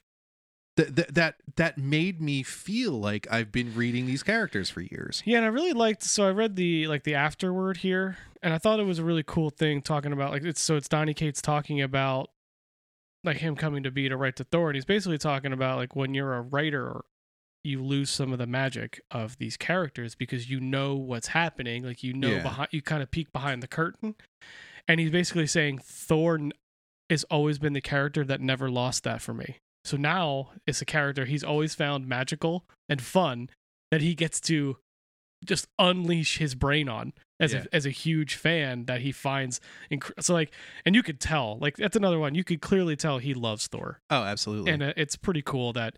B: That that that that made me feel like I've been reading these characters for years.
C: Yeah, and I really liked. So I read the like the afterword here, and I thought it was a really cool thing talking about like it's so it's Donny Cates talking about like him coming to be to write to Thor, and he's basically talking about like when you're a writer, you lose some of the magic of these characters because you know what's happening. Like you know
B: Yeah.
C: behind, you kind of peek behind the curtain, and he's basically saying Thorn has always been the character that never lost that for me. So now it's a character he's always found magical and fun that he gets to just unleash his brain on as
B: Yeah.
C: a as a huge fan that he finds inc- so like and you could tell like that's another one you could clearly tell he loves Thor
B: Oh, absolutely.
C: and uh, it's pretty cool that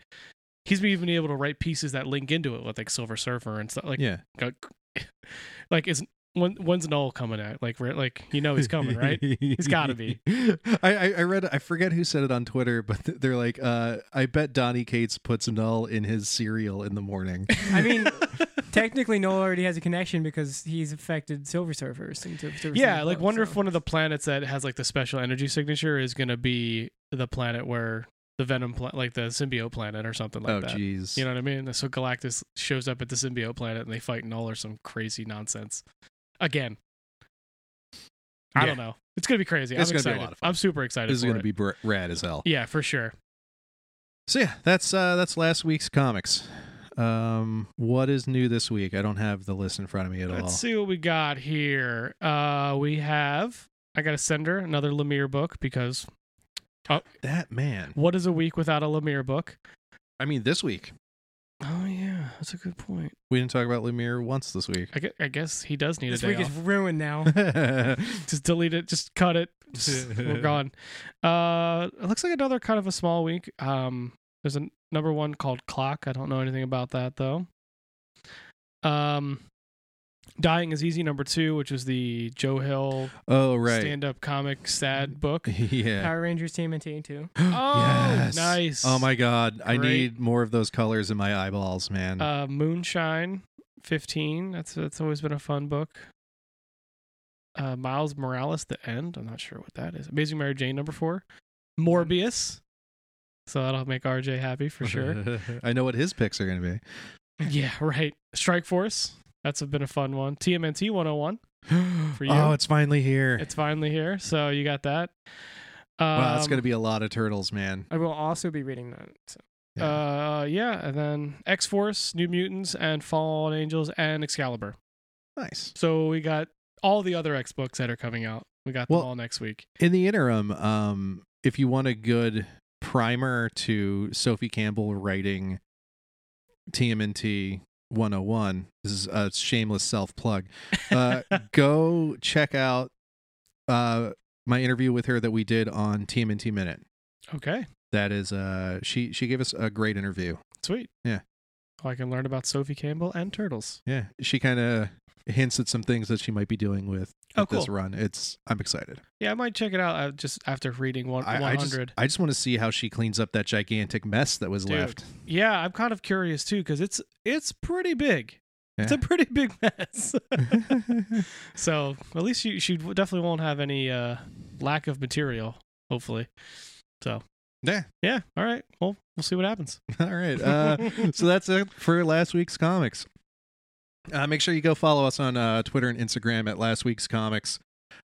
C: he's been even able to write pieces that link into it with like Silver Surfer and stuff like
B: yeah.
C: uh, [laughs] like is when when's Noel coming out like we're- like you know
B: [laughs]
C: he's coming right
B: He's
C: gotta be.
B: I, [laughs] I I read I forget who said it on Twitter, but th- they're like, uh, I bet Donnie Cates puts null in his cereal in the
C: [laughs]
B: morning.
D: I mean, technically, Noel already has a connection because he's affected Silver Surfers. And Silver Surfers
C: yeah
D: and
C: like
D: Clones,
C: wonder
D: so.
C: if one of the planets that has like the special energy signature is gonna be the planet where the Venom pla- like the symbiote planet or something like
B: oh,
C: that.
B: jeez.
C: You know what I mean? So Galactus shows up at the symbiote planet and they fight Null or some crazy nonsense. Again. I
B: Yeah.
C: don't know. It's gonna be crazy.
B: It's
C: I'm
B: gonna be a
C: excited.
B: lot of fun.
C: I'm super excited.
B: this is
C: for
B: going
C: it.
B: to be br- rad as hell.
C: Yeah, for sure.
B: So yeah, that's uh, that's last week's comics. Um, what is new this week? I don't have the list in front of me at all.
C: Let's see what we got here. Uh we have I got a sender, another Lemire book because
B: That man.
C: what is a week without a Lemire book?
B: I mean, this week
C: Oh yeah, that's a good point.
B: we didn't talk about Lemire once this week. [laughs]
C: I guess, I guess he does need
D: this
C: a day
D: week
C: off.
D: is ruined now.
C: just delete it just cut it Just- we're gone uh it looks like another kind of a small week um there's a n- number one called clock i don't know anything about that though um dying is easy number two which is the joe hill
B: oh right.
C: stand-up comic sad book
B: [laughs] [gasps] yeah.
D: Power Rangers TMNT too.
C: Oh, nice.
B: Oh my god, I
C: Great.
B: need more of those colors in my eyeballs, man.
C: uh moonshine 15 that's that's always been a fun book uh miles morales the end i'm not sure what that is amazing mary jane number four morbius so that'll make rj happy
B: [laughs]
C: for sure [laughs]
B: I know what his picks are going to be.
C: yeah right strike force that's been a fun one tmnt 101 [gasps] for you
B: Oh, it's finally here.
C: it's finally here so you got that
B: wow, it's
C: Um,
B: going to be a lot of turtles, man.
D: I will also be reading that. So.
B: Yeah.
C: uh yeah and then x-force new mutants and fallen angels and excalibur
B: nice.
C: So we got all the other X books that are coming out. We got them
B: Well-
C: all next week.
B: In the interim, um, if you want a good primer to Sophie Campbell writing TMNT 101, this is a shameless self plug.
C: [laughs]
B: Uh, go check out uh, my interview with her that we did on TMNT Minute.
C: Okay,
B: That is, uh, she she gave us a great interview.
C: sweet. Oh,
B: Yeah.
C: I can learn about Sophie Campbell and turtles.
B: Yeah, she kind of hints at some things that she might be doing with,
C: Oh,
B: with this
C: cool.
B: run. It's I'm excited.
C: Yeah, I might check it out uh, just after reading one
B: I, I
C: one
B: just
C: hundred.
B: I just want to see how she cleans up that gigantic mess that was
C: Dude.
B: left.
C: Yeah, I'm kind of curious too because it's it's pretty big. It's a
B: Yeah.
C: pretty big [laughs]
B: [laughs]
C: mess. so at least you she definitely won't have any uh, lack of material. Hopefully. So
B: Yeah. [laughs]
C: yeah. All right. Well, we'll see what happens.
B: All
C: [laughs]
B: right.
D: [laughs]
B: Uh, so that's it for last week's comics. Uh, make sure you go follow us on uh, Twitter and Instagram at Last Week's Comics.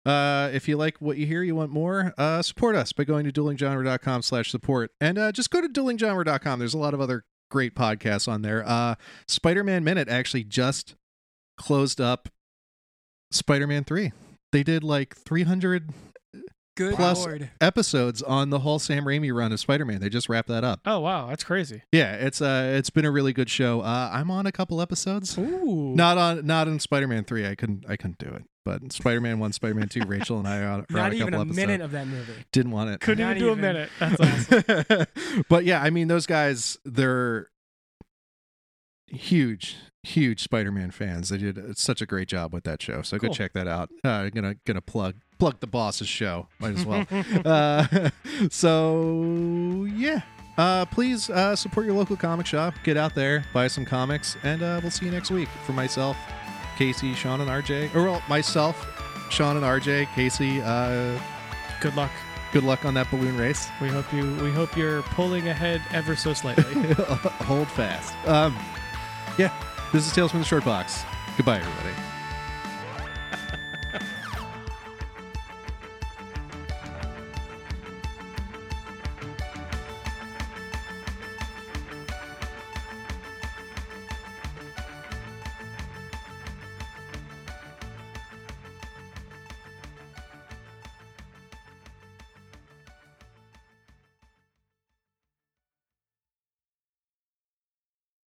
B: Uh, if you like what you hear, you want more, uh, support us by going to duelinggenre.com slash support. And uh, just go to duelinggenre.com. There's a lot of other great podcasts on there. Uh, Spider-Man Minute actually just closed up Spider-Man 3. They did like 300
D: Good
B: Plus-
D: lord.
B: episodes on the whole Sam Raimi run of Spider-Man. They just wrapped that up.
C: Oh wow, that's crazy.
B: Yeah, it's uh it's been a really good show. Uh I'm on a couple episodes.
C: Ooh.
B: Not on not in Spider-Man 3. I couldn't I couldn't do it. But Spider-Man 1, Spider-Man 2, Rachel and I are on, are on
D: Not
B: a
D: even
B: couple
D: a
B: episodes.
D: minute of that movie.
B: Didn't want it.
C: Couldn't
D: Not
C: even do
D: even.
C: a minute. That's awesome.
B: [laughs] but yeah, I mean those guys they're huge huge Spider-Man fans. They did uh, such a great job with that show. So go
C: Cool.
B: check that out. Uh going to going to plug plug the boss's show. Might as well.
C: [laughs]
B: uh, [laughs] so yeah uh, please uh, support your local comic shop get out there buy some comics and uh, we'll see you next week for myself casey sean and rj or well, myself sean and rj casey uh,
C: Good luck.
B: good luck on that balloon race
C: We hope you. We hope you're pulling ahead ever
B: [laughs]
C: so slightly.
B: hold fast um, yeah this is tales from the short box goodbye everybody